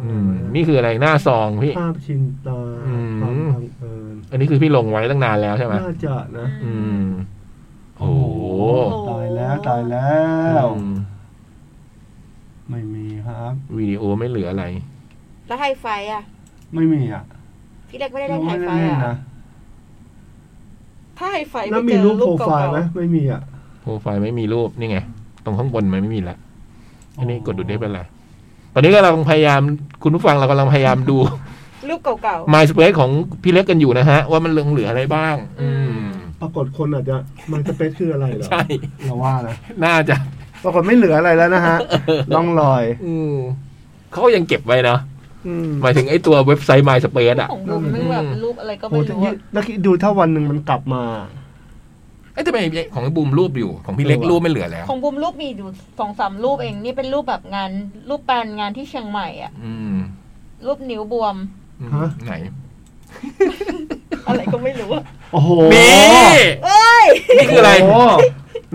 Speaker 2: อืมนี่คืออะไรหน้าซองพี่
Speaker 3: ภาพชินตา
Speaker 2: อืม
Speaker 3: ความบังเอิญ
Speaker 2: อันนี้คือพี่ลงไว้ตั้งนานแล้วใช่ไหม
Speaker 3: น่าจะนะ
Speaker 2: อืมโอ้โห
Speaker 3: ตายแล้วตายแล้
Speaker 2: อื
Speaker 3: ว
Speaker 2: ม
Speaker 3: ไม่มีครับ
Speaker 2: วิดีโอไม่เหลืออะไร
Speaker 4: แล้วไฮไฟอ่ะ
Speaker 3: ไม่มีอ่ะ
Speaker 4: พี่เล็กไม่ได้
Speaker 3: เรา
Speaker 4: เล่นไฮ
Speaker 3: ไม่ได้
Speaker 4: ไฟ
Speaker 3: เล่น
Speaker 4: อ่ะ
Speaker 3: นะ
Speaker 4: ถ้าไฮไฟไป
Speaker 3: แล้ว
Speaker 4: เจ
Speaker 3: มี
Speaker 4: อ
Speaker 3: รูป
Speaker 4: รู
Speaker 3: โปร
Speaker 4: ป
Speaker 3: ไฟ
Speaker 4: เก่า
Speaker 3: ล์ไหมไม่มีอ่ะ
Speaker 2: โปรไฟล์ไม่มีรูปนี่ไง ตรงข้างบนมันไม่มีแล้วอันนี้กดดูได้เป็นไร ตอนนี้ก็เราพยายามคุณผู้ฟังเรากำลังพยายามดู
Speaker 4: ๆรูปเก่า
Speaker 2: m y s p a c e ของพี่เล็กกันอยู่นะฮะ ว่ามันเหลืองเหลืออะไรบ้าง อืม
Speaker 3: ปรากฏคนอาจจะมันสเปซคืออะไรเหรอ
Speaker 2: ใช่
Speaker 3: เราว่านะ
Speaker 2: น่าจะ
Speaker 3: ปรากฏไม่เหลืออะไรแล้วนะ ฮะล่องลอย
Speaker 2: อืมเขายังเก็บไว้นะ
Speaker 3: อืม
Speaker 2: หมายถึงไอ้ตัวเว็บไซต์ MySpace
Speaker 4: ๆ
Speaker 2: อ่ะ
Speaker 4: ของบูมไม่แบบรูปอะไรก็
Speaker 3: โห
Speaker 4: ไม่
Speaker 3: จะ
Speaker 4: รู้
Speaker 3: ยึ
Speaker 4: อะ
Speaker 3: ดแล้วคิดดูถ้าวันหนึ่งมันกลับมา
Speaker 2: ไอ้ทำไมของไอ้บูมรูปอยู่ของพี่เล็ก
Speaker 3: เออว่ะ
Speaker 2: รูปไม่เหลือแล้ว
Speaker 4: ของบูมรูปมีอยู่สองสามรูปเองนี่เป็นรูปแบบงานรูปแปลนงานที่เชียงใหม่อ่ะ
Speaker 2: อืม
Speaker 4: รูปนิ้วบวม
Speaker 2: อืม
Speaker 3: ฮะ
Speaker 2: ไหน
Speaker 4: อะไรก็ไม่รู้อะ
Speaker 3: โอ้โห
Speaker 2: นี่
Speaker 4: เอ้ย
Speaker 2: นี่คืออะไร
Speaker 3: โโห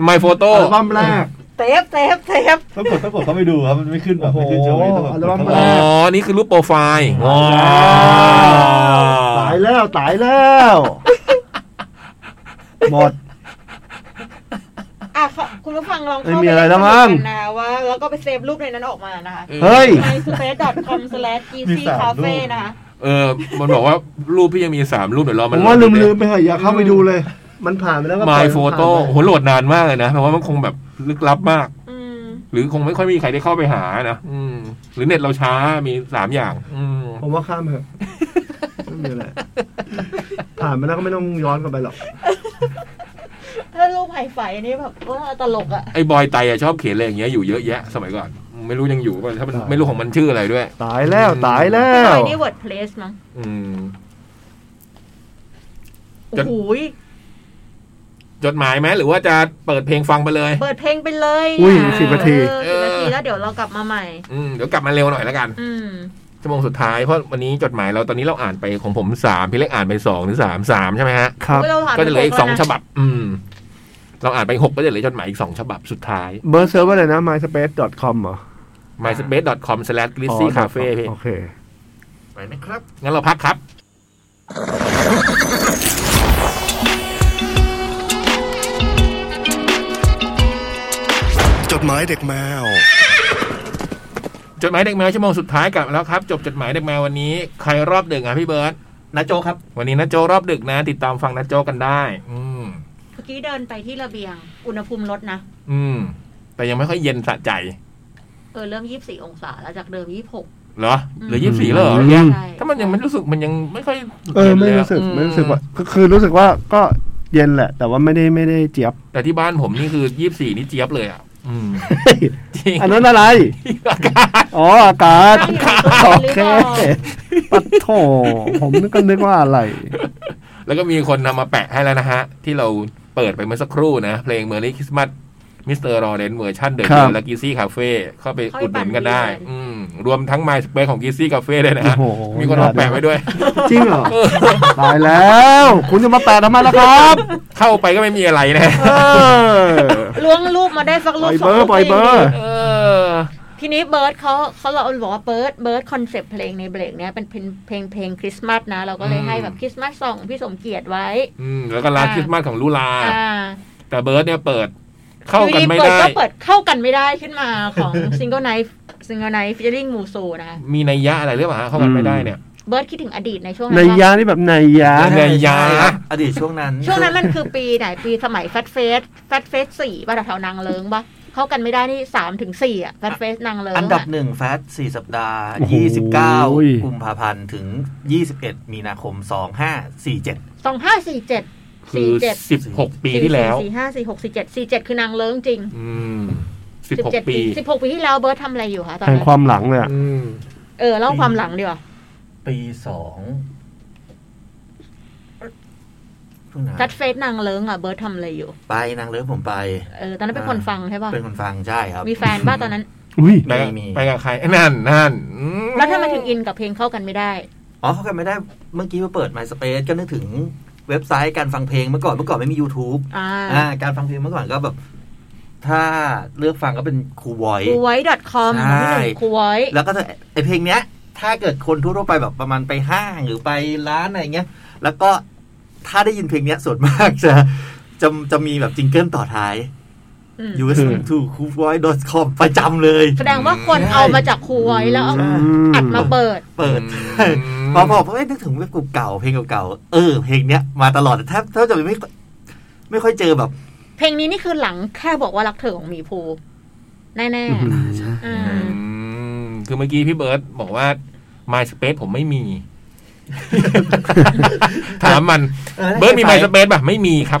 Speaker 2: My Photo
Speaker 3: อัลบั้มแรก
Speaker 4: เซฟเซฟเซฟ
Speaker 6: ต้องกดต้องกดเข้าไปดูครับ มันไม่ขึ้นแบบ
Speaker 3: โอ้
Speaker 6: ไม่ขึ้
Speaker 3: โห
Speaker 6: นโชว์นี่ต้องกด
Speaker 3: อัลบั้ม
Speaker 6: เข้า
Speaker 2: อ๋
Speaker 6: ไป
Speaker 2: อ นี่คือรูปโปรไฟล์อ๋อ
Speaker 3: ตายแล้วตายแล้ว หมด
Speaker 4: อ่ะค่ะคุณผู้ฟังลองเข้า
Speaker 3: ไม่
Speaker 4: ป
Speaker 3: มีอะไรแล้วมั้ง
Speaker 4: ดูกันนะว่า แล้วก็ไปเซฟรูปในนั้นออกมานะคะ
Speaker 2: ออ
Speaker 3: เฮ้ย
Speaker 4: myspace.com/easycafe นะคะ
Speaker 2: เออ มันบอกว่ารูปพี่ยังมีสามรูปเดี๋ยวรอ
Speaker 3: ผ
Speaker 2: มัน
Speaker 3: มว่า
Speaker 2: โหล
Speaker 3: ลื
Speaker 2: ด
Speaker 3: ม
Speaker 2: ดิ
Speaker 3: ลืมๆไปเถอะอย่าเข้าไปดูเลย มันผ่านไปแล้วก็ปล่อย
Speaker 2: My
Speaker 3: มันผ่านไป
Speaker 2: Photo โหโหลดนานมากเลยนะเพราะว่ามันคงแบบลึกลับมาก
Speaker 4: อืม
Speaker 2: หรือคงไม่ค่อยมีใครได้เข้าไปหานะอืม หรือเน็ตเราช้ามีสามอย่าง อืม
Speaker 3: ผมว่าข้ามเถอะไม่มีอะไรผ่านไปแล้วก็ไม่ต้องย้อนกลับไปหรอก
Speaker 4: ถ้ารูปไฮไฟอันนี้แบบว่าตลกอะ
Speaker 2: ไอ้บอยไตอะชอบเขียนอะไรอย่างเงี้ยอยู่เยอะแยะ สมัยก่อนไม่รู้ยังอยู่ป่ะถ้ามัน
Speaker 3: ใช่
Speaker 2: ไม่รู้ของมันชื่ออะไรด้วย
Speaker 3: ตายแล้วตายแล้
Speaker 4: ต
Speaker 3: ว
Speaker 4: อนนี้เวิร์ดเพลสมั้ง
Speaker 2: อืม
Speaker 4: โอ้
Speaker 2: จะ
Speaker 4: โหย
Speaker 2: จดหมายไหมหรือว่าจะเปิดเพลงฟังไปเลย
Speaker 4: เปิดเพลงไปเลย
Speaker 3: อุ้ย
Speaker 4: ค่ะ
Speaker 3: สิบนาที
Speaker 4: เออสิบนาทีแล้วเดี๋ยวเรากลับมาใหม่
Speaker 2: อืมเดี๋ยวกลับมาเร็วหน่อยแล้วกัน
Speaker 4: อืม
Speaker 2: ชั่วโมงสุดท้ายเพราะวันนี้จดหมายเราตอนนี้เราอ่านไปของผมสามพี่เล็กอ่านไปสองหรือสามสามใช่ไหมฮะ
Speaker 3: ครับ
Speaker 4: เราถาม
Speaker 2: ก็จะเหลืออีก
Speaker 4: ทุ
Speaker 2: สอง
Speaker 4: คน
Speaker 2: ฉ
Speaker 4: นะ
Speaker 2: บับ อืม เราอ่านไปหกก็จะเหลือจดหมายอีกสองฉบับสุดท้าย
Speaker 3: เบอร์เซิร์ฟอะไรนะ myspace.com เหรอ
Speaker 2: myspace.com/glitzycafe พี่
Speaker 3: โอเค
Speaker 1: ไปนะครับ
Speaker 2: งั้นเราพักครับ
Speaker 5: จดหมายเด็กแมว
Speaker 2: จดหมายเด็กแมวชั่วโมงสุดท้ายกลับมาแล้วครับ จบจดหมายเด็กแมววันนี้ ใครรอบดึกอ่ะพี่เบิร์ต
Speaker 1: นะโจครับ
Speaker 2: วันนี้นะโจรอบดึกนะ ติดตามฟังนะโจกันได้ อืม
Speaker 4: กี้เดินไปที่ระเบียง อุณหภูมิลดนะ
Speaker 2: อืม แต่ยังไม่ค่อยเย็นสะใจ
Speaker 4: เออ เริ่มยี่สิบสี่องศาแล้วจากเดิมยี่สิบหก
Speaker 2: เหรอเหรือ
Speaker 4: อืม
Speaker 2: ยี่สิบสี่แล้วเหรอ
Speaker 3: อืม
Speaker 2: เนี่ย
Speaker 4: ใช่
Speaker 2: ถ้ามันยังไม่รู้สึกมันยังไม่ค่อย
Speaker 3: เออ
Speaker 2: ย็น
Speaker 3: ไม่
Speaker 2: ลยะ
Speaker 3: รู้สึก
Speaker 2: อื
Speaker 3: ไม่รู้สึกว่าก็คือรู้สึกว่าก็เย็นแหละ แต่ว่าไม่ได้ไม่ได้เจี๊ยบ
Speaker 2: แต่ที่บ้านผมนี่คือยี่สิบสี่นี่เจี๊ยบเลยอ่ะอืมจริง
Speaker 3: อันนั้นอะไร
Speaker 2: อากาศ
Speaker 3: อ๋ออากาศ
Speaker 4: ตั้งอยู่
Speaker 3: โอ
Speaker 4: ในตู้เย็นหรือ
Speaker 3: เค
Speaker 4: เปล่า
Speaker 3: ปัดโถผมนึกก็นึกว่าอะไร
Speaker 2: แล้วก็มีคนนำมาแปะให้แล้วนะฮะ ที่เราเปิดไปเมื่อสักครู่นะ เพลงเมอร์ลี่คริสต์มาสมิสเตอร์รอเรนเวอร์ชันเดอะ
Speaker 3: ครั
Speaker 2: เด
Speaker 3: บ
Speaker 2: และกีซี่คาเฟ่เข้าไป
Speaker 4: เข้าไป
Speaker 2: อุดหนุนกัน
Speaker 4: ปั่น
Speaker 2: ได้
Speaker 4: ดีเลย
Speaker 2: อืม รวมทั้งไมล์สเปซของกีซี่คาเฟ่ด้วยนะ
Speaker 3: โอ้
Speaker 2: ฮะ
Speaker 3: โห
Speaker 2: มีคนมาแปะไว้ด้วย
Speaker 3: จริงเหรอตายแล้ว คุณจะมาแปะทำไมล่ะครับ
Speaker 2: เข้าไปก็ไม่มีอะไรนะ
Speaker 3: เออ
Speaker 4: ล้วงรูปมาได้สักรูปสองรูป
Speaker 3: ปล่อยเบอร์ปล่อยเบอร์
Speaker 4: ก็ยังดี
Speaker 2: เออ
Speaker 4: ทีนี้เบิร์ดเขาเขาเราบอกว่าเบิร์ดเบิร์ดคอนเซปต์เพลงในเบรกเนี้ยเป็นเพลงเพลงเพลงคริสต์มาสนะ เราก็เลย
Speaker 2: อืม
Speaker 4: ให้แบบคริสต์มาสซองของพี่สมเกียรติไว้
Speaker 2: อืมแล้วก็ร้านคริสต์มาสของลูลา
Speaker 4: อ่า
Speaker 2: แต่เบิร์ดเนี่ยเปิดเข้ากันไม่
Speaker 4: อยู่
Speaker 2: ได้
Speaker 4: ๆเปิดก็เปิดเข้ากันไม่ได้ขึ้นมาของ ซิงเกิลไนฟ์ซิงเกิลไนฟ์ฟิชเชอริงมูซูนะคะ
Speaker 2: มีนัยยะอะไรหรือเปล่าฮะเข้ากันไม่ได้เนี่ย
Speaker 4: เบิร์ดคิดถึงอดีตในช่วง
Speaker 3: ใน
Speaker 4: นั้น
Speaker 3: ยา
Speaker 4: ว่า
Speaker 3: นี่แบบในยา
Speaker 2: ในยา
Speaker 7: อดีตช่วงนั้น
Speaker 4: ช่วงนั้นมันคือปีไหนปีสมัยแฟตเฟสแฟตเฟสสี่ป่ะแถวๆนางเลิงป่ะเข้ากันไม่ได้นี่สามถึงสี่อะแฟตเฟสนางเลิง
Speaker 7: อันดับหนึ่งแฟตสี่สัปดาห์ 29 กุมภาพันธ์ถึง 21 มีนาคม 2547
Speaker 4: สองห้าสี่เจ็ด
Speaker 2: คื
Speaker 4: สี่
Speaker 2: อ
Speaker 4: เจ็ด
Speaker 2: สิบหกปีที่แล้ว
Speaker 4: สี่ห้าสี่หกสี่เจ็ดสี่เจ็ดคือนางเลิงจริง
Speaker 2: อืมสิบหก
Speaker 4: 17
Speaker 2: ปี
Speaker 4: สิบหกปีที่แล้วเบิร์ดทำอะไรอยู่คะตอน
Speaker 3: แห่ง
Speaker 4: นั้น
Speaker 3: ความหลังเลยอะ
Speaker 2: อืม
Speaker 4: เออเล่าความหลังดีกว่า
Speaker 7: ปี 2 ช่วงนั้น
Speaker 4: แฟตเฟสนางเลิงอะเบิร์ดทำอะไรอยู่
Speaker 7: ไปนางเลิฟผมไป
Speaker 4: เออตอนนั้นเป็นคนฟังใช่ป่ะ
Speaker 7: เป็นคนฟังใช่ครับ
Speaker 4: มีแฟนป่ะตอนนั้น
Speaker 3: อุ้ย
Speaker 2: ไปกับ
Speaker 7: มี
Speaker 2: ไปกับใครนั่นนั่นอืม
Speaker 4: แล้วทำไมถึงอินกับเพลงเข้ากันไม่ได้
Speaker 7: อ๋อเขากันไม่ได้เมื่อกี้มาเปิด MySpace ก็นึกถึงเว็บไซต์การฟังเพลงเมื่อก่อนเมื่อก่อนไม่มี YouTube
Speaker 4: อ่า
Speaker 7: อ่าการฟังเพลงเมื่อก่อนก็แบบ ถ้าเลือกฟังก็เป็นครูบอย
Speaker 4: คูไว้ .com
Speaker 7: ใช่
Speaker 4: ครูไว้
Speaker 7: แล้วก็จะไอเพลงเนี้ย ถ้าเกิดคนทั่วๆไปแบบประมาณไปห้างหรือไปร้านอะไรเงี้ย แล้วก็ถ้าได้ยินเพลงเนี้ยส่วนมากจะ จะจะมีแบบจิงเกิลต่อท้าย
Speaker 4: อืม
Speaker 7: u s to c o o l o c o m ประจำเลย
Speaker 4: แสดงว่าคนเอามาจากครูไว้แล้วเอา
Speaker 7: ใช่
Speaker 4: อัดมาเปิด
Speaker 7: เปิด
Speaker 2: ม
Speaker 7: พอบอกเอ้ยนึกถึงเว็บเก่าๆเพลงเก่าๆเออเพลงเนี้ยมาตลอดแต่แทบแทบจะไม่ ไม่ค่อยเจอแบบ
Speaker 4: เพลงนี้นี่คือหลังแค่บอกว่ารักเธอของหมีภู แน่
Speaker 3: อืม
Speaker 4: ๆอื
Speaker 2: อื
Speaker 4: ม
Speaker 2: มคือเมื่อกี้พี่เบิร์ตบอกว่า MySpace ผมไม่มี ถามมัน
Speaker 7: เออแล้ว
Speaker 2: เบิร์ตมี
Speaker 7: Hi-Fi
Speaker 2: MySpace ป่ะไม่มีครับ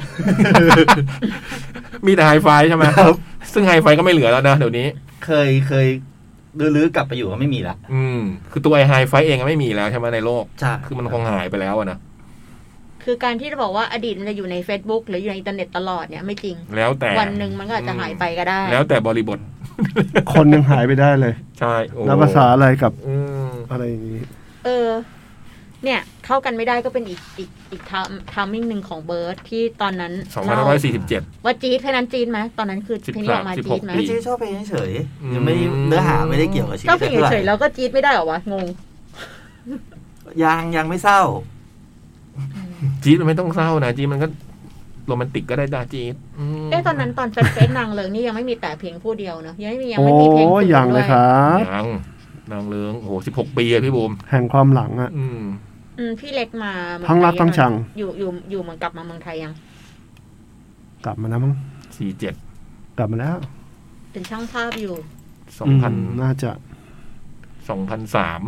Speaker 2: มีแต่ไฮไฟใช่ไหม
Speaker 7: ครับ
Speaker 2: ซึ่งไฮไฟก็ไม่เหลือแล้วนะเดี๋ยวนี้
Speaker 7: เคยเคยลื้อๆกลับไปอยู่ก็ไม่มีละ
Speaker 2: อืม คือตัวไอไฮไฟเองอะไม่มีแล้วใช่ไหมในโลก
Speaker 7: ใช่
Speaker 2: คือมันคงหายไปแล้วอะนะ
Speaker 4: คือการที่จะบอกว่าอดีตมันจะอยู่ใน Facebook หรืออยู่ในอินเทอร์เน็ตตลอดเนี่ยไม่จริง
Speaker 2: แล้วแต่
Speaker 4: วันหนึ่งมันก็อาจจะหายไปก็ได้
Speaker 2: แล้วแต่บริบท
Speaker 3: คนยังหายไปได้เลย
Speaker 2: ใช่โอ้
Speaker 3: แล้วภาษาอะไรกับ
Speaker 2: อืม
Speaker 3: อะไรอย่างนี้
Speaker 4: เออ เนี่ยเข้ากันไม่ได้ก็เป็นอีกอีกอีกทามทามมิ่งหนึ่งของเบิร์ดที่ตอนนั้น
Speaker 2: สองพัน
Speaker 4: เรา
Speaker 2: ห้าร้อยสี่สิบเจ็ด
Speaker 4: ว่าจี๊ดเพลงนั้นจี๊ดไหมตอนนั้นคือเพลงนี้ออกมา
Speaker 2: สิบสาม
Speaker 4: จี๊ดไหม
Speaker 2: สิ
Speaker 7: ไม่
Speaker 2: บหก
Speaker 7: ใช่ชอบเพลงเฉยๆ
Speaker 2: อืม
Speaker 7: ยังไม่เนื้อหาไม่ได้เกี่ยวกับชีวิ
Speaker 4: ก็
Speaker 7: ต
Speaker 4: เพลง
Speaker 7: ท่าไหร่
Speaker 4: เฉยๆแล้วก็จี๊ดไม่ได้เหรอวะงง
Speaker 7: ยังยังไม่เศร้า
Speaker 2: จี๊ดมันไม่ต้องเศร้านะจี๊ดมันก็โรแมนติกก็ได้ดาจี๊ดม
Speaker 4: เอ๊ะตอนนั้นตอนเฟสเฟสนางเลิงนี่ยังไม่มีแต่เพลงผู้เดียวเนอะยังไม่มียังไม่มีเพลง
Speaker 3: โอ้
Speaker 4: อื่น
Speaker 3: อย่างเล
Speaker 4: ด้วย
Speaker 3: ครับ
Speaker 2: ยังนางเลิงโอ้โหสิบหกปีอะพี่บูม
Speaker 3: แห่งความหลังอะ
Speaker 2: อืม
Speaker 4: อืมพี่เล็กมาเมือ
Speaker 3: ทั้งรัก
Speaker 4: ไทย
Speaker 3: ทั้งชัง
Speaker 4: อยู่อยู่อยู่เมืองกลับมาเมืองไทยยัง
Speaker 3: กลับมานะมั้ง
Speaker 2: สี่เจ็ด
Speaker 3: กลับมาแล้ว
Speaker 4: เป็นช่างภาพอยู่
Speaker 2: สองพัน
Speaker 3: มน่าจะ
Speaker 2: สองพันสาม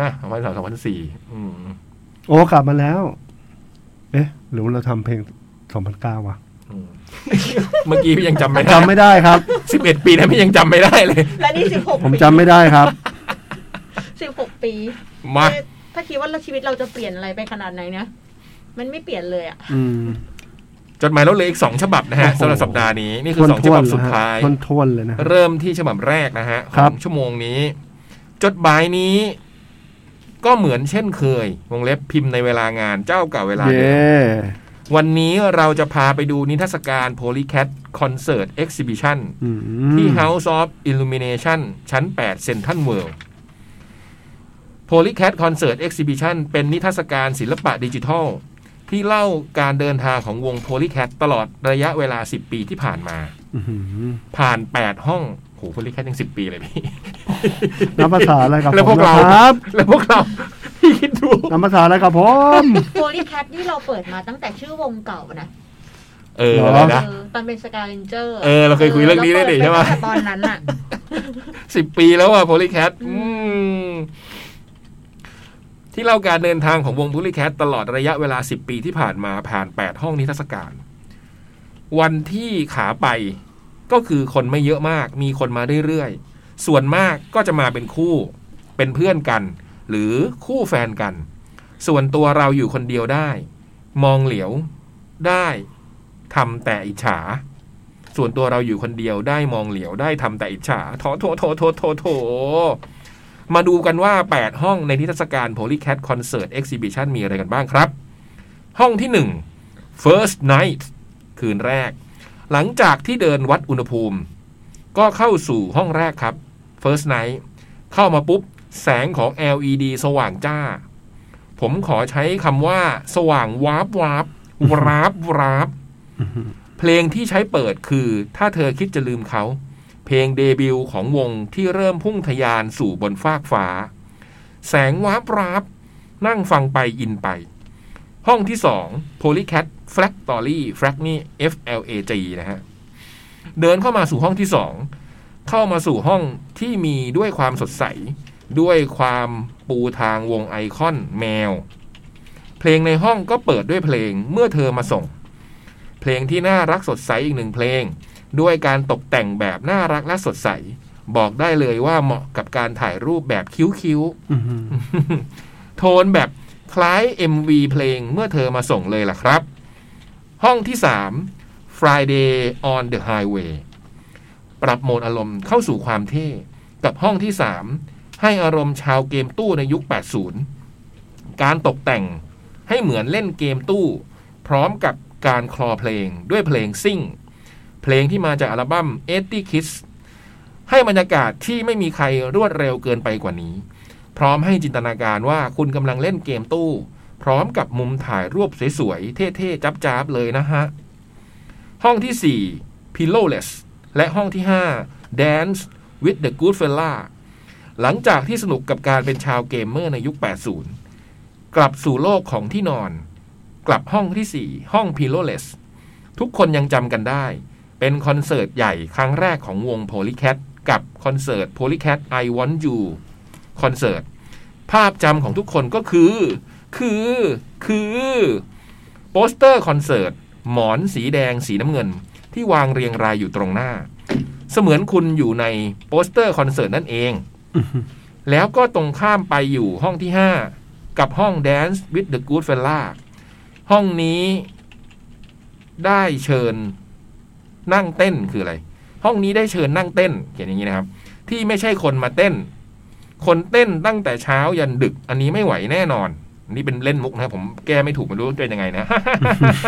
Speaker 2: นะสองพันสามสองพันสี่อืม
Speaker 3: โอ้กลับมาแล้ว เอ๊ะ หรือว่าเราทำเพลงสองพันเก้าวะ
Speaker 2: อืมเมื่อกี้พี่ยังจำไม่
Speaker 3: จำไม่ได้ครับ
Speaker 2: สิบเอ็ดปีนะพี่ยังจำไม่ได้เลย
Speaker 4: และนี่สิบหก
Speaker 3: ผม
Speaker 4: ปี
Speaker 3: จำไม่ได้ครับ
Speaker 4: สิบหกปี
Speaker 2: มา
Speaker 4: เอ๊ะถ้าคิดว่าชีวิตเราจะเปลี่ยนอะไรไปขนาดไหนเนี่ยมันไม่เปลี่ยนเลยอะ
Speaker 3: อืม
Speaker 2: จดหมายเราเหลยอีกสองฉบับนะฮะสำหรับสัปดาห์นี้นี่คือสองฉบับสุดท้าย
Speaker 3: ทวนๆเหรอฮะทวนๆเลยนะฮะ
Speaker 2: เริ่มที่ฉบับแรกนะฮะข
Speaker 3: ครั
Speaker 2: อบ งชั่วโมงนี้ จดหมายนี้ ก็เหมือนเช่นเคย วงเล็บพิมพ์ในเวลางานเจ้าเก่าเวลา
Speaker 3: เย
Speaker 2: เดิม้ วันนี้เราจะพาไปดูนิทรรศการ Polycat Concert Exhibition
Speaker 3: อืม
Speaker 2: ที่ House of Illumination ชั้น 8 Central World Polycat Concert Exhibition เป็นนิทรรศการศิลปะดิจิทัล ที่เล่าการเดินทางของวง Polycat ตลอดระยะเวลา 10 ปีที่ผ่านมา
Speaker 3: อื้อหือ
Speaker 2: ผ่าน 8 ห้องโหคนเรียกแค่ยังสิบปีเลยพี่
Speaker 3: นับภาษาอะไรกับ
Speaker 2: แล้ว
Speaker 3: ผ
Speaker 2: พว
Speaker 3: ม
Speaker 2: กเรา
Speaker 3: ครับ
Speaker 2: แล้วพวกเรา พี่คิดดู
Speaker 3: นับภาษาอะไรกับผม
Speaker 4: โพลีแคทนี่เราเปิดมาตั้งแต่ชื่อวงเก่านะ
Speaker 2: เอออะไรนะ
Speaker 4: เออตอนเป็นสกาเลนเจอร์
Speaker 2: เออเราเคยคุยเรื่องนี้ได้นี่ใช่ปะ
Speaker 4: ตั้งแต่ตอนนั้นอะ
Speaker 2: สิบปีแล้วอ่ะโพลีแคทที่เล่าการเดินทางของวงโพลีแคทตลอดระยะเวลาสิบปีที่ผ่านมาผ่านแปดห้องนิทรรศการ วันที่ขาไปก็คือคนไม่เยอะมาก มีคนมาเรื่อยๆ ส่วนมากก็จะมาเป็นคู่ เป็นเพื่อนกัน หรือคู่แฟนกัน ส่วนตัวเราอยู่คนเดียวได้ มองเหลียวได้ทำแต่อิจฉา ส่วนตัวเราอยู่คนเดียวได้มองเหลียวได้ทำแต่อิจฉาโถโถโถโถโถโถมาดูกันว่า 8 ห้องในนิทรรศการ Polycat Concert Exhibition มีอะไรกันบ้างครับ ห้องที่ 1 First Night คืนแรก หลังจากที่เดินวัดอุณหภูมิ ก็เข้าสู่ห้องแรกครับ First Night เข้ามาปุ๊บ แสงของ LED สว่างจ้า ผมขอใช้คำว่า สว่างวาบวาบวาบวาบ เพลงที่ใช้เปิดคือถ้าเธอคิดจะลืมเขา เพลงเดบิวต์ของวงที่เริ่มพุ่งทะยานสู่บนฟากฟ้า แสงวาบราบ นั่งฟังไปอินไป ห้องที่สอง Polycat f l a g t o r y f l a g นี่ F L A G นะฮะ เดินเข้ามาสู่ห้องที่สอง เข้ามาสู่ห้องที่มีด้วยความสดใส ด้วยความปูทางวงไอคอนแมว เพลงในห้องก็เปิดด้วยเพลงเมื่อเธอมาส่ง เพลงที่น่ารักสดใสอีกหนึ่งเพลง ด้วยการตกแต่งแบบน่ารักและสดใส บอกได้เลยว่าเหมาะกับการถ่ายรูปแบบคิ้ว
Speaker 3: อื้อหือ
Speaker 2: ๆ โทนแบบคล้าย MV เพลงเมื่อเธอมาส่งเลยล่ะครับ ห้องที่ 3 Friday on the Highway ปรับโหมดอารมณ์เข้าสู่ความเท่ กับห้องที่ 3 ให้อารมณ์ชาวเกมตู้ในยุค 80 การตกแต่งให้เหมือนเล่นเกมตู้ พร้อมกับการคลอเพลงด้วยเพลงซิ่ง เพลงที่มาจากอัลบั้ม80 Kids ให้บรรยากาศที่ไม่มีใครรวดเร็วเกินไปกว่านี้ พร้อมให้จินตนาการว่าคุณกำลังเล่นเกมตู้ พร้อมกับมุมถ่ายรูปสวยๆ เท่ๆ จับๆ เลยนะฮะ ห้องที่ 4 Pillowless และห้องที่ 5 Dance with the Good Fella หลังจากที่สนุกกับการเป็นชาวเกมเมอร์ในยุค 80 กลับสู่โลกของที่นอน กลับห้องที่ 4 ห้อง Pillowless ทุกคนยังจำกันได้ เป็นคอนเสิร์ตใหญ่ครั้งแรกของวง Polycat กับคอนเสิร์ต Polycat I Want You คอนเสิร์ต ภาพจำของทุกคนก็คือ คือ คือ โปสเตอร์คอนเสิร์ต หมอนสีแดงสีน้ำเงิน ที่วางเรียงรายอยู่ตรงหน้า เสมือนคุณอยู่ในโปสเตอร์คอนเสิร์ตนั่นเอง แล้วก็ตรงข้ามไปอยู่ห้องที่ 5 กับห้อง Dance with the Good Fella ห้องนี้ได้เชิญนั่งเต้นคืออะไร ห้องนี้ได้เชิญนั่งเต้นเขียนอย่างนี้นะครับ ที่ไม่ใช่คนมาเต้น คนเต้นตั้งแต่เช้ายันดึก อันนี้ไม่ไหวแน่นอน นี่เป็นเล่นมุกนะครับผมแก้ไม่ถูกไม่รู้เป็นยังไงนะ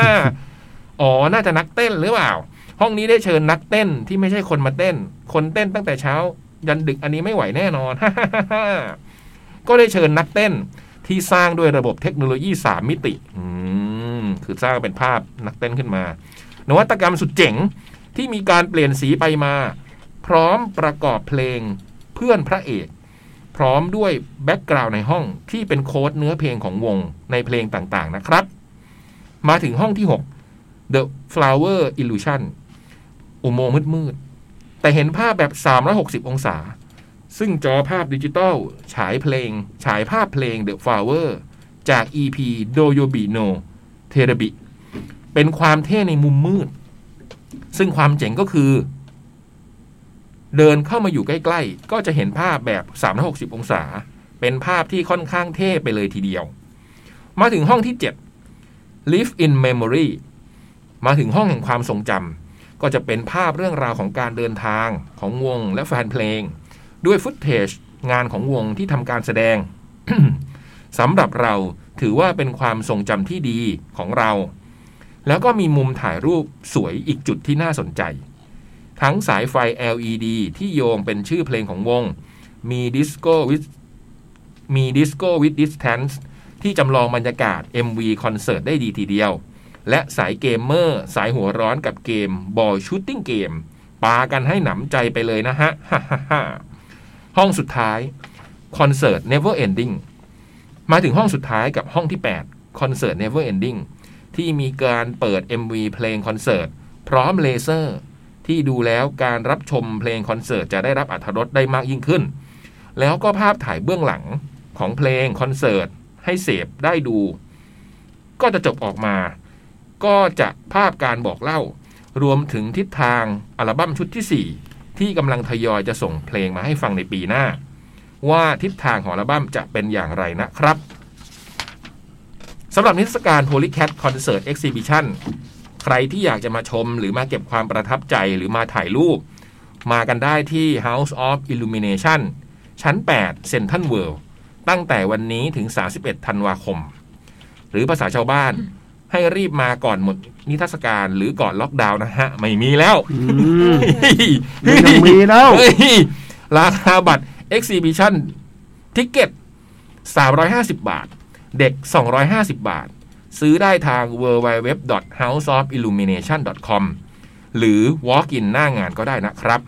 Speaker 2: อ๋อน่าจะนักเต้นหรือเปล่า ห้องนี้ได้เชิญนักเต้นที่ไม่ใช่คนมาเต้น คนเต้นตั้งแต่เช้า ยันดึกอันนี้ไม่ไหวแน่นอน ก็ได้เชิญนักเต้น ที่สร้างด้วยระบบเทคโนโลยีสามมิติ อืม คือสร้างเป็นภาพนักเต้นขึ้นมา นวัตกรรมสุดเจ๋งที่มีการเปลี่ยนสีไปมา พร้อมประกอบเพลงเพื่อนพระเอก พร้อมด้วยแบ็กกราวน์ในห้องที่เป็นโค้ดเนื้อเพลงของวงในเพลงต่างๆนะครับ มาถึงห้องที่ 6 The Flower Illusion อุโมงค์มืดๆ แต่เห็นภาพแบบ 360 องศา ซึ่งจอภาพดิจิตอลฉายเพลง ฉายภาพเพลง The Flower จาก EP Doyobino t e r a b i เป็นความเท่ในมุมมืด ซึ่งความเจ๋งก็คือ เดินเข้ามาอยู่ใกล้ ๆ ก็จะเห็นภาพแบบ 360 องศา เป็นภาพที่ค่อนข้างเท่ไปเลยทีเดียว มาถึงห้องที่ 7 Live in Memory มาถึงห้องแห่งความทรงจำก็จะเป็นภาพเรื่องราวของการเดินทางของวงและแฟนเพลง ด้วยฟุตเทจงานของวงที่ทำการแสดง สำหรับเราถือว่าเป็นความทรงจำที่ดีของเรา แล้วก็มีมุมถ่ายรูปสวยอีกจุดที่น่าสนใจ ทั้งสายไฟ LED ที่โยงเป็นชื่อเพลงของวง มีดิสโก้วิดมีดิสโก้วิดดิสแทนซ์ที่จำลองบรรยากาศ MV คอนเสิร์ตได้ดีทีเดียว และสายเกมเมอร์ สายหัวร้อนกับเกมบอลชูตติ้งเกมปากันให้หนำใจไปเลยนะฮ ะ ห้องสุดท้ายคอนเสิร์ต Never Ending มาถึงห้องสุดท้ายกับห้องที่ 8 คอนเสิร์ต Never Ending ที่มีการเปิด MV เพลงคอนเสิร์ตพร้อมเลเซอร์ ที่ดูแล้วการรับชมเพลงคอนเสิร์ตจะได้รับอรรถรสได้มากยิ่งขึ้น แล้วก็ภาพถ่ายเบื้องหลังของเพลงคอนเสิร์ตให้เสพได้ดู ก็จะจบออกมา ก็จะภาพการบอกเล่า รวมถึงทิศทางอัลบั้มชุดที่ 4 ที่กำลังทยอยจะส่งเพลงมาให้ฟังในปีหน้า ว่าทิศทางของอัลบั้มจะเป็นอย่างไรนะครับสำหรับนิทรรศการ Holy Cat Concert Exhibition ใครที่อยากจะมาชมหรือมาเก็บความประทับใจหรือมาถ่ายรูป มากันได้ที่ House of Illumination ชั้น 8 Central World ตั้งแต่วันนี้ถึง 31 ธันวาคม หรือภาษาชาวบ้าน ให้รีบมาก่อนหมดนิทรรศการหรือก่อนล็อกดาวน์นะฮะ ไม่มีแล้ว
Speaker 3: อืม ไม่ต้องมีแล้ว
Speaker 2: เฮ้ยราคาบัตร Exhibition ทิกเก็ต350 บาท เด็ก 250 บาท ซื้อได้ทาง www.houseofillumination.com หรือ walk in หน้างานก็ได้นะครับ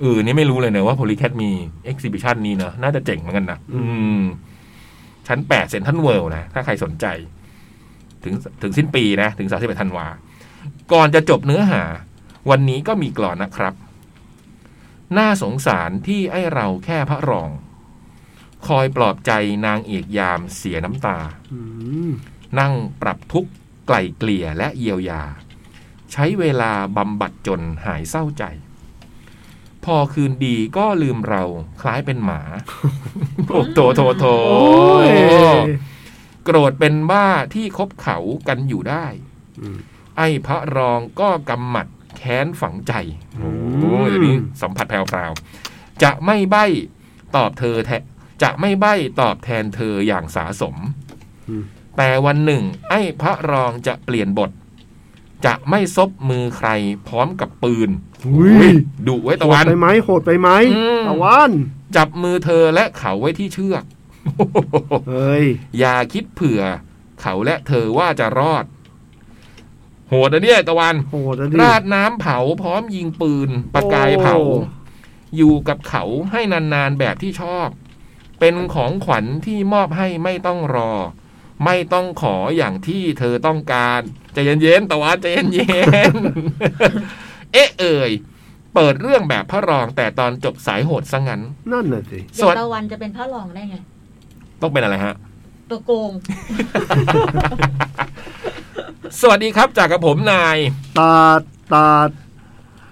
Speaker 2: เออนี่ไม่รู้เลยเนอะว่า Polycat มี Exhibition นี้เนอะน่าจะเจ๋งเหมือนกันนะอืม ชั้น 8 เซ็นทรัลเวิลด์นะ ถ้าใครสนใจ ถึงถึงสิ้นปีนะ ถึง 31ธันวา ก่อนจะจบเนื้อหา วันนี้ก็มีกลอนนะครับ น่าสงสารที่ไอ้เราแค่พระรอง คอยปลอบใจนางเอกยามเสียน้ำตา
Speaker 3: อืม
Speaker 2: นั่งปรับทุกข์ไกล่เกลี่ยและเยียวยา ใช้เวลาบำบัดจนหายเศร้าใจ พอคืนดีก็ลืมเราคล้ายเป็นหมา โอ้โถโถโถ
Speaker 3: โอ้ย
Speaker 2: โกรธเป็นบ้าที่คบเขากันอยู่ได้
Speaker 3: อืม
Speaker 2: ไอ้พระรองก็กำหมัดแค้นฝังใจ โอ้ยเดี๋ยวนี้สัมผัสแพรวๆจะไม่ใบ้ตอบเธอแทนจะไม่ใบ้ตอบแทนเธออย่างสาสม
Speaker 3: อืม
Speaker 2: แต่วันหนึ่ง ไอ้พระรองจะเปลี่ยนบท จะไม่ซบมือใครพร้อมกับปืน
Speaker 3: อุ้ย
Speaker 2: ดุไว้
Speaker 3: โห
Speaker 2: ตะ
Speaker 3: ด
Speaker 2: วัน
Speaker 3: ไปไหมโหดไปไหม
Speaker 2: อืม
Speaker 3: ตะวัน
Speaker 2: จับมือเธอและเขาไว้ที่เชือก
Speaker 3: เฮ้ย
Speaker 2: อย่าคิดเผื่อ เขาและเธอว่าจะรอด โหดนะเนี่ยตะวัน
Speaker 3: โหดอะดิ
Speaker 2: ราดน้ำเผาพร้อมยิงปืนประกายเผา
Speaker 3: โอ้
Speaker 2: อยู่กับเขาให้นานๆแบบที่ชอบ เป็นของขวัญที่มอบให้ไม่ต้องรอ ไม่ต้องขออย่างที่เธอต้องการใจเย็นๆตะวันใจเย็นๆ เอ๊ะเอ่ย เปิดเรื่องแบบพระรองแต่ตอนจบสายโหดซะงั้น
Speaker 3: นั่นน่ะสิ
Speaker 2: ส
Speaker 4: เดี๋ย
Speaker 2: วัส
Speaker 4: วตะวันจะเป็นพระรองได้ไง
Speaker 2: ต้องเป็นอะไรฮะ
Speaker 4: ตัวโกง
Speaker 2: สวัสดีครับจากกับผมนาย
Speaker 3: ตาตา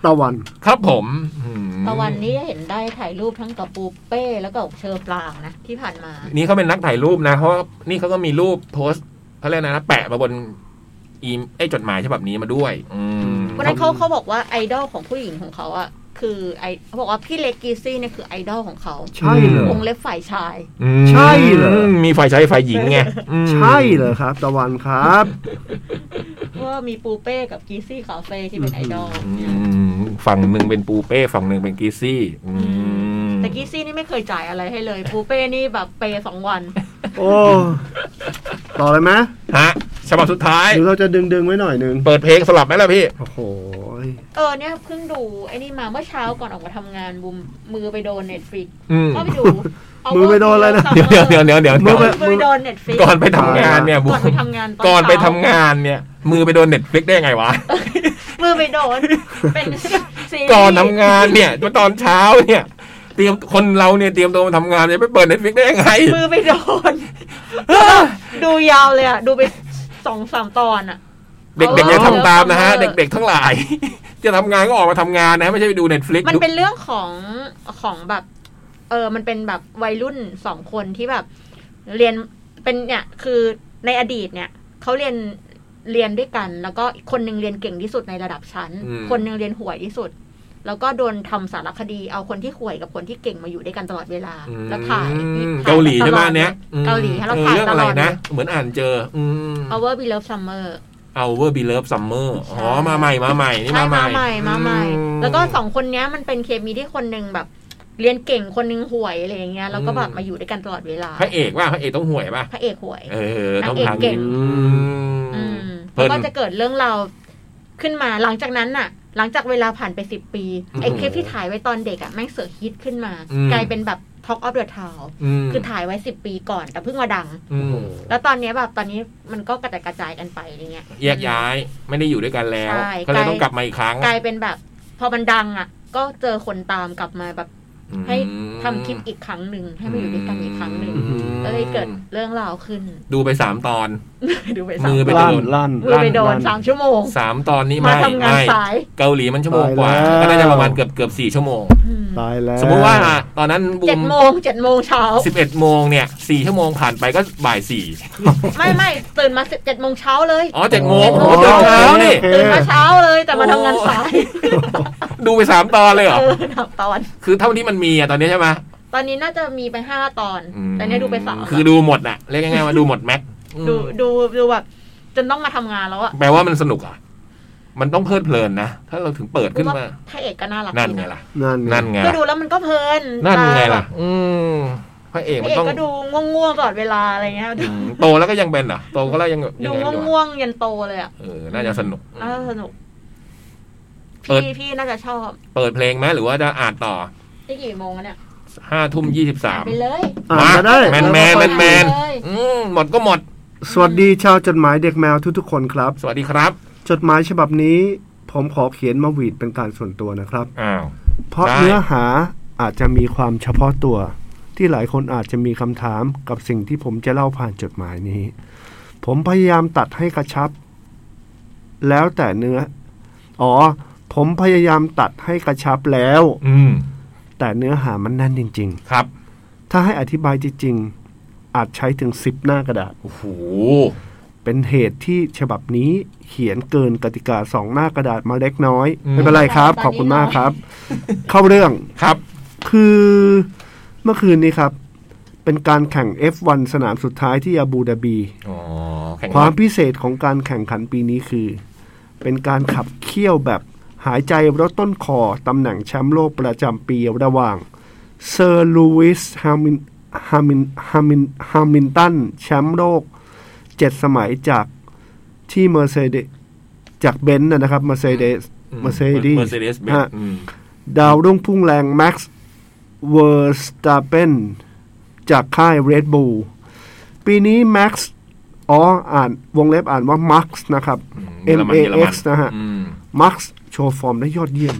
Speaker 3: ตะวัน
Speaker 2: ครับผมอืม
Speaker 4: ตะวันนี้เห็นได้ถ่ายรูปทั้งกับปูเป้แล้วก็เชอร์ปรางนะที่ผ่านมา
Speaker 2: นี่เขาเป็นนักถ่ายรูปนะเพราะว่านี่เขาก็มีรูปโพสต์เขาเรียกอะไรนะ แปะมาบนอีไอยจดหมายฉบับนี้มาด้วย อืม
Speaker 4: วันนั้นเขาเขาบอกว่าไอดอลของผู้หญิงของเขาอะคือไอเขาบอกว่าพี่เล็กกีซี่เนี่ยคือไอดอลของเขา
Speaker 3: ใช่เหรอ
Speaker 4: วงเล็บฝ่ายชาย
Speaker 2: อืม
Speaker 3: ใช่เหรอ
Speaker 2: มีฝ่ายชายฝ่ายหญิงไงอืม
Speaker 3: ใช่เหรอครับ ตะวันครับ
Speaker 4: ว่ามีปูเป้กับกีซี่คาเฟ่ที่เป็นไอดอล
Speaker 2: อืมฝั่งหนึ่งเป็นปูเป้ฝั่งหนึ่งเป็นกีซี่อืม
Speaker 4: แต่กีซี่นี่ไม่เคยจ่ายอะไรให้เลย ปูเป้นี่แบบเปย์สองวัน
Speaker 3: โอ้ต่อเลยไหม
Speaker 2: ฮะฉบับสุดท้าย
Speaker 3: หรือเราจะดึงดึงๆไว้หน่อยหนึง
Speaker 2: เปิดเพลงสลับไหมล่ะพี่
Speaker 3: โอ้โห
Speaker 4: เออเนี่ยเพิ่งดูไอ้นี่มาเมื่อเช้าก่อนออกมาทำงานบุมมือไปโดนเน็ตฟลิก
Speaker 2: อืม
Speaker 4: ก็ไปดู
Speaker 3: มือไปโดนอะไรนะ
Speaker 2: เดี๋ยวเดี๋ยวเดี๋ยวเดี๋ยวเดี๋ยว
Speaker 3: มือไป
Speaker 4: มือไปโดนเน็ตฟลิก
Speaker 2: ก่อนไปทำงานเนี่ยบุ๊
Speaker 4: ก่
Speaker 2: ค
Speaker 4: อนไปทำงานต
Speaker 2: ก่อนไปทำ
Speaker 4: เช้า
Speaker 2: งานเนี่ย มือไปโดนเน็ตฟลิกได้ยังไงวะ
Speaker 4: มือไปโดน เป็นซีรีส์
Speaker 2: ก่อนทำงานเนี่ยตอนเช้าเนี่ย เตรียมคนเราเนี่ยเตรียมตัวมาทำงานเนี่ยไปเปิดเน็ตฟิกได้ยังไง
Speaker 4: มือไปโดน ดูยาวเลยอ่ะ ดูไปสองสามตอนอ่ะ
Speaker 2: เด็กๆอย่าทำตามนะฮะ
Speaker 4: เออ
Speaker 2: เด็กๆทั้งหลาย จะทำงานก็ออกมาทำงานนะ ไม่ใช่ไปดูเน็ตฟลิก
Speaker 4: มันเป็นเรื่องของของแบบ เออ มันเป็นแบบวัยรุ่นสองคนที่แบบ เรียนเป็นเนี่ยคือในอดีตเนี่ยเขาเรียนเรียนด้วยกัน แล้วก็คนหนึงเรียนเก่งที่สุดในระดับชั้น คนหนึงเรียนห่วยที่สุด แล้วก็โดนทำสารคดีเอาคนที่ห่วยกับคนที่เก่งมาอยู่ด้วยกันตลอดเวลา แล้วถ่าย
Speaker 2: เกาหลีใช่ไหม
Speaker 4: ถ่ตอด
Speaker 2: เนี้ย
Speaker 4: เกาหลี
Speaker 2: อืม
Speaker 4: ค่ะเรา
Speaker 2: ออ
Speaker 4: ถ่าย
Speaker 2: เรื่อง
Speaker 4: ต
Speaker 2: อะ
Speaker 4: ล
Speaker 2: ไร
Speaker 4: อด
Speaker 2: นะ
Speaker 4: นะ
Speaker 2: เหมือนอ่านเจออืม
Speaker 4: Our Beloved Summer
Speaker 2: Our Beloved Summer
Speaker 4: ใช่
Speaker 2: อ๋อมาใหม่มาใหม่นี่
Speaker 4: ใช่
Speaker 2: มาใหม่
Speaker 4: มาใหม่มาใหม่
Speaker 2: อืม
Speaker 4: แล้วก็สองคนเนี้ยมันเป็นเคมีที่คนหนึ่งแบบ เรียนเก่งคนหนึงห่วยอะไรอย่างเงี้ยแล้วก็แบบ
Speaker 2: อืม
Speaker 4: มาอยู่ด้วยกันตลอดเวลา
Speaker 2: พระเอกว่าพระเอกต้องห่วยป่ะ
Speaker 4: พระเอกห่วย
Speaker 2: เออต้อง
Speaker 4: นาง
Speaker 2: ทำ
Speaker 4: เอกเก่ง
Speaker 2: อืม
Speaker 4: อืม
Speaker 2: เพลิน
Speaker 4: แล้วก็จะเกิดเรื่องราวขึ้นมาหลังจากนั้นน่ะ หลังจากเวลาผ่านไปสิบปี
Speaker 2: อืม
Speaker 4: ไอ้คลิปที่ถ่ายไว้ตอนเด็กอ่ะแม่งเสือกฮิตขึ้นมา
Speaker 2: อืม
Speaker 4: กลายเป็นแบบ ท็อกออฟเดอะทาว
Speaker 2: ม
Speaker 4: คือถ่ายไว้สิบปีก่อน แต่เพิ่งมาดัง
Speaker 2: อืม
Speaker 4: แล้วตอนเนี้ยแบบตอนนี้มันก็กระจายกระจายกันไปอะไรเงี้ย
Speaker 2: แยกย้ายไม่ได้อยู่ด้วยกันแล้ว
Speaker 4: ใช่
Speaker 2: ก็เลยต้องกลับมาอีกครั้ง
Speaker 4: กลายเป็นแบบ พอมันดังอ่ะ ก็เจอคนตามกลับมาแบบ
Speaker 2: อืม
Speaker 4: ให้ ทำคลิปอีกครั้งหนึ่งให้มาอยู่ด้วยกันอีกครั้งหนึ่ง
Speaker 2: อืม
Speaker 4: ก็เลยเกิดเรื่องราวขึ้น
Speaker 2: ดูไปสามตอน
Speaker 4: ดูไปสาม
Speaker 2: มือ ไปโดน
Speaker 3: ลั่นลั่น
Speaker 4: มือไปโดน
Speaker 3: ลั่น
Speaker 4: สามชั่วโมง
Speaker 2: สามตอนนี้
Speaker 4: มา
Speaker 2: ไม่
Speaker 4: ทำงาน
Speaker 2: ไม่
Speaker 4: สาย
Speaker 2: เกาหลีมันชั่วโมงกว่า
Speaker 3: ไปแล้ว
Speaker 2: ก็น่าจะประมาณเกือบเกือบสี่ชั่วโมง
Speaker 4: อืม
Speaker 3: ตายแล้ว
Speaker 2: สมมุติว่าตอนนั้นบู
Speaker 4: เจ็ด
Speaker 2: ม
Speaker 4: โมงเจ็ดโมงเช้า
Speaker 2: สิบเอ็ดโมงเนี่ยสี่ชั่วโมงผ่านไปก็บ่ายสี่
Speaker 4: ไม่ไม่ตื่นมาเจ็ดโมงเช้าเลย
Speaker 2: อ๋อเจ็ดโมง
Speaker 4: โอ้
Speaker 2: โอ้โห
Speaker 4: โห
Speaker 2: เจ็ดโมงเช้านี่
Speaker 3: โอเค
Speaker 4: ตื่นมาเช้าเลยแต่มาทำงานสาย
Speaker 2: ดูไปสามตอนเลยเหรอ
Speaker 4: เออทำตอน
Speaker 2: คือเท่าที่มันมีอะตอนนี้ใช่ไหม
Speaker 4: ตอนนี้น่าจะมีไปห้าตอน แต่เนี้ยดูไปสาม
Speaker 2: คือดูหมดอะเรียกง่ายๆว่าดูหมดแม็กอืม
Speaker 4: ดูดูดูแบบจนต้องมาทำงานแล้วอะ
Speaker 2: แปลว่ามันสนุกอะมันต้องเพลิดเพลินนะ ถ้าเราถึงเปิดขึ้น
Speaker 4: ว่า
Speaker 2: มา
Speaker 4: พระเอกก็น่ารัก
Speaker 2: นั่น
Speaker 4: ดี
Speaker 2: ไง
Speaker 4: นะ
Speaker 2: ล่ะ
Speaker 3: นั่นไง
Speaker 2: นั่นไง
Speaker 4: คือ
Speaker 2: ล่ะ
Speaker 4: ดูแล้วมันก็เพลิน
Speaker 2: นั่นไง
Speaker 4: ตาแบ
Speaker 2: ล่ะ
Speaker 4: บ
Speaker 2: อืมพระเอก
Speaker 4: พ
Speaker 2: มัน
Speaker 4: ระเอก
Speaker 2: ต้อง
Speaker 4: ก็ดูง่วงๆตลอดเวลาอะไรเงี้ย
Speaker 2: อืมโตแล้วก็ยังเป็นเหรอโตก็แล้วยังยั
Speaker 4: ดู
Speaker 2: งไงอยู่อะ
Speaker 4: ง่วงๆยันโตเลยอะ
Speaker 2: เออน่าจะสนุก
Speaker 4: น่าจะสนุก
Speaker 2: เปิด
Speaker 4: พี่พี่น่าจะชอบ
Speaker 2: เปิดเพลงไหมหรือว่าจะอ่านต่อ
Speaker 4: ได้กี่โมงแล้วเนี่ย
Speaker 2: ห้าทุ่มยี่สิบสาม
Speaker 4: ไปเลย
Speaker 3: อ่านมาได้
Speaker 2: แมนแมนแมนแมน
Speaker 4: เลย
Speaker 2: อืมหมดก็หมด
Speaker 3: สวัสดีชาวจดหมายเด็กแมวทุกๆคนครับ
Speaker 2: สวัสดีครับ
Speaker 3: จดหมายฉบับนี้ ผมขอเขียนมาหวีดเป็นการส่วนตัวนะครับ
Speaker 2: อ้าว
Speaker 3: เพราะ
Speaker 2: ได้
Speaker 3: เนื้อหาอาจจะมีความเฉพาะตัว ที่หลายคนอาจจะมีคำถามกับสิ่งที่ผมจะเล่าผ่านจดหมายนี้ ผมพยายามตัดให้กระชับ แล้วแต่เนื้อ อ๋อ ผมพยายามตัดให้กระชับแล้ว
Speaker 2: อืม
Speaker 3: แต่เนื้อหามันแน่นจริง
Speaker 2: ครับ
Speaker 3: ๆ ถ้าให้อธิบายจริงๆ อาจใช้ถึงสิบหน้ากระดาษ
Speaker 2: โอ้โห
Speaker 3: เป็นเหตุที่ฉบับนี้เขียนเกินกติกาสองหน้ากระดาษมาเล็กน้อย ไม่เป็นไรครับ ขอบคุณมากครับ เข้าเรื่อง
Speaker 2: ครับ
Speaker 3: คือเมื่อคืนนี้ครับ เป็นการแข่ง F1 สนามสุดท้ายที่อาบูดาบี
Speaker 2: อ๋อแข่ง
Speaker 3: ความพิเศษของการแข่งขันปีนี้คือ เป็นการขับเคี่ยวแบบหายใจรถต้นคอตำแหน่งแชมป์โลกประจำปีระหว่างเซอร์ลูวิสฮามินฮามินฮามินฮามินตันแชมป์โลกเจ็ดสมัยจากที่เมอร์เซเดสจากเบนซ์นะครับเมอร์เซเดส Mercedes
Speaker 2: เมอร์เซเดสเบน
Speaker 3: ฮะ
Speaker 2: ซ์อืม
Speaker 3: ดาวรุ่งพุ่งแรง แม็กซ์เวอร์สตาเปนจากค่าย Red Bull ปีนี้ แม็กซ์อ๋ออ่านวงเล็บอ่านว่า Max นะครับ
Speaker 2: เยอรมัน
Speaker 3: MAX
Speaker 2: เยอรมัน
Speaker 3: นะฮะ
Speaker 2: อืม
Speaker 3: Max โชว์ฟอร์มได้ยอดเยี่ยม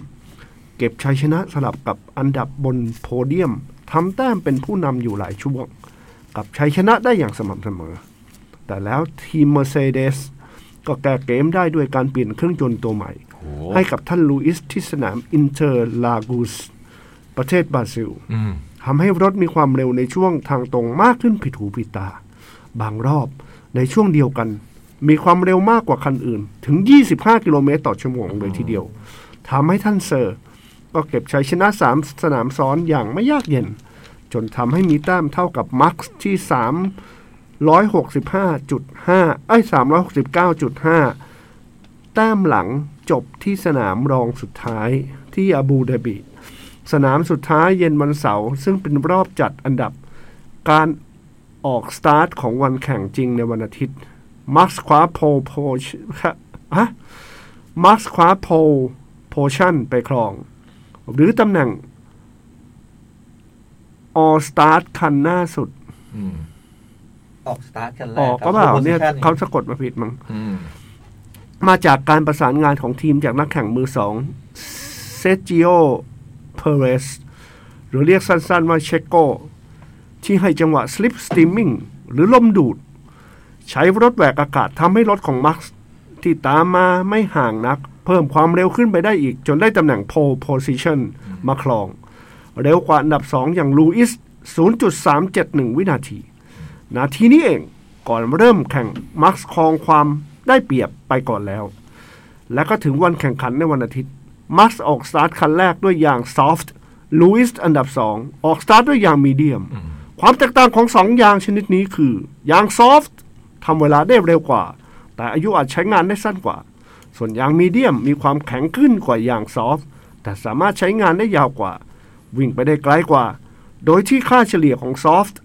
Speaker 3: เก็บชัยชนะสลับกับอันดับบนโพเดียมทำแต้มเป็นผู้นำอยู่หลายช่วง กับชัยชนะได้อย่างสม่ำเสมอ แต่แล้วทีม Mercedes ก็แก้เกมได้ด้วยการเปลี่ยนเครื่องยนต์ตัวใหม่
Speaker 2: โอ้
Speaker 3: ให้กับท่านลูอิสที่สนามอินเตอร์ลากูสประเทศบราซิล
Speaker 2: อืม
Speaker 3: ทำให้รถมีความเร็วในช่วงทางตรงมากขึ้นผิดหูผิดตา บางรอบในช่วงเดียวกัน มีความเร็วมากกว่าคันอื่น ถึง 25 กิโลเมตรต่อชั่วโมงเลยทีเดียวทำให้ท่านเซอร์ ก็เก็บชัยชนะ 3 สนามซ้อนอย่างไม่ยากเย็น จนทำให้มีแต้มเท่ากับมาร์คที่ 365.5 เอ้ย 369.5 แต้มหลังจบที่สนามรองสุดท้ายที่อาบูดาบี สนามสุดท้ายเย็นวันเสาร์ซึ่งเป็นรอบจัดอันดับ การออกสตาร์ทของวันแข่งจริงในวันอาทิตย์มาร์คคว้าโพลโพชฮะมาร์คคว้าโพลโพชั่นไปครอง หรือตำแหน่งออสตาร์ทคันหน้าสุด
Speaker 2: อืม
Speaker 7: ออกสตาร์ทกันแร
Speaker 3: ออกก็เปล่าเนี่ย
Speaker 7: ครับ
Speaker 3: เขาสะกดมาผิดมั้ง
Speaker 2: อืม
Speaker 3: มาจากการประสานงานของทีมจากนักแข่งมือสองเซจิโอเพเรสหรือเรียกสั้นๆว่าเชโกที่ให้จังหวะสลิปสตีมมิ่งหรือลมดูด ใช้รถแหวกอากาศทำให้รถของมั x ที่ตามมาไม่ห่างนัก เพิ่มความเร็วขึ้นไปได้อีก จนได้ตำแหน่งโพ p o โพ i ิชันมาครอง เร็วกว่าอันดับ 2 อย่างลูอิส 0.371 วินาที นาทีนี้เองก่อนเริ่มแข่งมักครองความได้เปรียบไปก่อนแล้ว และก็ถึงวันแข่งขันในวันอาทิตย์มักออกสตาร์ทคันแรกด้วยยางซอฟต์ลูอิสอันดับ 2 ออกสตาร์ทด้วยยางมีเดียม ความแตกต่างของ 2 ยางชนิดนี้คือยางซอฟต์ทำเวลาได้เร็วกว่า แต่อายุอาจใช้งานได้สั้นกว่า ส่วนยางมีเดียมมีความแข็งขึ้นกว่ายางซอฟต์แต่สามารถใช้งานได้ยาวกว่า วิ่งไปได้ไกลกว่า โดยที่ค่าเฉลี่ยของซอฟต์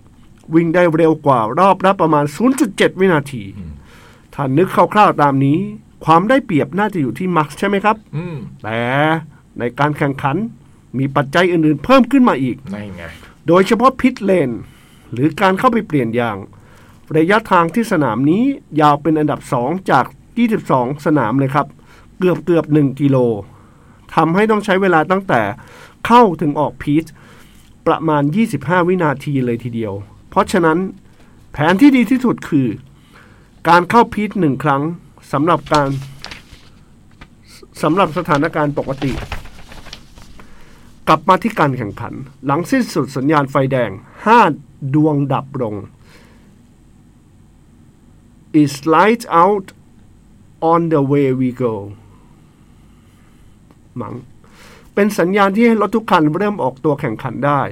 Speaker 3: วิ่งได้เร็วกว่ารอบละประมาณ 0.7 วินาที ถ้านึกคร่าวๆตามนี้ ความได้เปรียบน่าจะอยู่ที่มักใช่ไหมครับ
Speaker 2: อืม
Speaker 3: แต่ในการแข่งขันมีปัจจัยอื่นๆเพิ่มขึ้นมาอีก
Speaker 2: นั่นไง
Speaker 3: โดยเฉพาะพิทเลน หรือการเข้าไปเปลี่ยนยาง ระยะทางที่สนามนี้ยาวเป็นอันดับ 2 จาก 22 สนามเลยครับ เกือบเกือบ 1 กิโลทำให้ต้องใช้เวลาตั้งแต่เข้าถึงออกพีทประมาณ 25 วินาทีเลยทีเดียว เพราะฉะนั้นแผนที่ดีที่สุดคือ การเข้าพีทหนึ่งครั้งสำหรับการสำหรับสถานการณ์ปกติ กลับมาที่การแข่งขัน หลังสิ้นสุดสัญญาณไฟแดง 5 ดวงดับลง is light out on the way we go มังเป็นสัญญาณที่ให้รถทุกคันเริ่มออกตัวแข่งขันได้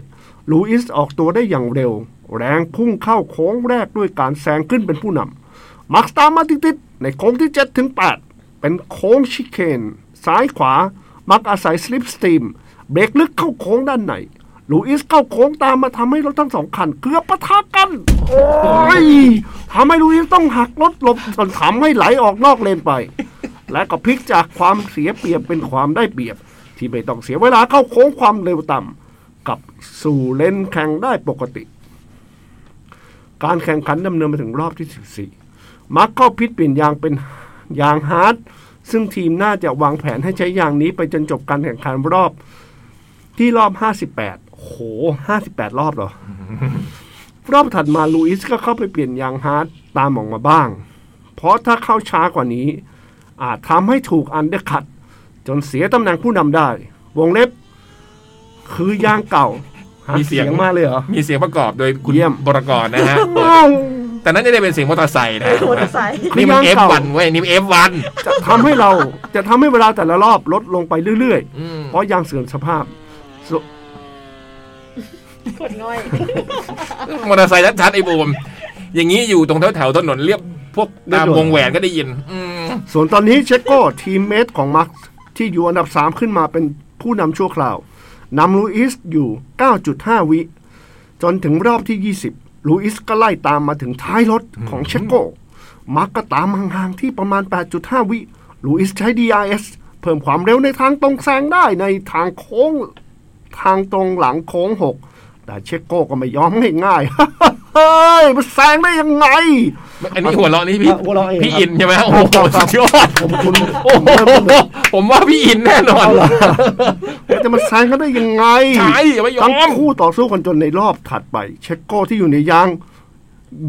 Speaker 3: ลูอิสออกตัวได้อย่างเร็ว แรงพุ่งเข้าโค้งแรกด้วยการแซงขึ้นเป็นผู้นำมักตามมาติดๆในโค้งที่ 7 ถึง 8 เป็นโค้งชิเคน ซ้ายขวา มักอาศัยสลิปสตรีม เบรกลึกเข้าโค้งด้านในลูอิสเข้าโค้งตามมาทำให้รถทั้งสองคันเกือบปะทะกัน โอ้ยทำให้ลูอิสต้องหักรถหลบจนทำให้ไหลออกนอกเลนไป และก็พลิกจากความเสียเปรียบเป็นความได้เปรียบ ที่ไม่ต้องเสียเวลาเข้าโค้งความเร็วต่ำกลับสู่เลนแข่งได้ปกติ การแข่งขันดำเนินมาถึงรอบที่ 14 มักเข้าพิษเปลี่ยนยางเป็นยางฮาร์ดซึ่งทีมน่าจะวางแผนให้ใช้ยางนี้ไปจนจบการแข่งขันรอบ ที่รอบ 58โอ้โห 58 รอบเหร อ รอบถัดมาลูอิสก็เข้าไปเปลี่ยนยางฮาร์ดตามออกมาบ้าง เพราะถ้าเข้าช้ากว่านี้ อาจทำให้ถูกอันเดอร์คัตจนเสียตำแหน่งผู้นำได้ วงเล็บ คือยางเก่าหา
Speaker 2: มีเสียง
Speaker 3: มาเลยเหรอ
Speaker 2: มีเสียงประกอบโดยคุณ
Speaker 3: เยี่ยม
Speaker 2: บรกรนะฮะ แต่นั้นจะได้เป็นเสียงมอเตอร์ไซค์นะ
Speaker 4: มอเตอร์ไซค์
Speaker 2: นี่มัน
Speaker 3: เครื่องเก่า
Speaker 2: F1 เว้ยนี่มัน F1
Speaker 3: จะทำให้เราจะทำให้เวลาแต่ละรอบลดลงไปเรื่อย
Speaker 2: อืม
Speaker 3: ๆ เพราะยางเสื่อมสภาพสุ
Speaker 4: กดง่อย
Speaker 2: มอเตอร์ไซค์ชัดๆไอ้บูมอย่างนี้อยู่ตรงแถวๆถนนเรียบพวกตามวงแหวนก็ได้ยิน อืม
Speaker 3: ส่วนตอนนี้เชโก้ทีมเมทของมาร์คที่อยู่อันดับ 3 ขึ้นมาเป็นผู้นำชั่วคราวนำลูอิสอยู่ 9.5 วิ จนถึงรอบที่ 20 ลูอิสก็ไล่ตามมาถึงท้ายรถของเชโก้มาร์คก็ตามห่างๆที่ประมาณ 8.5 วิลูอิสใช้ DRS เพิ่มความเร็วในทางตรงแซงได้ในทางโค้ง ทางตรงหลังโค้งหก แต่เชโก้ก็ไม่ยอมง่ายๆ เฮ้ยมันแซงได้ยังไง
Speaker 2: อันนี้หัวเราะนี่พี่
Speaker 6: หัวเราะเองครับ
Speaker 2: พี่อินใช่ไหมโอ้โหสุดยอด
Speaker 3: ผมคุณ
Speaker 2: โอ้โหผมว่าพี่อินแน่นอน
Speaker 3: จะมาแซงเขาได้ยังไง
Speaker 2: ใช่อย่าไม่ยอ
Speaker 3: ทั้ง
Speaker 2: ม
Speaker 3: คู่ต่อสู้กันจนในรอบถัดไป เชโก้ที่อยู่ในยาง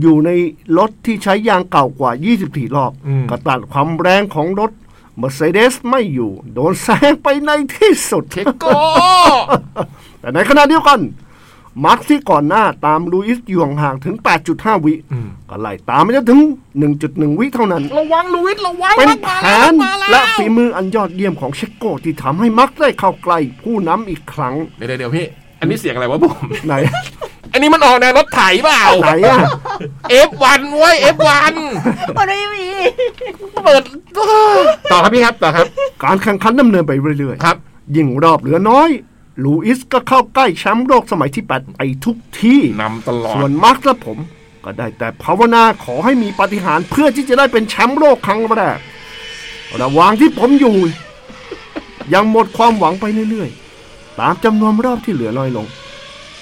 Speaker 3: อยู่ในรถที่ใช้ยางเก่ากว่า 24 รอบ
Speaker 2: อืม
Speaker 3: กระตัดความแรงของรถเมอร์เซเดสไม่อยู่ โดนแซงไปในที่สุด
Speaker 2: เชโก้
Speaker 3: แต่ในขณะเดียวกัน มาร์คที่ก่อนหน้าตามลูอิสอยู่ห่างๆถึง 8.5 วิก็ไล่ตามไปจนถึง 1.1 วิเท่านั้น
Speaker 2: ระวังลูวิทระวัง
Speaker 3: เป็น
Speaker 2: มั
Speaker 3: แผ
Speaker 2: มาแล้ว
Speaker 3: น
Speaker 2: มาแล้
Speaker 3: และ
Speaker 2: ว
Speaker 3: ฝีมืออันยอดเยี่ยมของเชโก้ที่ทำให้มาร์คได้เข้าใกล้ผู้นำอีกครั้ง
Speaker 2: เดี๋ยวเดี๋ยวๆๆพี่ อันนี้เสียงอะไรวะบูม
Speaker 3: ไหน
Speaker 2: อันนี้มันออกแนวรถไถเปล่า
Speaker 3: ไหนอ่ะ
Speaker 2: F1 เว้ย F1
Speaker 4: มันไม่มี
Speaker 2: เปิดต่อครับพี่ครับต่อครับ
Speaker 3: การแข่งขันดำเนินไปเรื่อย
Speaker 2: ครับ
Speaker 3: ๆ ยิ่งรอบเหลือน้อย ลูอิสก็เข้าใกล้แชมป์โลกสมัยที่ 8 ไปทุกที่
Speaker 2: นำตลอด
Speaker 3: ส่วนมาร์คและผม ก็ได้แต่ภาวนาขอให้มีปาฏิหารย์เพื่อที่จะได้เป็นแชมป์โลกครั้งแรก ระหว่างที่ผมอยู่ ยังหมดความหวังไปเรื่อยๆ ตามจำนวนรอบที่เหลือน้อยลง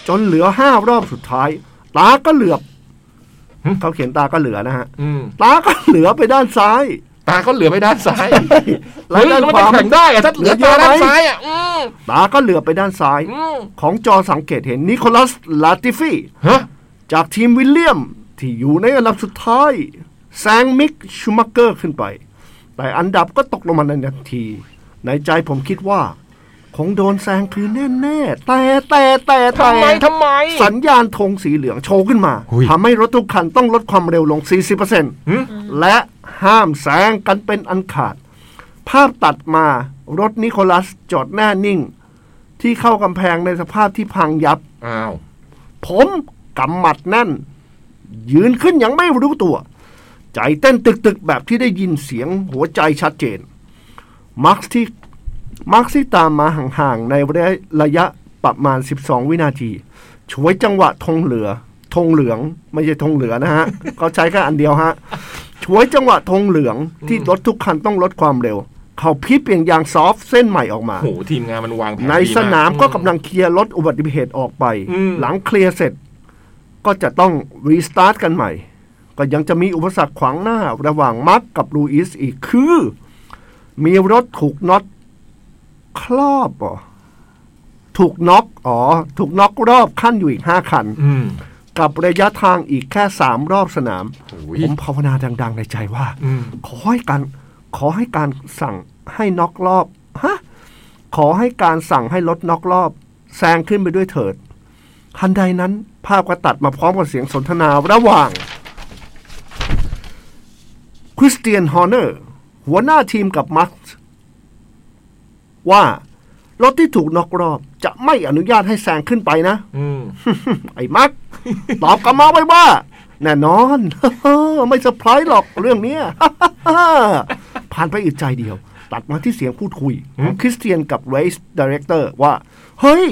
Speaker 3: จนเหลือห้ารอบสุดท้าย ตาก็เหลือบเขาเขียนตาก็เหลือนะฮะ
Speaker 2: อืม
Speaker 3: ตาก็เหลือไปด้านซ้าย
Speaker 2: ตาก็เหลือไปด้านซ้าย
Speaker 3: และ
Speaker 2: เฮ้ยแล้
Speaker 3: ด้า
Speaker 2: วน
Speaker 3: ข
Speaker 2: มันจะ
Speaker 3: วา
Speaker 2: แข่งได้อะถ้าเหลือตาด้านซ้ายอะอืม
Speaker 3: ตาก็เหลือบไปด้านซ้าย
Speaker 2: อืม
Speaker 3: ของจอสังเกตเห็นนิโคลัสลาติฟี
Speaker 2: ฮะ
Speaker 3: จากทีมวิลเลียมที่อยู่ในอันดับสุดท้ายแซงมิกชูมักเกอร์ขึ้นไป แต่อันดับก็ตกลงมาในทันที ในใจผมคิดว่า คงโดนแซงคืนแน่ๆ แต่แต่แต่แต่
Speaker 2: ทำไมทำไม
Speaker 3: สัญญาณธงสีเหลืองโชว์ขึ้นมา
Speaker 2: หุ้ย
Speaker 3: ทำให้รถทุกคันต้องลดความเร็วลง 40%
Speaker 2: หึ
Speaker 3: และห้ามแซงกันเป็นอันขาด ภาพตัดมารถนิโคลัสจอดแน่นิ่ง ที่เข้ากำแพงในสภาพที่พังยับ
Speaker 2: อ้าว
Speaker 3: ผมกำหมัดแน่น ยืนขึ้นอย่างไม่รู้ตัว ใจเต้นตึกๆ แบบที่ได้ยินเสียงหัวใจชัดเจน มาร์คที่มาร์คที่ตามมาห่างๆ ในระยะระยะประมาณ 12 วินาที ช่วยจังหวะธงเหลือธงเหลือง ไม่ใช่ธงเหลือนะฮ ะ เขาใช้แค่อันเดียวฮะช่วยจังหวะธงเหลืองที่รถทุกคันต้องลดความเร็ว เขาพริบอย่างอย่างซอฟต์เส้นใหม่ออกมา
Speaker 2: โหทีมงานมันวางแผน
Speaker 3: ใน
Speaker 2: ดีก
Speaker 3: สนามก็กำลังเคลียร์รถอุบัติเหตุออกไป
Speaker 2: อืม
Speaker 3: หลังเคลียร์เสร็จ ก็จะต้องรีสตาร์ทกันใหม่ ก็ยังจะมีอุปสรรคขวางหน้า ระหว่างมาร์กกับลูอิสอีกคือ มีรถถูกน็อตครอบเหรอถูกน็อกอ๋อ ถูกน็อกรอบขั้นอยู่อีกห้าคัน
Speaker 2: อืม
Speaker 3: กับระยะทางอีกแค่สามรอบสนาม
Speaker 2: โอ้
Speaker 3: ผ
Speaker 2: ย
Speaker 3: มภาวนาดัง ๆ ในใจว่า
Speaker 2: อืม
Speaker 3: ขอให้การขอให้การสั่งให้น็อกรอบฮะขอให้การสั่งให้รถน็อกรอบแซงขึ้นไปด้วยเถิดทันใดนั้น ภาพก็ตัดมาพร้อมกับเสียงสนทนาระหว่างคริสเตียนฮอร์เนอร์หัวหน้าทีมกับมาร์คว่า รถที่ถูกน็อกรอบจะไม่อนุญาตให้แซงขึ้นไปนะ
Speaker 2: อืม
Speaker 3: ไอ้มัก ตอบกลับมาไว้ว่า แน่นอน ไม่เซอร์ไพรส์หรอกเรื่องเนี้ย ผ่านไปอีกใจเดียว ตัดมาที่เสียงพูดคุยของคริสเตียนกับเรสดีเรคเตอร์ว่า เฮ้ย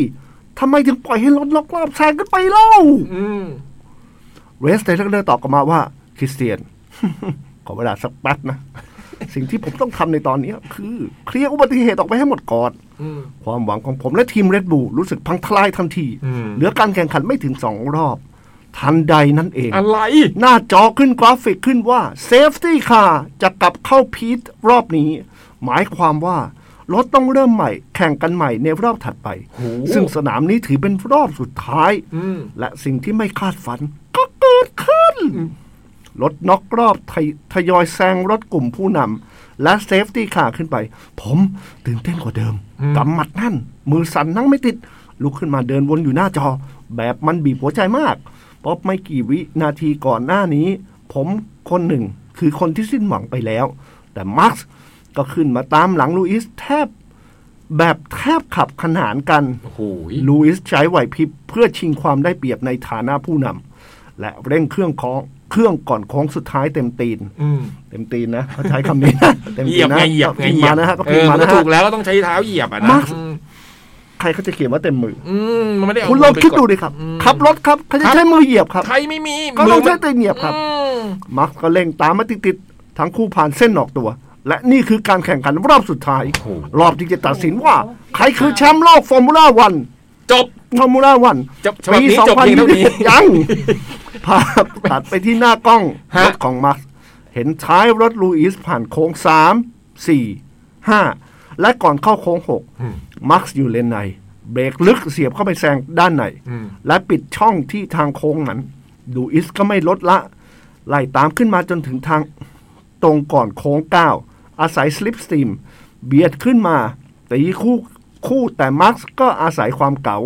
Speaker 3: ทำไมถึงปล่อยให้รถล็อกรอบแซงกันไปเล่า
Speaker 2: อืม
Speaker 3: เรสดีเรคเตอร์ตอบกลับมาว่า คริสเตียน ขอเวลาสักแป๊บนะ สิ่งที่ผมต้องทำในตอนนี้คือ เคลียร์อุบัติเหตุออกไปให้หมดก่อน
Speaker 2: อืม
Speaker 3: ความหวังของผมและทีมเรดบูรู้สึกพังทลายทันที
Speaker 2: อืม
Speaker 3: เหลือการแข่งขันไม่ถึงสองรอบ ทันใดนั่นเอง
Speaker 2: อะไร
Speaker 3: หน้าจอขึ้นกราฟิกขึ้นว่า Safety Car จะกลับเข้าพีทรอบนี้ หมายความว่า รถต้องเริ่มใหม่ แข่งกันใหม่ในรอบถัดไป
Speaker 2: โห
Speaker 3: ซึ่งสนามนี้ถือเป็นรอบสุดท้าย
Speaker 2: อืม
Speaker 3: และสิ่งที่ไม่คาดฝันก็เกิดขึ้น รถน็อกรอบทยทยอยแซงรถกลุ่มผู้นำและเซฟตี้คาขึ้นไป ผมตื่นเต้นกว่าเดิมกำหมัดแนั่น มือสั่นนั่งไม่ติด ลุกขึ้นมาเดินวนอยู่หน้าจอ แบบมันบีบหัวใจมาก เพราะไม่กี่วินาทีก่อนหน้านี้ ผมคนหนึ่งคือคนที่สิ้นหวังไปแล้ว แต่มาร์คก็ขึ้นมาตามหลังลูอิสแทบ แบบแทบขับขนานกัน
Speaker 2: โอ้โห
Speaker 3: ลูอิสใช้ไหวพริบเพื่อชิงความได้เปรียบในฐานะผู้นำและเร่งเครื่องของเครื่องก่อนโค้งสุดท้ายเต็มตีน
Speaker 2: อืม
Speaker 3: เต็มตีนนะเขาใช้คำนี้ นะเต็ม
Speaker 2: เห
Speaker 3: ตี
Speaker 2: ยีย
Speaker 3: น
Speaker 2: บ
Speaker 3: นะ
Speaker 2: ไงเหยียบไง
Speaker 3: ขึ้น
Speaker 2: เหยีย
Speaker 3: มา
Speaker 2: บ
Speaker 3: นะฮะก็
Speaker 2: เอ
Speaker 3: ขึ้น
Speaker 2: อ
Speaker 3: มา
Speaker 2: มัน
Speaker 3: นะ
Speaker 2: ถู
Speaker 3: ฮะ
Speaker 2: กแล้วก็ต้องใช้เท้าเหยียบอ่ะ
Speaker 3: มา
Speaker 2: นะ
Speaker 3: ก
Speaker 2: อืม
Speaker 3: ใครเขาจะเขียนว่าเต็มมือ
Speaker 2: อืมมันไม่ได้เอา
Speaker 3: คุณลอง
Speaker 2: มืไป
Speaker 3: คิดดู
Speaker 2: ก
Speaker 3: ดิครับ
Speaker 2: อืม
Speaker 3: ขับรถครับเขาจะใช้มือเหยียบครับ
Speaker 2: ใครไม่มี
Speaker 3: เขาต้อง
Speaker 2: มื
Speaker 3: ใช้ตีนเหยียบครับ
Speaker 2: อืม
Speaker 3: มาร์คก็เร่งตามมาติดๆทั้งคู่ผ่านเส้นออกตัว และนี่คือการแข่งขันรอบสุดท้าย
Speaker 2: โอ้โห
Speaker 3: รอบที่จะตัดสินว่า ใครคือแชมป์โลกฟอร์มูล่าวัน
Speaker 2: จบ
Speaker 3: ฟอร์มูล่าวัน
Speaker 2: จบฉบับนี้จบเพียงเท่านี้
Speaker 3: 2020ยัง ภาพตัดไปที่หน้ากล้อง
Speaker 2: ฮะ
Speaker 3: รถของมาร์คเห็นท้ายรถลูอิสผ่านโค้งสามสี่ห้าและก่อนเข้าโค้งหกมาร์คอยู่เลนใน เบรกลึกเสียบเข้าไปแซงด้านใน และปิดช่องที่ทางโค้งนั้นลูอิสก็ไม่ลดละ ไล่ตามขึ้นมาจนถึงทาง ตรงก่อนโค้งเก้าอาศัยสลิปสตรีม เบียดขึ้นมาตีคู่คู่แต่มาร์คก็อาศัยความเก๋า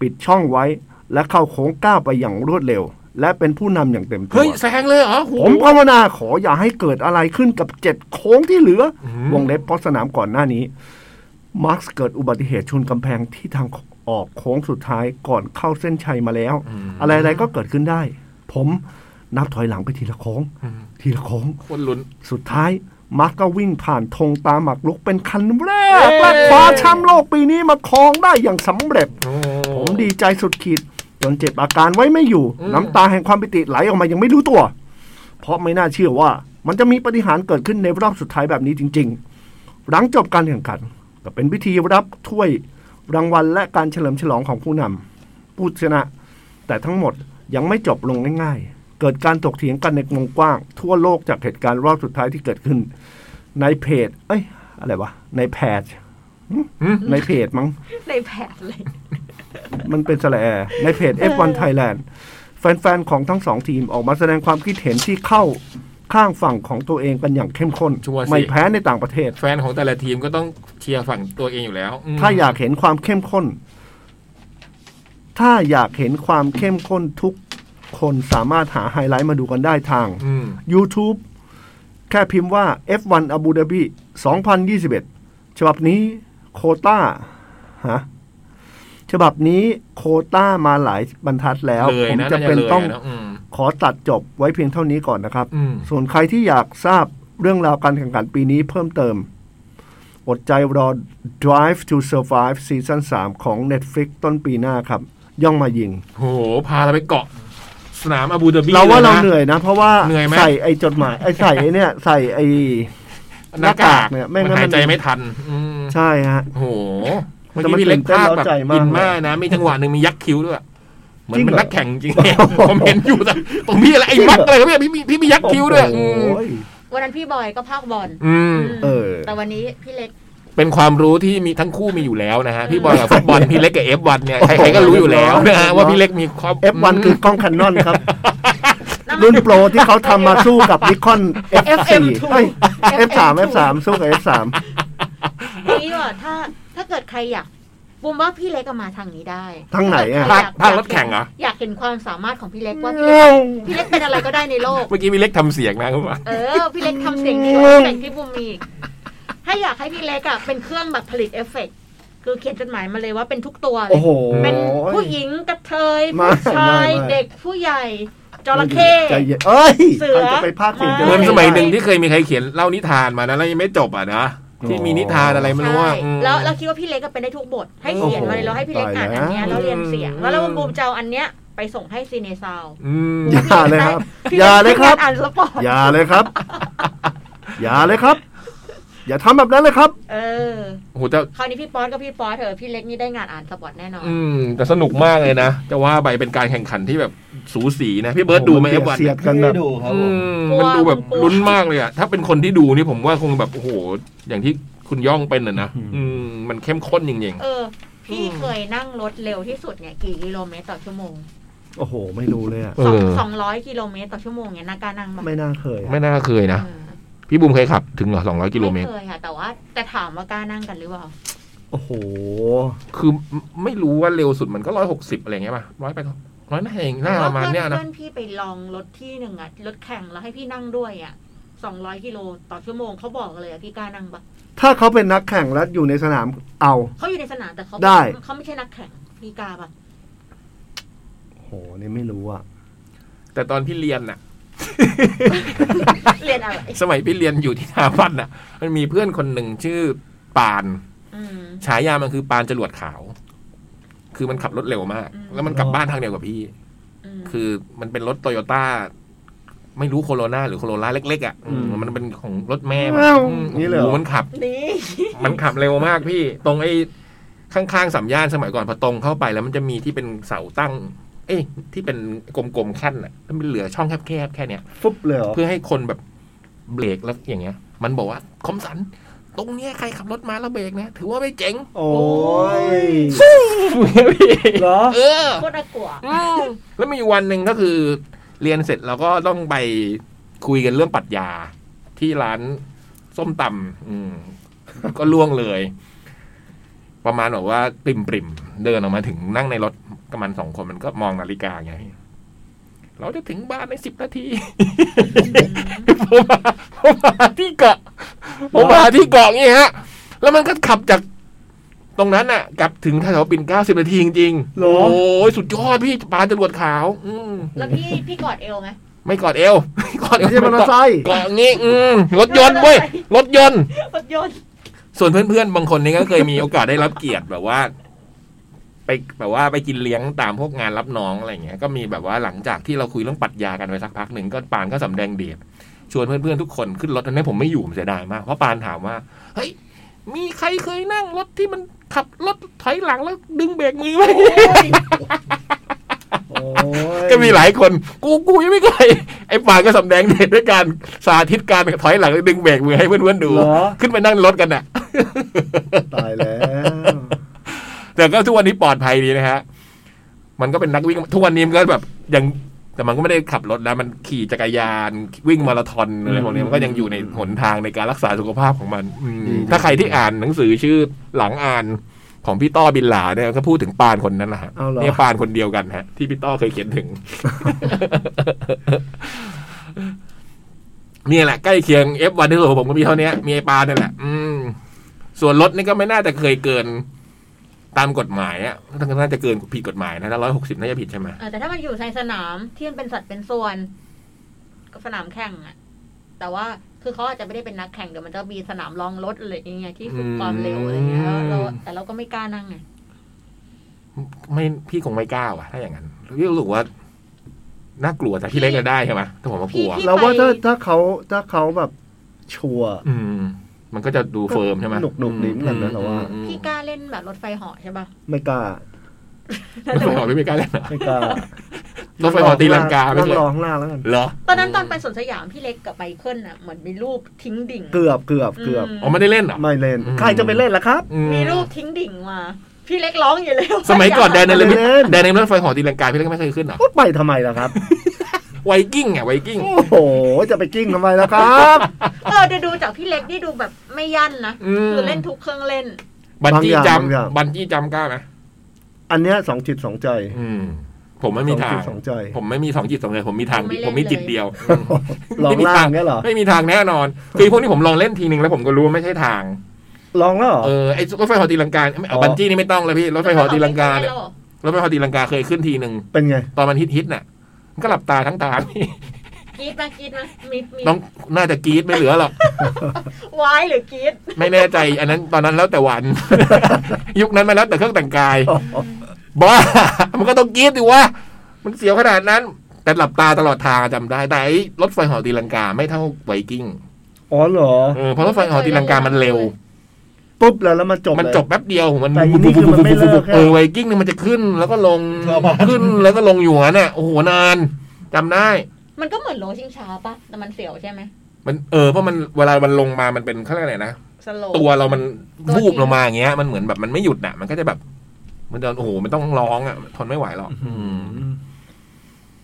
Speaker 3: ปิดช่องไว้ และเข้าโค้งเก้าไปอย่างรวดเร็ว และเป็นผู้นำอย่างเต็มตั
Speaker 2: เฮ้ยว แซงเลยเหรอโห
Speaker 3: ผมภาวนาขออย่าให้เกิดอะไรขึ้นกับเจ็ดโค้งที่เหลืออวงเล็บเพราะสนามก่อนหน้านี้ มาร์คเกิดอุบัติเหตุชนกำแพงที่ทางออกโค้งสุดท้ายก่อนเข้าเส้นชัยมาแล้ว อะไรๆก็เกิดขึ้นได้ ผมนับถอยหลังไปทีละโค้ง
Speaker 2: อืม
Speaker 3: ทีละโค้ง
Speaker 2: คนลุ้น
Speaker 3: สุดท้ายมาร์กก็วิ่งผ่านธงตาหมากลุกเป็นคันแรก
Speaker 2: เย้
Speaker 3: และคว้าแชมป์โลกปีนี้มาครองได้อย่างสำเร็จ
Speaker 2: โอ้
Speaker 3: ผมดีใจสุดขีด จนเจ็บอาการไว้ไม่อยู่
Speaker 2: อืม
Speaker 3: น้ำตาแห่งความปิติไหลออกมายังไม่รู้ตัว เพราะไม่น่าเชื่อว่า มันจะมีปาฏิหารย์เกิดขึ้นในรอบสุดท้ายแบบนี้จริง ๆ หลังจบการแข่งขัน ก็เป็นพิธีรับถ้วยรางวัลและการเฉลิมฉลองของผู้นำผู้ชนะ แต่ทั้งหมดยังไม่จบลงง่ายๆ เกิดการถกเถียงกันในวงกว้าง ทั่วโลกจากเหตุการณ์รอบสุดท้ายที่เกิดขึ้น ในเพจ เอ้ย อะไรวะ ในแพจหึในเพจมั้ง
Speaker 4: ในแผนเลย
Speaker 3: มันเป็นสระแอร์ในเพจ F1 Thailand แฟนๆ ของทั้งสองทีมออกมาแสดงความคิดเห็นที่เข้าข้างฝั่งของตัวเองกันอย่างเข้มข้น
Speaker 2: ชัวร์สิ
Speaker 3: ไม่แพ้ในต่างประเทศ
Speaker 2: แฟนของแต่ละทีมก็ต้องเชียร์ฝั่งตัวเองอยู่แล้วม
Speaker 3: ถ้าอยากเห็นความเข้มข้น ถ้าอยากเห็นความเข้มข้นทุกคนสามารถหาไฮไลท์มาดูกันได้ทาง
Speaker 2: อืม
Speaker 3: YouTube แค่พิมพ์ว่า F1 Abu Dhabi 2021 ฉบับนี้โควต้าฮะฉบับนี้โควต้ามาหลายบรรทัดแล้ว
Speaker 2: เลย
Speaker 3: ผม
Speaker 2: นะ
Speaker 3: จะเป็น
Speaker 2: ลย
Speaker 3: ต้อง
Speaker 2: นะอืม
Speaker 3: ขอตัดจบไว้เพียงเท่านี้ก่อนนะครับ
Speaker 2: อืม
Speaker 3: ส่วนใครที่อยากทราบเรื่องราวการแข่งขันปีนี้เพิ่มเติม อดใจรอ Drive to Survive ซีซั่น3ของ Netflix ต้นปีหน้าครับ ย่องมายิง
Speaker 2: โหพาเราไปเกาะสนามอาบูดาบี
Speaker 3: เราว่าเรา
Speaker 2: ลยะ
Speaker 3: เหนื่อยนะ เพราะว่า
Speaker 2: เหนื่อยไหม
Speaker 3: ใส่ไอ้จดหมายไอ้ใส่ไอ้เนี่ย ใส่ไอ้
Speaker 2: เ หน้า
Speaker 3: หน้า
Speaker 2: กาก
Speaker 3: กากเนี่ยไม่งั้
Speaker 2: มัน
Speaker 3: นมัน
Speaker 2: หายใจไม่ทันอืม
Speaker 3: ใช่ฮะ
Speaker 2: โอ้โหเมื่อ
Speaker 3: แต่มัน
Speaker 2: กี้พี่เล็ก
Speaker 3: ตื่นเต้น
Speaker 2: ภาพแบบ
Speaker 3: เร้าใจมาก
Speaker 2: อินมากนะมีจังหวะหนึ่งมียักษ์คิ้วด้วยเหมือน
Speaker 3: จริง
Speaker 2: เป็น
Speaker 3: เหรอ
Speaker 2: นักแข่งจริงๆผมเห็นอยู่แต่ตรงพี่อะไรไอ้มัด
Speaker 3: จริงเหรอ
Speaker 2: อะไรครับเนี่ยพี่มีพี่มียักษ์คิ้วด้วยอืม
Speaker 3: โอ้ย
Speaker 4: วันนั้นพี่บอยก็ภาคบอล
Speaker 2: อืม
Speaker 3: เออ
Speaker 4: แต่วันนี้พี่เล็ก
Speaker 2: เป็นความรู้ที่มีทั้งคู่มีอยู่แล้วนะฮะ พี่บอลกับฟุตบอลพี่เล็กกับเอฟวันเนี่ยใครๆก็รู้อยู่แล้วนะฮะว่าพี่เล็กมีความ
Speaker 3: F1 คือกล้องคันนอนครับ รุ่นโปรที่เขาทำมาสู้กับนิคอน F4
Speaker 4: FM2
Speaker 3: เอ้ย F3 F3 สู้กับ F3
Speaker 4: นี่ว่าถ้าถ้าเกิดใครอยากบุมว่าพี่เล็กอะมาทางนี้ได้
Speaker 3: ทางไหนอะ
Speaker 4: ถ้
Speaker 2: ภาค
Speaker 4: เกิดใคยก
Speaker 2: รถแข่งเหรอ
Speaker 4: อยากเห็นความสามารถของพี่เล็กว่าพี่เล็กพี่เล็กเป็นอะไรก็ได้ในโลก
Speaker 2: เมื่อกี้พี่เล็กทำเสียงนะครับว่า
Speaker 4: เออ พี่เล็กทำเสียงดีกว่าเสียงที่บุมมีอีกถ้าอยากให้พี่เล็กอะเป็นเครื่องแบบผลิตเอฟเฟกต์คือเขียนจดหมายมาเลยว่าเป็นทุกตัวเล
Speaker 3: โอ้
Speaker 4: ย
Speaker 3: โห
Speaker 4: เป็นผู้หญิงกระเทย
Speaker 3: ไม่
Speaker 4: ผู้ชาย
Speaker 3: ไม่ไม่
Speaker 4: เด็กผู้ใหญ่จระเข้
Speaker 3: ใจเย็นเอ้ย
Speaker 4: เสือ
Speaker 3: ใครจะไปพากเสียงจะไ
Speaker 2: เหมือนสมัยหนึ่งที่เคยมีใครเขียนเล่านิทานมานะแล้วยังไม่จบอ่ะนะที่มีนิทานอะไรไม่รู้ว่า
Speaker 4: ใช่
Speaker 2: อืม
Speaker 4: แล้วเราคิดว่าพี่เล็กก็เป็นได้ทุกบท ให้เขียนมาเลยแล้วให้พี่เล็กอ่านอันเนี้ย
Speaker 2: ตายแล้ว
Speaker 4: แล้วเรียนเสียง แล้วเราบูมจะเอาอันเนี้ยไปส่งให้ซีเนซาวด์
Speaker 2: อืม
Speaker 3: อย่าเลยครับ
Speaker 4: พี่
Speaker 3: อ
Speaker 4: เล็ก
Speaker 3: ย่าเลยครับ
Speaker 4: พี่กอ่านสปอร์ต
Speaker 3: อย่าเลยครับ อย่าเลยครับ อย่าทำแบบนั้นเลยครับ
Speaker 4: เออ
Speaker 2: โอ้โหแต่
Speaker 4: คราวนี้พี่ป๊อตกับพี่ป๊อตเถอะพี่เล็กนี่ได้งานอ่านสปอร์ตแน่นอน
Speaker 2: อืมแต่สนุกมากเลยนะจะว่าไปเป็นการแข่งขันที่แบบสูสีนะพี่เบิร์ดดูไหมเอฟวัน
Speaker 3: เสียดกันแบ
Speaker 6: ไม่
Speaker 3: บ
Speaker 6: ดูครับผม
Speaker 2: มันดูแบบลุ้นมากเลยอ่ะถ้าเป็นคนที่ดูนี่ผมว่าคงแบบโอ้โหอย่างที่คุณย่องเป็นอ่ะนะอืมมันเข้มข้นจริงๆ
Speaker 4: เออ พี่เคยนั่งรถเร็วที่สุดเนี่ยกี่กิโลเมตรต่อชั่วโมง
Speaker 3: โอ้โห ไม่รู้เลยอะ
Speaker 2: เอ
Speaker 4: สอง
Speaker 2: อ
Speaker 4: สองร้อยกิโลเมตรต่อชั่วโมงเนี่ยนาการนั่งปะ
Speaker 3: ไม่น่าเคยอะ
Speaker 2: ไม่น่าเคยนะ
Speaker 4: เออ
Speaker 2: พี่บุมเคยขับถึงเหรอสองร้อยกิโลเมตร
Speaker 4: ไม่เคยค่ะ แต่ว่าแต่ถามว่ากล้านั่งกันหรือเปล่า
Speaker 3: โอ้โห
Speaker 2: คือไม่ไม่รู้ว่าเร็วสุดมันก็ร้อยหกสิบอะไรเงี้ยป่ะร้อยไปร้อยหน้าเองหน้าประมาณเนี้ยนะ
Speaker 4: เพื่อนพี่ไปลองรถที่หนึ่งอะรถแข่งแล้วให้พี่นั่งด้วยอะสองร้อยกิโลต่อชั่วโมงเขาบอกเลยอะพี่กล้านั่งปะ
Speaker 3: ถ้าเขาเป็นนักแข่งแล้วอยู่ในสนามเอา
Speaker 4: เขาอยู่ในสนามแต่เขา
Speaker 3: ได้
Speaker 4: เขาไม่ใช่นักแข่งพี่กล้าปะ
Speaker 3: โอ้โหนี่ไม่รู้อะ
Speaker 2: แต่ตอนพี่เรียนน่ะ
Speaker 4: เรียนอะไร
Speaker 2: สมัยพี่เรียนอยู่ที่ทาวันน่ะ มันมีเพื่อนคนหนึ่งชื่อปาน
Speaker 4: อืม
Speaker 2: ฉายามันคือปานจรวดขาว คือมันขับรถเร็วมาก
Speaker 4: อืม
Speaker 2: แล้วมันกลับบ้านทางเดียวกับพี่
Speaker 4: อืม
Speaker 2: คือมันเป็นรถโตโยต้าไม่รู้โคโรนาหรือโคโรล่าเล็กๆอ่ะอืมมันเป็นของรถแม่มันอืม
Speaker 3: นี่เลยเหร
Speaker 2: โอ้
Speaker 3: อ
Speaker 2: โหมันขับ
Speaker 4: นี่
Speaker 2: มันขับเร็วมากพี่ตรงไอ้ข้างๆสัมย่านสมัยก่อนพอตรงเข้าไปแล้วมันจะมีที่เป็นเสาตั้ง เอ้ยที่เป็นกลมๆขั้นอ่ะแล้วมันเหลือช่องแคบๆแค่เนี้ย
Speaker 3: ฟุบเลยเหรอ
Speaker 2: เพื่อให้คนแบบเบรกแล้วอย่างเงี้ย มันบอกว่าคมสัน ตรงเนี้ยใครขับรถมาแล้วเบรกนะถือว่าไม่เจ๋ง
Speaker 3: โอ้ย
Speaker 2: พี่
Speaker 3: เหรอ
Speaker 2: เออ
Speaker 4: โคตร น่ากลัว
Speaker 2: แล้วมีวันหนึ่งก็คือ เรียนเสร็จเราก็ต้องไปคุยกันเรื่องปรัชญาที่ร้านส้มตำอืม ก็ล่วงเลย ประมาณแบบว่าปริมปริมๆเดินออกมาถึงนั่งในรถประมาณสองคนมันก็มองนาฬิกาไง เราจะถึงบ้านในสิบนาที ผมมาผมมาที่เกาะผมมาที่เกาะนี่ฮะ แล้วมันก็ขับจากตรงนั้นน่ะ กลับถึงแถวๆปิ่นเกล้าสิบนาทีจริงๆ
Speaker 3: เหรอ
Speaker 2: โอ้ยสุดยอดพี่ปลาจรวดขาว อืม
Speaker 4: แล้วพี่พี่กอดเอวไหม
Speaker 2: ไม่กอดเอว ไม่กอดเอ
Speaker 3: ไม่
Speaker 2: ว
Speaker 3: ใช่มอเตอร์ไซค์
Speaker 2: เกาะงี้อืมรถยนต์เว้ยรถยนต์
Speaker 4: รถยนต์
Speaker 2: ส่วนเพื่อนๆ บางคนนี่ก็เคยมีโอกาสได้รับเกียรติแบบว่า ไปแบบว่าไปกินเลี้ยงตามพวกงานรับน้องอะไรอย่างเงี้ยก็มีแบบว่าหลังจากที่เราคุยเรื่องปรัชญากันไปสักพักหนึ่งก็ปานก็สำแดงเดชชวนเพื่อนๆทุกคนขึ้นรถตอนนั้นผมไม่อยู่ผมเสียดายมากเพราะปานถามว่าเฮ้ยมีใครเคยนั่งรถที่มันขับรถถอยหลังแล้วดึงเบรกมือไหม
Speaker 3: โอ้ย
Speaker 2: ก็มีหลายคนกูกูยังไม่เคย ไอ้ปานก็สำแดงเด ชด้วยการสาธิตการถอยหลังแล้วดึงเบรกมือให้เพื่อนๆดู
Speaker 3: เหรอ
Speaker 2: ขึ้นไปนั่งรถกันน่ะ
Speaker 3: ตายแล้ว
Speaker 2: แต่ก็ทุกวันนี้ปลอดภัยดีนะฮะ มันก็เป็นนักวิ่งทุกวันนี้มันก็แบบยังแต่มันก็ไม่ได้ขับรถนะมันขี่จักรยานวิ่งมาราธอนอะไรพวกนี้มันก็ยังอยู่ในหนทางในการรักษาสุขภาพของมันอืม
Speaker 3: ดีดี
Speaker 2: ถ้าใครที่อ่านหนังสือชื่อหลังอ่านของพี่ต้อบินหลาเนี่ยก็พูดถึงปานคนนั้นนะฮะ
Speaker 3: เอาเหรอ
Speaker 2: เนี่ยปานคนเดียวกันฮะ ที่พี่ต้อเคยเขียน ถึง เนี่ยแหละใกล้เคียง F1 ที่สุดของผมก็มีเท่านี้มีไอปานนี่แหละ อืม ส่วนรถนี่ก็ไม่น่าจะเคยเกิน ตามกฎหมายอ่ะน่าจะเกินผิดกฎหมายนะถ้าร้อยหกสิบน่าจะผิดใช่ไหม
Speaker 4: เออแต่ถ้ามันอยู่ในสนามที่มันเป็นสัตว์เป็นส่วน ก็สนามแข่งอะแต่ว่าคือเขาอาจจะไม่ได้เป็นนักแข่งเดี๋ยวมันจะมีสนามลองรถอะไรอย่างเงี้ยที่ฝึกความเร็วอะไรเงี้ยแล้วเราแต่เราก็ไม่กล้านั่งไง
Speaker 2: ไม่พี่คงไม่กล้าว่ะถ้าอย่างนั้นพี่รู้สึกว่าน่ากลัวแต่พี่เล็กจะได้ใช่ไหมแต่ผมว่ากลัว
Speaker 4: พี่
Speaker 3: เราว่าถ้าถ้าเขาถ้าเขาแบบชัวร์
Speaker 2: อืม มันก็จะดูเฟิร์มใช่ไหม
Speaker 3: หนุกหนุกดีเหมือนกันนะเราว่า
Speaker 2: อืม
Speaker 4: พี่กล้าเล่นแบบรถไฟเหาะใช่ปะ
Speaker 3: ไม่กล้า
Speaker 2: รถไฟเหอพี่ไม่กล้าเล่นเหรอ
Speaker 3: ไม่กล้าร
Speaker 2: ถไฟเหอตีลังกาไม่
Speaker 3: นั่ง
Speaker 2: ใช่
Speaker 3: รองล่างแล้วกัน
Speaker 2: เหรอ
Speaker 4: ตอนนั้นตอนไปสวนสยามพี่เล็กกับไมเคิลอ่ะเหมือนมีรูปทิ้งดิ่ง
Speaker 3: เกือบเกือบเกือบ
Speaker 2: อ๋อไม่ได้เล่นเหรอ
Speaker 3: ไม่เล่น
Speaker 2: อืม
Speaker 3: ใครจะไปเล่นล่ะครับ
Speaker 2: อื
Speaker 4: มีรูปทิ้งดิ่งมาพี่เล็กร้องอยู่เลยว่า
Speaker 2: สมัยก่อนแดนใน
Speaker 3: ไม่
Speaker 2: ลิ
Speaker 3: ได้
Speaker 2: มิต
Speaker 3: เล่น
Speaker 2: แดนในรถไฟเหอตีลังกาพี่เล็กไม่เคยขึ้นเหรอ
Speaker 3: ก็ไปทำไมล่ะครับ
Speaker 2: ไวกิ้งไงไวกิ้ง
Speaker 3: โอ้โห จะไปกิ้งทำไมล่ะครับ
Speaker 4: เออดูดูจากพี่เล็กนี่ดูแบบไม่ยั่นนะ
Speaker 2: อืม
Speaker 4: คือเล่นทุกเครื่องเล่น
Speaker 2: บันจี้
Speaker 3: บางอย่างบางอย่าง
Speaker 2: จำบันจี้จำกล้าไหม
Speaker 3: อันเนี้ยสองจิตสองใจ
Speaker 2: อืม ผมไม่มีทา
Speaker 3: สองจิ
Speaker 2: ง
Speaker 3: ตสองใจ
Speaker 2: ผมไม่มีสองจิตสองใจผมมีทาง
Speaker 4: ผม
Speaker 2: ผม
Speaker 4: ไม่เล่น
Speaker 2: มีจิต
Speaker 4: เลย
Speaker 2: เดียว
Speaker 3: ลอง
Speaker 2: ไม่มี
Speaker 3: ล่า
Speaker 2: ทาง
Speaker 3: เนี้ยเหรอ
Speaker 2: ไม่มีทางแน่นอน คือพวกนี้ผมลองเล่นทีนึงแล้วผมก็รู้ว่าไม่ใช่ทาง
Speaker 3: ลองแล้วเหรอ
Speaker 2: เออไอ้รถไฟเหอตีลังกาไม่เอา
Speaker 3: อ๋อ
Speaker 2: บันจี้นี่ไม่ต้องเลยพี่รถไฟเหอตีลังกาเนี่ย
Speaker 4: แล้วหรอ
Speaker 2: รถไฟเหอตีลังกาเคยขึ้นทีหนึ่ง
Speaker 3: เป็นไง
Speaker 2: ตอนมันฮิตฮิตๆน่ะมันก็หลับตาทั้งตาพี่
Speaker 4: กรีดมากรีดมามีมี
Speaker 2: ต้องน่าจะกรี๊ดไม่เหลือหรอก
Speaker 4: วายหรือกรีด
Speaker 2: ไม่แน่ใจ อันนั้นตอนนั้นแล้วแต่วัน ยุคนั้นมาแล้วแต่เครื่องแต่งกายบ้า มันก็ต้องกรี๊ดดิวะมันเสียวขนาดนั้น แต่หลับตาตลอดทางจำได้แต่ไอ้รถไฟเหอตีลังกาไม่เท่าไวกิ้ง
Speaker 3: อ๋อเหรอ
Speaker 2: เออเพราะรถไฟเหอตีลังกามันเร็ว
Speaker 3: ปุ๊บแล้วแล้วมันจบ
Speaker 2: มัน
Speaker 3: เลย
Speaker 2: จบแป๊บเดียวมัน
Speaker 3: แต่อันนี้คือมันไม่เลิก
Speaker 2: เออไวกิ้งเนี่ยมันจะขึ้นแล้วก็ลง
Speaker 6: ทรมาน
Speaker 2: ขึ้นแล้วก็ลงอยู่อย่างนั้นน่ะโอ้โหนานจำได้
Speaker 4: มันก็เหมือนโลชิงช้าปะแต่มันเสียวใช่ไหม
Speaker 2: มันเออเพราะมันเวลามันลงมามันเป็นเขาเรียกอะไรนะ
Speaker 4: สโล
Speaker 2: ตัวเรามัน
Speaker 4: ตัว
Speaker 2: วูบ
Speaker 4: จริง
Speaker 2: ลงมาอย่างเงี้ย มันเหมือนแบบมันไม่หยุดน่ะ มันก็จะแบบ มันเดินโอ้โหมันต้องร้องอ่ะทนไม่ไหวหรอกอืม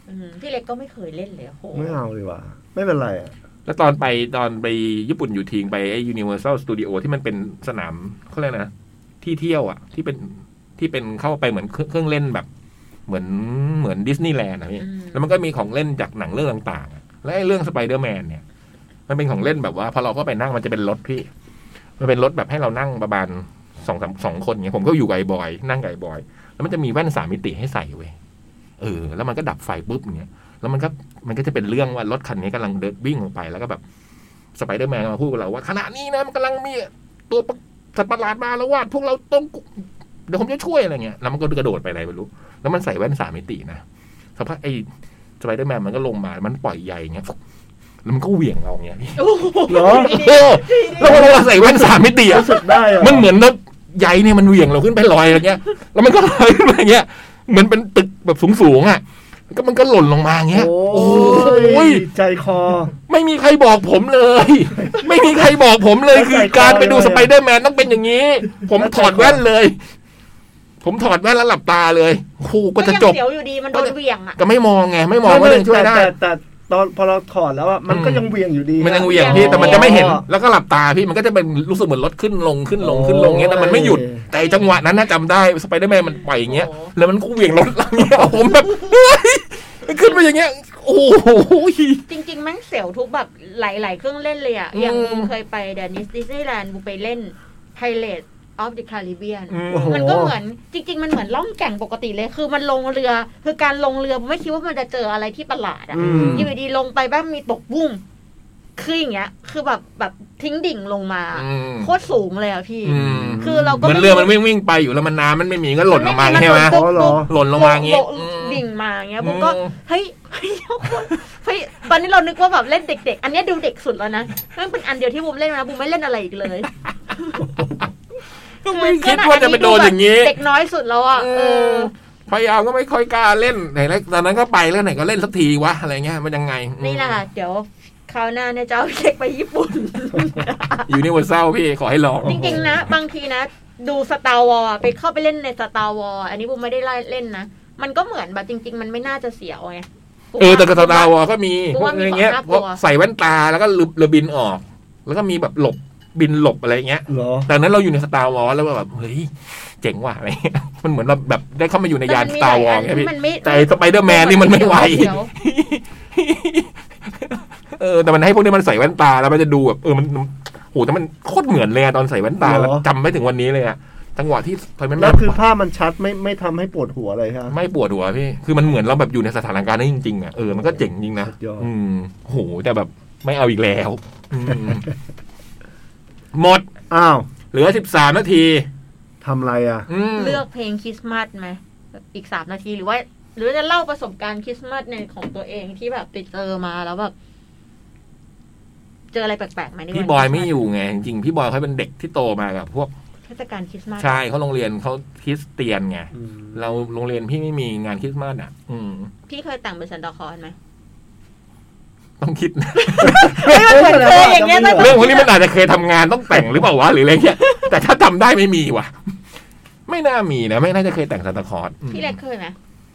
Speaker 4: อืมพี่เล็กก็ไม่เคยเล่นเลยโห
Speaker 3: ไม่เอาเลยว่ะไม่เป็นไรอะ
Speaker 2: แล้วตอนไปตอนไปญี่ปุ่นอยู่ทิงไปไอ้ Universal Studio ที่มันเป็นสนามเขาเรียกอะไรนะที่เที่ยวอ่ะ ที่เป็นที่เป็นเข้าไปเหมือนเครื่องเครื่องเล่นแบบ เหมือนเหมือนดิสนีย์แลนด์อะพี่
Speaker 4: อืม
Speaker 2: แล้วมันก็มีของเล่นจากหนังเรื่องต่างๆอะและไอ้เรื่องสไปเดอร์แมนเนี่ย มันเป็นของเล่นแบบว่าพอเราก็ไปนั่งมันจะเป็นรถพี่ มันเป็นรถแบบให้เรานั่งประมาณสองสามสองคนเงี้ยผมก็อยู่กับไอ้บอย นั่งกับไอ้บอย แล้วมันจะมีแว่นสามมิติให้ใส่เว้ยเออ แล้วมันก็ดับไฟปุ๊บอย่างเงี้ยแล้วมันก็มันก็จะเป็นเรื่องว่ารถคันนี้กำลังเดินวิ่งออกไปแล้วก็แบบสไปเดอร์แมนมาพูดกับเราว่าขณะนี้นะมันกำลังมีตัวประสัตว์ประหลาดมาแล้วว่าดพวกเราต้องเดี๋ยวผมจะช่วยอะไรเงี้ยแล้วมันก็กระโดดไปอะไรไม่รู้ แล้วมันใส่แว่นสามมิตินะสภาพกไอ้สไปเดอร์แมนมันก็ลงมามันปล่อยใยอย่างเงี้ยแล้วมันก็เหวี่ยงเรา อย่างเงี้ยพี่
Speaker 4: โอ้โห
Speaker 3: เหรอ
Speaker 2: เออแล้วเวลาใส่แว่นสามมิติอะ
Speaker 3: รู้สึกได้เหรอ
Speaker 2: มันเหมือนแบบใยเนี่ยมันเหวี่ยงเราขึ้นไปลอยอะไรเงี้ย แล้วมันก็ลอยขึ้นไปเงี้ยเหมือนเป็นตึกแบบสูงๆอะก็มันก็หล่นลงมาเงี้ย
Speaker 3: โอ้
Speaker 2: โอ้
Speaker 3: ย
Speaker 2: ย
Speaker 3: ใจคอ
Speaker 2: ไม่มีใครบอกผมเลย ไม่มีใครบอกผมเลย
Speaker 3: แล้ว
Speaker 2: คือ
Speaker 3: ใส่
Speaker 2: การไปดู
Speaker 3: คอเลย
Speaker 2: สไปเดอร์แมนต้องเป็นอย่างนี้ ผม
Speaker 3: แล้วใส่
Speaker 2: ถอดแว่น
Speaker 3: คอ
Speaker 2: เลย ผมถอดแว่นแล้วหลับตาเลยโูก็จะจบ
Speaker 4: ยังเสียวอยู่ดีมันโดนเหวี่ยงอ่ะ
Speaker 2: ก็ไม่มองไงไม่มองว่าเรื่องช่วยได้
Speaker 3: แต่แต่แต่ตอนพอเราถอดแล้วอะมันก็
Speaker 2: อืม
Speaker 3: ยังเวียงอยู่ดี
Speaker 2: มันยังเหวี่ยงพี่แต่มันจะไม่เห็น แล้วก็หลับตาพี่มันก็จะเป็นรู้สึกเหมือนรถขึ้นลงขึ้นลงขึ้นลงเงี้ยแต่มันไม่หยุด แต่จังหวะนั้นนะจำได้สไปเดอร์แมนมันปล่อยอย่างเงี้ย
Speaker 4: โอ้โห
Speaker 2: แล้วมันก็เหวี่ยงรถเราเงี้ยผมแบบเฮ้ยมันขึ้นไปอย่างเงี้ย โอ้โห
Speaker 4: จริงๆแม่งเสียวทุกแบบหลาย ๆ เครื่องเล่นเลยอ่ะ
Speaker 2: อืม
Speaker 4: อย่างบูมเคยไปเดนิสดิสนีย์แลนด์บูมไปเล่น Pirate of the Caribbean
Speaker 2: อืม
Speaker 3: โอ้โห
Speaker 4: มันก็เหมือนจริง ๆ มันเหมือนล่องแก่งปกติเลย คือมันลงเรือ คือการลงเรือไม่คิดว่ามันจะเจออะไรที่ประหลาดอ่ะ
Speaker 3: อืม
Speaker 4: อยู่ดีๆลงไปแบ้างมีตกบุ้มคืออย่างเงี้ย คือแบบแบบทิ้งดิ่งลงมา
Speaker 2: อืม
Speaker 4: โคตรสูงเลยอ่ะพี่
Speaker 2: อืม
Speaker 4: คือเราก็
Speaker 2: เหมือนเรือมันวิ่งวิ่งไปอยู่แล้วมันน้ำมันไม่มีก็หล่นลงมาใช่ไหม
Speaker 4: น
Speaker 3: อ๋อเหรอ
Speaker 4: ปุ๊บ
Speaker 2: หล่นลงมาอย่างงี้
Speaker 4: โบะดิ่งมาอย่างเงี้ยผมก็
Speaker 2: อืม
Speaker 4: เฮ้ยเฮ้ยทุกคนเฮ้ยตอนนี้เรานึกว่าแบบเล่นเด็ก ๆ อันเนี้ยดูเด็กสุดแล้วนะนั่นเป็นอันเดียวที่บูมเล่นมานะบูมไม่เล่นอะไรอีกเลย
Speaker 2: ไม่คิดว่าจะไปโดนอย่าง
Speaker 4: นี้
Speaker 2: งี้
Speaker 4: เด็กน้อยสุดแล้วอ่ะเออ
Speaker 2: พยายามก็ไม่ค่อยกล้าเล่นไหนแล้วตอนนั้นก็ไปแล้วไหนก็เล่นสักทีวะอะไรเงี้ยมันยังไงอืม
Speaker 4: นี่แหละค่ะเดี๋ยวคราวหน้าเนี่ยจะเอาเด็กไปญี่ปุ่น
Speaker 2: อยู่ในวันเศร้าพี่ขอให้ลอง
Speaker 4: จริงๆนะ บางทีนะ ดูสตาร์วอลไปเข้าไปเล่นในสตาร์วอลอันนี้บูมไม่ได้เล่นนะมันก็เหมือนแบบจริง ๆ มันไม่น่าจะเสียวไง
Speaker 2: เออแต่กระสดาวอก็มี
Speaker 4: กู
Speaker 2: พว
Speaker 4: ว่ามี
Speaker 2: กอย่างเงี้ย
Speaker 4: ของน่าก
Speaker 2: พ
Speaker 4: ลัว
Speaker 2: วกใส่แว่นตาแล้วก็ลืมเรือบินออก แล้วก็มีแบบหลบบินหลบอะไรเงี้ย
Speaker 3: เหรอ
Speaker 2: แต่นั้นเราอยู่ในสตาร์วอลแล้วแบบเฮ้ยเจ๋งว่ะอะไรเงี้ยมันเหมือนเราแบบได้เข้ามาอยู่ในยานสตาร์วอลไงพี่
Speaker 4: มันไม่
Speaker 2: แต่สไปเดอร์แมนนี่มันไม่ไหว
Speaker 4: เดี๋ย
Speaker 2: เออแต่มันให้พวกนี้มันใส่แว่นตาแล้วมันจะดูแบบเออมันโหแต่มันโคตรเหมือนเลยอะตอนใส่แว่นตา
Speaker 3: เหรอ
Speaker 2: แล้วจำไม่ถึงวันนี้เลยอะจังหวะที่ไฟมัน
Speaker 3: แล้ว
Speaker 2: บ
Speaker 3: คือภาพมันชัดไม่ไม่ทำให้ปวดหัวเลยฮะ
Speaker 2: ไม่ปวดหัวพี่คือมันเหมือนเราแบบอยู่ในสถานการณ์นั้นจริงๆอะเออมันก็เจ๋งจริงนะ
Speaker 3: สุดยอด
Speaker 2: อืมโหแต่แบบไม่เอาอีกแล้วอืมหมด
Speaker 3: อ้าว
Speaker 2: เหลือสิบสามนาที
Speaker 3: ทำอะไรอ่ะ
Speaker 2: ม
Speaker 4: เลือกเพลงคริสต์มาสไหมแบบอีกสามนาทีหรือว่า หรือว่าจะเล่าประสบการณ์คริสต์มาสในของตัวเองที่แบบไปเจอมาแล้วแบบ เจออะไรแปลกๆไหมในวัน
Speaker 2: พี่บอยไม่อยู่ไง จริงๆพี่บอยเขาเป็นเด็กที่โตมากับพวก
Speaker 4: เทศกาลคริสต์มาส
Speaker 2: ชายเขาโรงเรียนเขาคริสเตียนไงเราโรงเรียนพี่ไม่มีงานคริสต์มาสอ่ะ อืม
Speaker 4: พี่เคยแต่งเป็นซันตาคลอสไหม
Speaker 2: ต้องคิด นะ
Speaker 4: ไม่เคยเจออย่างเงี้ยตั้งแต่
Speaker 2: เรื่องพวกนี้มันอาจจะเคยทำงานต้องแต่งหรือเปล่าวะหรืออะไรเงี้ย แต่ถ้าจำได้ไม่มีว่ะ ไม่น่ามีนะ ไม่น่าจะเคยแต่งซานตาคลอร์สอืม
Speaker 4: พี่เล็กเคยไหม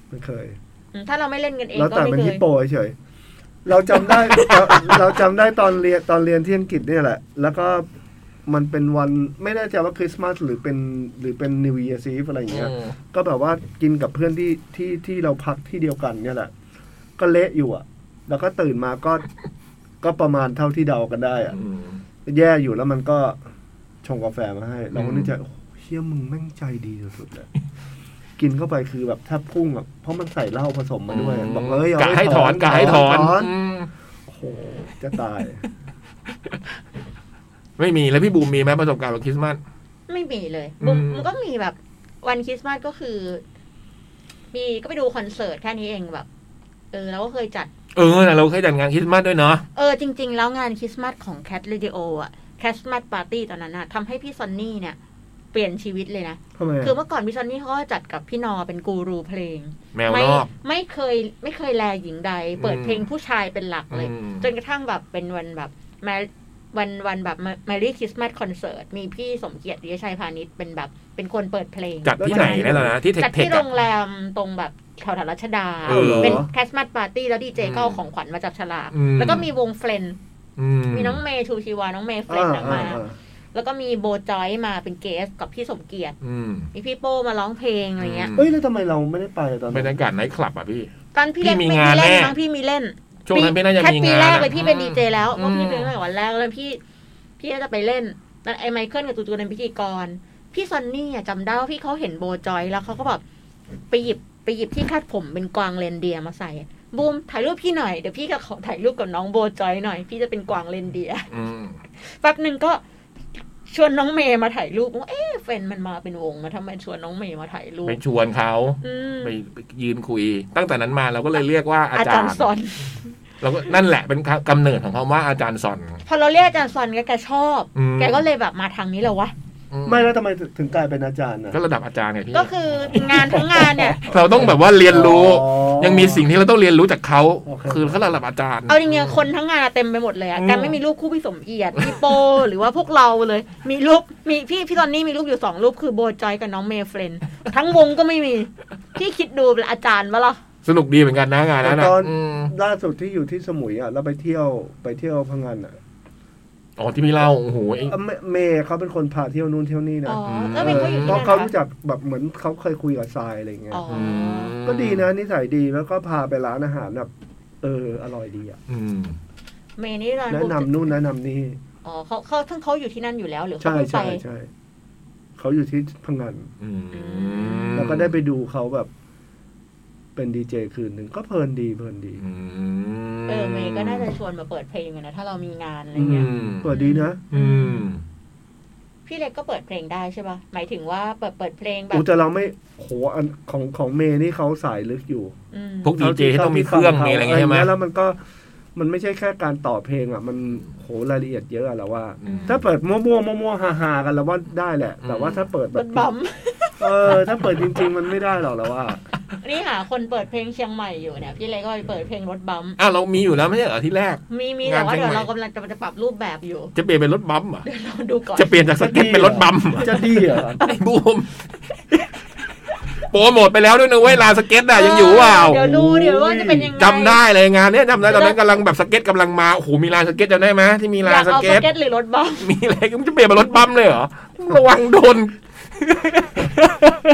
Speaker 3: ไม่เคย
Speaker 4: อืมถ้าเราไม่เล่นกันเอง
Speaker 3: เรา
Speaker 4: ก็
Speaker 3: แต่ง
Speaker 4: ไม่
Speaker 3: เป็น
Speaker 4: เค
Speaker 3: ฮิป
Speaker 4: ย
Speaker 3: โปเฉยๆเราจำได้ เราเราจำได้ตอนเรียนตอนเรียนที่อังกฤษเนี่ยแหละ แล้วก็มันเป็นวันไม่แน่ใจว่าคริสต์มาสหรือเป็นหรือเป็นนิว e a ร์ซีฟอะไรอย่างเงี้ย
Speaker 2: อืม
Speaker 3: ก็แบบว่ากินกับเพื่อนที่ที่ที่เราพักที่เดียวกันเนี่ยแหละ ก็เละอยู่อ่ะ แล้วก็ตื่นมาก็ก็ประมาณเท่าที่เดากันได้อ่ะ
Speaker 2: อืม
Speaker 3: แย่อยู่แล้วมันก็ชงกาแฟมาให้ เราก็
Speaker 2: อืม
Speaker 3: นึกใจโอ้โหเฮี้ยมึงแม่งใจดีสุดๆเลย กินเข้าไปคือแบบแทบพุ่งอ่ะเพราะมันใส่เหล้าผสมมาด้วยบอกเอ้ยเาไว้
Speaker 2: กะให้ถอนกะให้ถอนอืม
Speaker 3: โอ้โหจะตาย
Speaker 2: ไม่มีแล้วพี่บูมมีไหมประสบการณ์วันคริสต์มาส
Speaker 4: ไม่มีเลย
Speaker 2: อื
Speaker 4: มึง
Speaker 2: ม
Speaker 4: มันก็มีแบบวันคริสต์มาสก็คือ มีก็ไปดูคอนเสิร์ตแค่นี้เองแบบ เออเราก็เคยจัด
Speaker 2: เออนะเราเคยจัดงานคริสต์มาสด้วยเนาะ
Speaker 4: เออจริง ๆ แล้วงานคริสต์มาสของแคทเรดิโออะคริสต์มาสปาร์ตี้ตอนนั้นอะทำให้พี่ซอนนี่เนี่ย เปลี่ยนชีวิตเลยนะ
Speaker 3: ทำไมอะ
Speaker 4: คือเมื่อก่อนพี่ซอนนี่เขาก็จัดกับพี่นอเป็นกูรูเพลง
Speaker 2: แมว
Speaker 4: ไม่
Speaker 2: นอก
Speaker 4: ไม่เคยไม่เคยแลหญิงใด เปิด
Speaker 2: อืม
Speaker 4: เพลงผู้ชายเป็นหลักเลย
Speaker 2: อืม
Speaker 4: จนกระทั่งแบบเป็นวันแบบมาวันวันแบบมารีคริสต์มาสคอนเสิร์ตมีพี่สมเกียรติวิชัยพาณิชย์เป็นแบบ เป็นคนเปิดเพลง
Speaker 2: จัดที่ไหนได้แล้วนะที่เทค
Speaker 4: จัด
Speaker 2: เทค
Speaker 4: ที่โร
Speaker 2: อะ
Speaker 4: งแรมตรงแบบแถวถรัชดา
Speaker 2: เออ
Speaker 4: เป็นคริสต์มาสปาร์ตี้แล้วดีเจก็เอา
Speaker 2: อืม
Speaker 4: ของขวัญมาจับฉลาก
Speaker 2: อืม
Speaker 4: แล้วก็มีวงเฟรนด์
Speaker 2: อื
Speaker 4: มีน้องเมย์ชูชีวา น้องเมย์เฟรน
Speaker 3: อ่า
Speaker 4: ด์อะ
Speaker 3: อ่า
Speaker 4: มา
Speaker 3: อ่า
Speaker 4: แล้วก็มีโบจอยมาเป็นเกสกับพี่สมเกียรติ
Speaker 2: อืม
Speaker 4: มีพี่โป้มาร้องเพลงอะไรเงี้ย
Speaker 3: เอ้ยแล้วทำไมเราไม่ได้ไปตอน
Speaker 2: บร
Speaker 3: นั้น
Speaker 2: รยากาศไนท์คลับอ่ะพี่
Speaker 4: ตอนพี่เล่น
Speaker 2: พี่มี
Speaker 4: ไม่
Speaker 2: งาน
Speaker 4: มีเล่น
Speaker 2: แน่
Speaker 4: มั้งพี่มีเล่น
Speaker 2: ช่วงนั้นไม่น่าจะ
Speaker 4: แค่
Speaker 2: มี
Speaker 4: ปี
Speaker 2: งาน
Speaker 4: แรก
Speaker 2: อะ
Speaker 4: เลยพี่เป็นดีเจแล้ว
Speaker 2: อื
Speaker 4: เพราะ
Speaker 2: ม
Speaker 4: พี่เป็นตั้งแต่วันแรกแล้วพี่ พี่ก็จะไปเล่นนั่นไอ้ไมเคิลกับตูตูเป็นพิธีกร พี่ซอนนี่อะจำได้ว่าพี่เขาเห็นโบจอยแล้วเขาก็แบบไปหยิบไปหยิบที่คาดผมเป็นกวางเรนเดียร์มาใส่บูมถ่ายรูปพี่หน่อยเดี๋ยวพี่ก็ขอถ่ายรูปกับน้องโบจอยหน่อยพี่จะเป็นกวางเรนเดียร์
Speaker 2: อืม
Speaker 4: แป๊บหนึ่งก็ชวนน้องเมย์มาถ่ายรูปว่าเอ๊ะเฟรนด์มันมาเป็นวงมาทำไมชวนน้องเมย์มาถ่ายรูป
Speaker 2: ไปชวนเขา
Speaker 4: อืม
Speaker 2: ไปไปยืนคุย ตั้งแต่นั้นมาเราก็เลยเรียกว่าอา
Speaker 4: อา
Speaker 2: จา
Speaker 4: จาร ร
Speaker 2: ย์
Speaker 4: ย์ซอน
Speaker 2: เราก็นั่นแหละเป็นกำเนิดของคำว่าอาจารย์สอน
Speaker 4: พอเราเรียกอาจารย์ซอนแกแกชอบ
Speaker 2: อืม
Speaker 4: แกก็เลยแบบมาทางนี้แล้ววะ
Speaker 3: ไม่แล้วทำไมถึงกลายเป็นอาจารย์อ่ะ
Speaker 2: ก็ระดับอาจารย์ไงพี่
Speaker 4: ก็คืองานทั้งงานเนี่ย
Speaker 2: เราต้องแบบว่าเรียนรู้
Speaker 3: อ๋อ
Speaker 2: ยังมีสิ่งที่เราต้องเรียนรู้จากเขา
Speaker 3: โอเค
Speaker 2: คือเขาระดับอาจารย์
Speaker 4: เอาจริงๆคนทั้งงานเต็มไปหมดเลยอะ
Speaker 2: อืม
Speaker 4: แกไม่มีรูปคู่พี่สมเกียรติพี่โป หรือว่าพวกเราเลย มีรูปมีพี่พี่ตอนนี้มีรูปอยู่สองรูปคือโบจอยกับน้องเมย์เฟรนด์ทั้งวงก็ไม่มีพี่คิดดูเป็นอาจารย์วะล่ะ
Speaker 2: สนุกดีเหมือนกันนะงานนั้น
Speaker 3: แต่
Speaker 2: อ่ะ
Speaker 3: ตอน
Speaker 2: อืม
Speaker 3: ล่าสุดที่อยู่ที่สมุยอ่ะเราไปเที่ยวไปเที่ยวพังงานอ่ะ
Speaker 2: อ๋อที่พี่เล่าโอ้โหไอ้
Speaker 3: เอ่อเมเมย์เขาเป็นคนพาเที่ยวนู่นเที่ยวนี่
Speaker 4: อ๋
Speaker 3: นะ
Speaker 4: อ
Speaker 2: อืม
Speaker 4: แล้วเป็นเขาอยู่
Speaker 3: เพ
Speaker 4: ที่
Speaker 3: ราะ
Speaker 4: นั่น
Speaker 3: เขารู้
Speaker 4: เหรอ
Speaker 3: จักแบบเหมือนเขาเคยคุยกับทรายอะไรอย่างเงี้ย
Speaker 4: อ๋ออ
Speaker 2: อืม
Speaker 3: ก็ดีนะนิสัยดีแล้วก็พาไปร้านอาหารแบบเอออร่อยดีอ่ะ
Speaker 2: อืม
Speaker 4: เมย์นี่ร้าน
Speaker 3: แนะนำนู่นแนะนำนี่
Speaker 4: อ๋อเขาเขาทั้งเขาอยู่ที่นั่นอยู่แล้วหรือเขา
Speaker 3: ใช่
Speaker 4: เพิ่งไป
Speaker 3: ใช่ใช่เขาอยู่ที่พังงาน
Speaker 2: อืม
Speaker 3: แล้วก็ได้ไปดูเขาแบบ เป็นดีเจคืนหนึ่งก็เพลินดีเพลินดี
Speaker 2: อืม
Speaker 4: เออเมย์ก็น่าจะชวนมาเปิดเพลงอะนะถ้าเรามีงานอะไร
Speaker 2: อื
Speaker 4: เงี้ย
Speaker 2: ม
Speaker 3: เปิดดีนะ
Speaker 2: อืม
Speaker 4: พี่เล็กก็เปิดเพลงได้ใช่ป่ะหมายถึงว่าเปิดเปิดเพลงแบบ
Speaker 3: อู้แต่เราไม่โหอันของของเมย์นี่เขาสายลึกอยู่
Speaker 4: อืม
Speaker 2: พวกดีเจที่ต้องมีเครื่องมีอะไรอย่างเงี้ยใช่ไหม
Speaker 3: แล้วมันก็มันไม่ใช่แค่การต่อเพลงอ่ะ มันโหรายละเอียดเยอะอะเราว่า
Speaker 2: อืม
Speaker 3: ถ้าเปิดมั่วๆมั่วๆฮาๆกันเราว่าได้แหละ แต่ว่าถ้าเปิดแบบ
Speaker 4: ดบัม
Speaker 3: เออ ถ้าเปิดจริง ๆ มันไม่ได้หรอกเราว่า
Speaker 4: นี่หาคนเปิดเพลงเชียงใหม่อยู่เนี่ยพี่เล็กก็ไปเปิดเพลงรถบัม
Speaker 2: อ้าวเรามีอยู่แล้วไม่ใช่เหรอที่แรก
Speaker 4: มีมี
Speaker 2: งาน
Speaker 4: แต่ว่า
Speaker 2: เชียง
Speaker 4: เดี๋ยว
Speaker 2: ใหม่
Speaker 4: เรากำลังจะจะปรับรูปแบบอยู่
Speaker 2: จะเปลี่ยนเป็นรถบัมป์เหรอ่ะ
Speaker 4: เดี๋ยวเราดูก่อน
Speaker 2: จะเปลี่ยนจากสเก็ตเป็นรถบัมป์เหรอ
Speaker 3: จะดีเหรอ
Speaker 2: ไอ้บูมโปรโมทไปแล้วด้วยนะเว้ยลานสเก็ตน่ะยังอยู่เปล่า
Speaker 4: เดี๋ยวดูเดี๋ยวว่าจะเป็นยังไง
Speaker 2: จำได้เลยงานเนี้ยจำได้ตอนนั้นกำลังแบบสเก็ตกำลังมาโอ้โหมีลานสเก็ตจำได้ไหมที่มีลาย
Speaker 4: อาน ก
Speaker 2: ส
Speaker 4: เอาส
Speaker 2: เก็ต
Speaker 4: เก็ตหรือรถบัม
Speaker 2: มีอะไรก็มันจะเปลี่ยนเป็นรถบัมเลยเหรอระวังโดน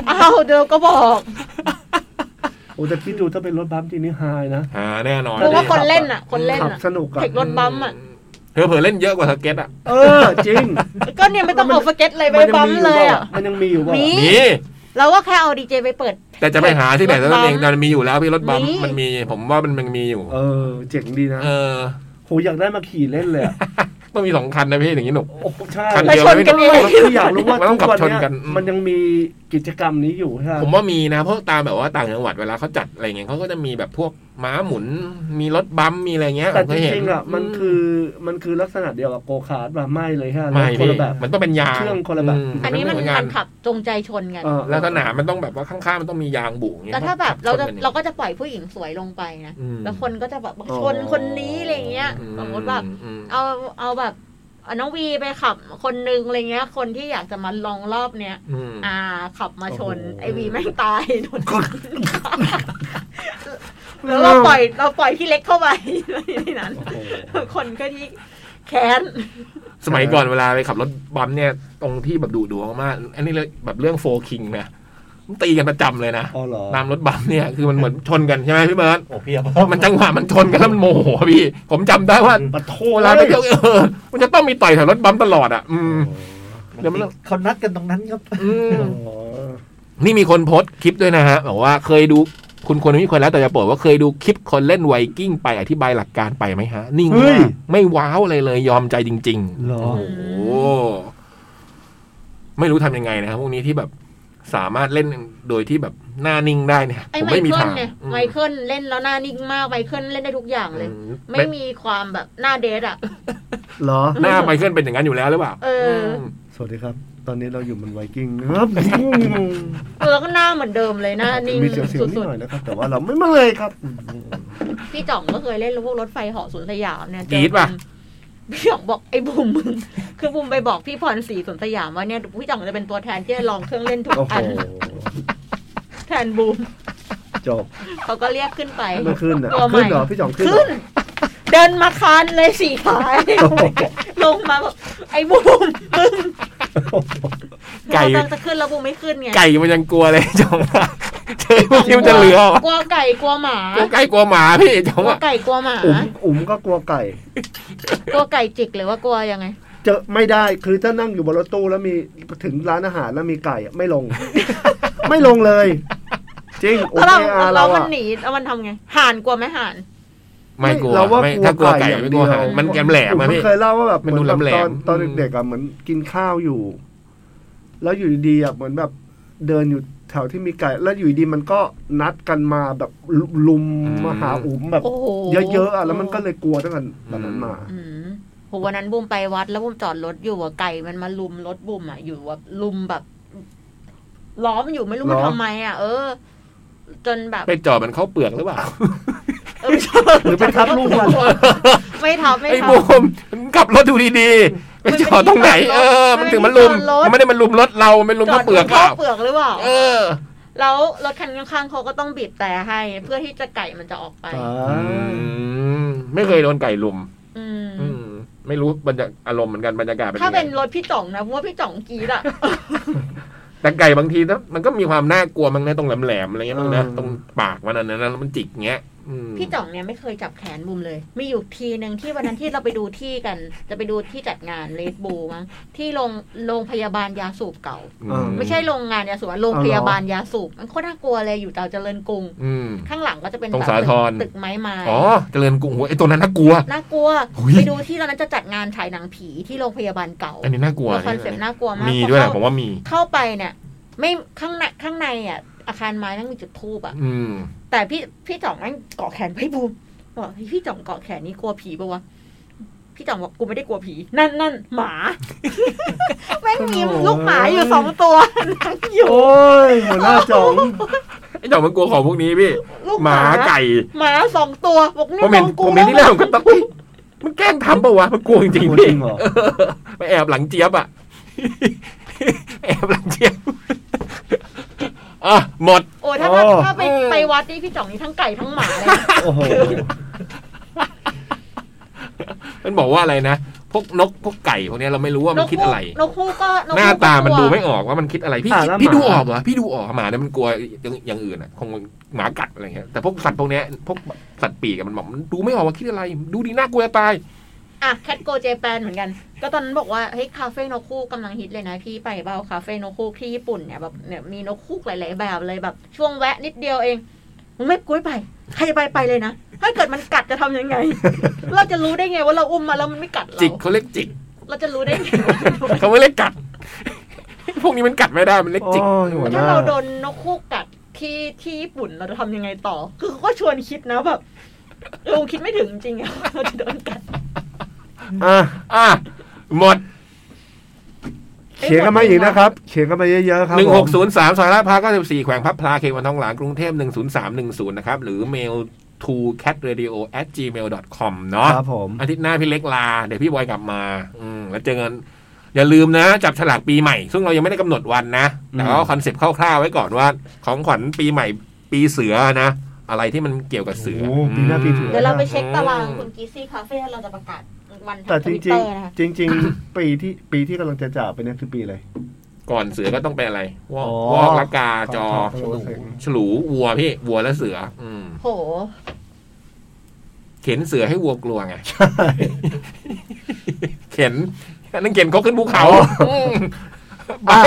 Speaker 4: อ้าวเดี๋ยวก็บอก
Speaker 3: โอ้แต่คิดดูถ้าเป็นรถบัมป์จริงนี่ฮายนะ
Speaker 2: หาแน่นอน
Speaker 4: เพราะว่า
Speaker 3: ดี
Speaker 4: ค
Speaker 3: รั
Speaker 4: น
Speaker 3: บ
Speaker 4: เล่นอ่ะ คนเล่น
Speaker 3: ขับ
Speaker 4: อ่ะ
Speaker 3: สนุกอะ
Speaker 4: เทครถบัมอ่ะ
Speaker 2: เผลอเผลอๆเล่นเยอะกว่าสเก็ตอ่ะ
Speaker 3: เออ จริง
Speaker 4: ก็เนี่ยไม่ต้องเอาสเก็ตเลยไปบัม
Speaker 3: มีอ
Speaker 4: เลย
Speaker 3: เปล่า
Speaker 4: อ่ะ
Speaker 3: มันยังมีอยู่เปล่า
Speaker 4: มี
Speaker 2: มี
Speaker 4: เราก็แค่เอาดีเจไปเปิด
Speaker 2: แต่จะไปหาที่ไหนแล้วนั่นเอง
Speaker 4: รถบัม
Speaker 2: มันมีอยู่แล้วพี่รถบัม
Speaker 4: มี
Speaker 2: มันมี ผมว่ามันมันมีอยู่
Speaker 3: เออ เจ๋งดีนะ
Speaker 2: เออ
Speaker 3: โหอยากได้มาขี่เล่นเลยอะ
Speaker 2: ต้องมีสองคันนะพี่อย่างนี้หนุก
Speaker 3: โอ้ใช่
Speaker 2: คัน
Speaker 4: แล้ว
Speaker 2: เดียว
Speaker 4: ชนกันเอง
Speaker 3: คืออยากรู้ว่า
Speaker 2: มัน
Speaker 3: ทุ
Speaker 2: ต้อง
Speaker 3: ก
Speaker 2: ขับ
Speaker 3: วัน
Speaker 2: ชน
Speaker 3: เนี้ย
Speaker 2: กัน
Speaker 3: มันยังมีกิจกรรมนี้อยู่ใช่ไหม
Speaker 2: ผมว่ามีนะเพราะตามแบบว่าต่างจังหวัดเวลาเขาจัดอะไรเงี้ยเขาก็จะมีแบบพวก ม้าหมุน มีรถบัมป์มีอะไรเงี้ย
Speaker 8: แต่
Speaker 2: ผ
Speaker 8: จ
Speaker 2: มก็เห็น
Speaker 8: ริงๆอ่ะมันคือมันคือลักษณะเดียวกับโกคาร์ดมาไม่เลยฮะ
Speaker 2: ไม่
Speaker 8: คน
Speaker 2: พี่
Speaker 8: ละแบบ
Speaker 2: มันต้องเป็นยาง
Speaker 8: เครื่องคนละแบบ
Speaker 2: ม
Speaker 4: อันนี้มัน
Speaker 2: ไเห
Speaker 4: มั
Speaker 2: งาน
Speaker 4: ขับจงใจชนกัน
Speaker 8: เออ
Speaker 2: แล้วสนามมันต้องแบบว่าข้างๆมันต้องมียางบุ๋งอย่างเงี้ย
Speaker 4: แล้วถ้าแบบเราจะ
Speaker 2: ชนกันอย่ง
Speaker 4: เราก็จะปล่อยผู้หญิงสวยลงไปนะ
Speaker 2: อืม
Speaker 4: แล้วคนก็จะแบบชน
Speaker 8: อ๋อ
Speaker 4: คนนี้อะไรเงี้ย
Speaker 2: อื
Speaker 4: สมมติแบบ
Speaker 2: อืม
Speaker 4: เอาเอาแบบเอาน้องวีไปขับคนนึงอะไรเงี้ย คนที่อยากจะมาลองรอบเนี้ย
Speaker 2: อืม
Speaker 4: อ่า ขับมาชน
Speaker 2: โอ้โห
Speaker 4: ไอวีแม่งตายโดนชนแล้วเราปล่อยเราปล่อยพี่เล็กเข้าไป ในนั้น คนก็ที่แค้น
Speaker 2: สมัยก่อนเวลาไปขับรถบัมป์เนี่ยตรงที่แบบดูดวงมากอันนี้เลยแบบเรื่องโฟคิงนะมันตีกันประจำเลยนะ
Speaker 6: อ๋อเหรอ
Speaker 2: ตามรถบัมป์เนี่ยคือมันเหมือนชนกันใช่ไหมพี่เบิร์ต
Speaker 6: โอ้เพียบ
Speaker 2: มันจังหวะมันชนกันแล้วมันโมโหอะพี่ ผมจำได้ว่า
Speaker 6: ปะโท
Speaker 2: เวลาไปเที่ยวเออมันจะต้องมีต่อยแถวรถบัมป์ตลอดอ่ะ อืม เดี๋ยวมัน
Speaker 7: เขานัดกันตรงนั้นครับ
Speaker 2: อืม
Speaker 8: อ๋อ
Speaker 2: นี่มีคนโพสต์คลิปด้วยนะฮะบอกว่าเคยดูคุณคนนี้คนแล้วแต่จะบอกว่าเคยดูคลิปคนเล่นไวกิ้งไปอธิบายหลักการไปไหมฮะนิ่ง
Speaker 6: เฮ้
Speaker 2: มาย กไม่ว้าวอะไรเลยยอมใจจริง ๆ
Speaker 6: เหรอ
Speaker 2: โอ้โหไม่รู้ทำยังไงนะครับพวกนี้ที่แบบสามารถเล่นโดยที่แบบหน้านิ่งได้เนี่ย
Speaker 4: ไอ
Speaker 2: ผม
Speaker 4: ไม
Speaker 2: ไม่มี
Speaker 4: เคิล
Speaker 2: ทาง
Speaker 4: เนี่ย
Speaker 2: อื
Speaker 4: ไมเคิลเล่นแล้วหน้านิ่งมากไมเคิลเล่นได้ทุกอย่างเลย
Speaker 2: อื
Speaker 4: ไม่มีความแบบหน้าเดทอ่ะ
Speaker 3: เหรอ
Speaker 2: หน้าไมเคิลเป็นอย่างนั้นอยู่แล้วหรือเปล่า
Speaker 4: เอออื
Speaker 2: ม
Speaker 3: สวัสดีครับ ตอนนี้เราอยู่บนไวกิ้งนะครับ
Speaker 4: เออแล้วก็หน้าเหมือนเดิมเลย หน้านิ่ง
Speaker 3: มีเสียวเสียวๆนิด
Speaker 4: สุด
Speaker 3: หน่อยนะครับ แต่ว่าเราไม่มาเลยครับ
Speaker 4: ๆพี่จ่องก็เคยเล่นพวกรถไฟเหาะสวนสยามเนี่ย
Speaker 2: กรีดป่ะ
Speaker 4: พี่จ่องบอกไอ้บุ๋มมึง คือบุ๋มไปบอกพี่พรศรีสวนสยามว่าเนี่ยพี่จ่องจะเป็นตัวแทนที่จะลองเครื่องเล่นทุก
Speaker 3: โอ้โห
Speaker 4: อันแทนบุ๋ม
Speaker 3: จบ
Speaker 4: เขาก็เรียกขึ้นไป
Speaker 3: ไม่ขึ้นอ่ะ
Speaker 4: ตัวใหม่
Speaker 3: ขึ้นเหรอพี่จ่องขึ้นเหรอ
Speaker 4: ขึ้น เดินมาคานเลยสี่ขาลงมาแบบไอ้บุ๋มมึง
Speaker 2: ไก่
Speaker 4: เราตั้งจะขึ้นแล้วบุ๋มไม่ขึ้นไง
Speaker 2: ไก่มันยังกลัวเลย จองว่าเจอพวกที่มันจะเหลือวะ
Speaker 4: กลัวไก่กลัวหมาก
Speaker 2: ลัวไก่กลัวหมาพี่จอก ง
Speaker 4: ลัว
Speaker 2: ว่า
Speaker 4: ไก่กลัวหมา
Speaker 3: อุ๋มอุ๋มก็กลัวไก่
Speaker 4: กลัวไก่จิกหรือว่ากลัวยังไง
Speaker 3: เจอไม่ได้คือถ้านั่งอยู่บนรถตู้แล้วมีถึงร้านอาหารแล้วมีไก่อะไม่ลง ไม่ลงเลย จริงโอ
Speaker 4: แล้ว
Speaker 3: เค
Speaker 4: เรา
Speaker 3: อา
Speaker 4: เรา
Speaker 3: เรา
Speaker 4: มัน
Speaker 3: อะ
Speaker 4: หนีแล้วมันทำไงห่านกลัวไหมห่าน
Speaker 2: ไม่กลัว
Speaker 3: เราว่ากลัว
Speaker 2: ไม่ถ้ากลัว
Speaker 3: ไก่
Speaker 2: ไก่
Speaker 3: อย่าง
Speaker 2: ไม่กลัว
Speaker 3: เดียว
Speaker 2: หางมันแกมแหลม
Speaker 3: ผม
Speaker 2: มาพี่
Speaker 3: เคยเล่าว่าแบบ
Speaker 2: มัน
Speaker 3: เหมือน
Speaker 2: ดู
Speaker 3: แบบ
Speaker 2: แหล
Speaker 3: ตอ
Speaker 2: ม
Speaker 3: น
Speaker 2: ๆ
Speaker 3: ตอน
Speaker 2: อืม
Speaker 3: เด็กๆอะเหมือนกินข้าวอยู่ แล้วอยู่ดีๆอะเหมือนแบบเดินอยู่แถวที่มีไก่ แล้วอยู่ดีๆมันก็นัดกันมาแบบลุมมาหาอุ๋มแบบ
Speaker 4: โอ้โห
Speaker 3: เยอะๆอะแล้วมันก็เลยกลัวตั้งแต่ตอนนั้นมา
Speaker 4: อืมโหวันนั้นบุมไปวัด แล้วบุมจอดรถอยู่อะไก่มันมาลุมรถบุมอ่ะอยู่แบบลุมแบบ ล้อมอยู่ไม่รู้มัน
Speaker 3: ล้อ
Speaker 4: ทำไมอ่ะ เออ จนแบบ
Speaker 2: ไปจอดมันเข้าเปลือกหรือเปล่า
Speaker 4: เออไม่ใช่
Speaker 3: หรือไปทับลูกมัน
Speaker 4: ไม่ทับไม่
Speaker 2: ไอ้
Speaker 4: ทั
Speaker 2: บู
Speaker 4: บ
Speaker 2: มมันขับรถดูดีๆไปจอดตรงไหน เออ มันถึงมันลุมมันไม่ได้มันลุมรถเรา มันลุม
Speaker 4: จอ
Speaker 2: เข้า
Speaker 4: ด
Speaker 2: เปลือก
Speaker 4: เข้า
Speaker 2: เรา
Speaker 4: เปลือกหรือเปล่า
Speaker 2: เออ
Speaker 4: แล้วรถคันข้างๆเขาก็ต้องบีบแต่ให้ เพื่อที่จะไก่มันจะออกไป
Speaker 2: ไม่เคยโดนไก่ลุม
Speaker 4: อืม
Speaker 2: อืม ไม่รู้บรรยากอารมณ์เหมือนกันบรรยากาศเป็น
Speaker 4: ถ้า
Speaker 2: ยังไง
Speaker 4: เป็นรถพี่จ่องนะเพราะว่าพี่จ่องกรีดอะ
Speaker 2: แต่ไก่บางทีนะมันก็มีความน่ากลัวมั้งนะตรงแหลมๆอะไรเงี้ยมั้งนะ
Speaker 3: เออ
Speaker 2: ตรงปากมันอันนั้นนะแล้วมันจิกเงี้ยอืม
Speaker 4: พี่จ่องเนี่ยไม่เคยจับแขนบุมเลย มีอยู่ทีหนึ่งที่วันนั้นที่เราไปดูที่กัน จะไปดูที่จัดงานเลดบูมั้งที่โรงโรงพยาบาลยาสูบเก่า
Speaker 2: อื
Speaker 4: ไม่ใช่โรงงานยาสูบอะโรงพยาบาลยาสูบ มันโคตรน่ากลัวเลยอยู่แถวเจริญกรุง
Speaker 2: อืม
Speaker 4: ข้างหลังก็จะเป็น
Speaker 2: ตรง
Speaker 4: แบบ
Speaker 2: สาทร
Speaker 4: ตึกไม้ไม้
Speaker 2: อ๋อเจริญกรุงโอ้ยไอ้ตัวนั้นน่ากลัว
Speaker 4: น่ากลัว
Speaker 2: อุ๊ย
Speaker 4: ไปดูที่ตอนนั้นจะจัดงานฉายหนังผีที่โรงพยาบาลเก่า
Speaker 2: อันนี้น่ากลัว
Speaker 4: คอนเซ็ปต์น่ากลัวมาก
Speaker 2: มีด้วยแหละ
Speaker 4: พ
Speaker 2: ผ
Speaker 4: อเข้าม
Speaker 2: ว่ามี
Speaker 4: เข้าไปเนี่ย ไม่ข้างในข้างในอ่ะอาคารไม้นั่งมีจุดทูบอ่ะ
Speaker 2: อืม
Speaker 4: แต่พี่พี่จ่องนั่งเกาะแขนพี่บูมบอกเฮ้ยพี่จ่องเกาะแขนนี่กลัวผีปะวะพี่จ่องบอกกูไม่ได้กลัวผี นั่นนั่นหมา แม่งมีลูกหมาอยู่สองตัวนั่งอยู่
Speaker 3: โอ้ยหัวหน้าจ่อง
Speaker 2: ไอ้จ่องมันกลัวของพวกนี้พี่
Speaker 4: ลูก
Speaker 2: หมาไก่
Speaker 4: หมาสองตัวบอกนี่
Speaker 2: ผม
Speaker 4: ม
Speaker 2: เห็น
Speaker 4: อง
Speaker 2: ผ
Speaker 4: กู
Speaker 2: มเห็นที่แรกผมก็ต้องเฮ้ยมันแกล้งทำปะวะมันกลัวจริงๆ
Speaker 3: จ
Speaker 2: พี่
Speaker 3: ริงเหรอ
Speaker 2: ไปแอบหลังเจี๊ยบอ่ะ แอบหลังเจี๊ยบ อ่ะ หมด
Speaker 4: โอ้ยถ้าถ้า
Speaker 3: โอ้
Speaker 4: ถ้าไป
Speaker 2: เออ
Speaker 4: ไปวัดนี่พี่จ่องนี่ทั้งไก่ทั้งหมาเลยนะ
Speaker 6: โอ้โห
Speaker 2: มันบอกว่าอะไรนะ พวกนกพวกไก่พวกเนี้ยเราไม่รู้ว่ามันคิดอะไร
Speaker 4: นกฮูกก็กฮูกก็
Speaker 2: หน้าตามัน
Speaker 4: กลัว
Speaker 2: ดูไม่ออกว่ามันคิดอะไร พี่
Speaker 3: อ่ะแล้ว
Speaker 2: พี่
Speaker 3: หมา
Speaker 2: ดูออกเหรอพี่ดูออกหมาเนี่ยมันกลัวอย่างอย่างอื่นอ่ะคงหมากัดอะไรเงี้ยแต่พวกสัตว์พวกเนี้ยพวกสัตว์ปีกอะมันบอกมันดูไม่ออกว่าคิดอะไร ดูดีน่ากลัวจะตาย
Speaker 4: อ่ะแคทโกเจแปนเหมือนกัน ก็ตอนนั้นบอกว่าเฮ้ยคาเฟ่นกฮูกกำลังฮิตเลยนะพี่ไปเบาคาเฟ่นกฮูกที่ญี่ปุ่นเนี่ยแบบเนี่ยมีนกฮูกหลาย ๆ แบบเลยแบบ ช่วงแวะนิดเดียวเอง มึงไม่กุ้ยไป ใครจะไปไปเลยนะ ถ้าเกิดมันกัดจะทำยัง ไง เราจะรู้ได้ไงว่าเราอุ้มมาแล้วมันไม่กัดเรา
Speaker 2: จิกเขาเรียกจิก
Speaker 4: เราจะรู้ได้ ไง
Speaker 2: เขา ไม่เรียกกัด พวกนี้มันกัดไม่ได้มันเรียกจิก
Speaker 3: โอ้ยหัวห
Speaker 4: ถ้า
Speaker 3: น้า
Speaker 4: เราโดนนกฮูกกัด ที่ที่ญี่ปุ่นเราจะทำยังไงต่อ คือเขาก็ชวนคิดนะแบบเราคิดไม่ถึงจริงๆอะ เราจะโดนกัด
Speaker 3: อ่ะ
Speaker 2: อ่ะหมด
Speaker 3: เขียนกันมาอีกนะครับ เขียนกันมาเยอะๆครับ
Speaker 2: หนึ่ง
Speaker 3: ผ
Speaker 2: ห
Speaker 3: ม
Speaker 2: กศูนย์สามสาระพาเก้าสิบสี่แขวงพับพลาเขตวันทองหลางกรุงเทพหนึ่งศูนย์สามหนึ่งศูนย์นะครับ หรือ mail to cat radio at gmail com เนาะ
Speaker 3: ครับผม
Speaker 2: อาทิตย์หน้าพี่เล็กลา เดี๋ยวพี่บอยกลับมา อืมแล้วเจอกัน อย่าลืมนะ จับฉลากปีใหม่ ซึ่งเรายังไม่ได้กำหนดวันนะ แต่ว่าคอนเซปต์คร่าวๆไว้ก่อนว่า ของขวัญปีใหม่ปีเสือนะ อะไรที่มันเกี่ยวกับเสือ
Speaker 3: โอ้ปีหน้าปีเสือ
Speaker 4: เดี๋ยวเราไปเช็คตารางคุณกีซี่คาเฟ่เราจะประกาศวันทา
Speaker 3: แต่
Speaker 4: งท
Speaker 3: จ
Speaker 4: วิต
Speaker 3: ริ
Speaker 4: เต
Speaker 3: ง
Speaker 4: อร์นะคะ
Speaker 3: ๆ จริง ๆ ปีที่ปีที่กำลังจะจากไปเนี่ยคือปีอะไร
Speaker 2: ก่อนเสือก็ต้องเป็นอะไรวอก
Speaker 3: อ๋อ
Speaker 2: วอกละกาจอ
Speaker 3: ขงทางโลกเอง
Speaker 2: ฉลูวัวพี่วัวและเสือ อืม
Speaker 4: โห
Speaker 2: เข็นเสือให้วัวกลัวไง เข็นอันนั่นเข็นเขาขึ้นภูเขามไป
Speaker 3: อ่ะ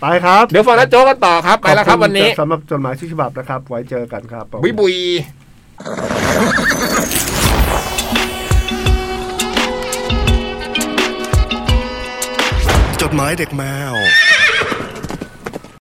Speaker 3: ไปครับ
Speaker 2: เดี๋ยวฟังแล้วโจ้กันต่อครับ ไปแล้วครับวันนี้
Speaker 3: สำหรับจดหมายทุกฉบับนะครับ ไว้เจอกันครับผม
Speaker 2: บุยบุย
Speaker 5: จดหมายเด็กแมว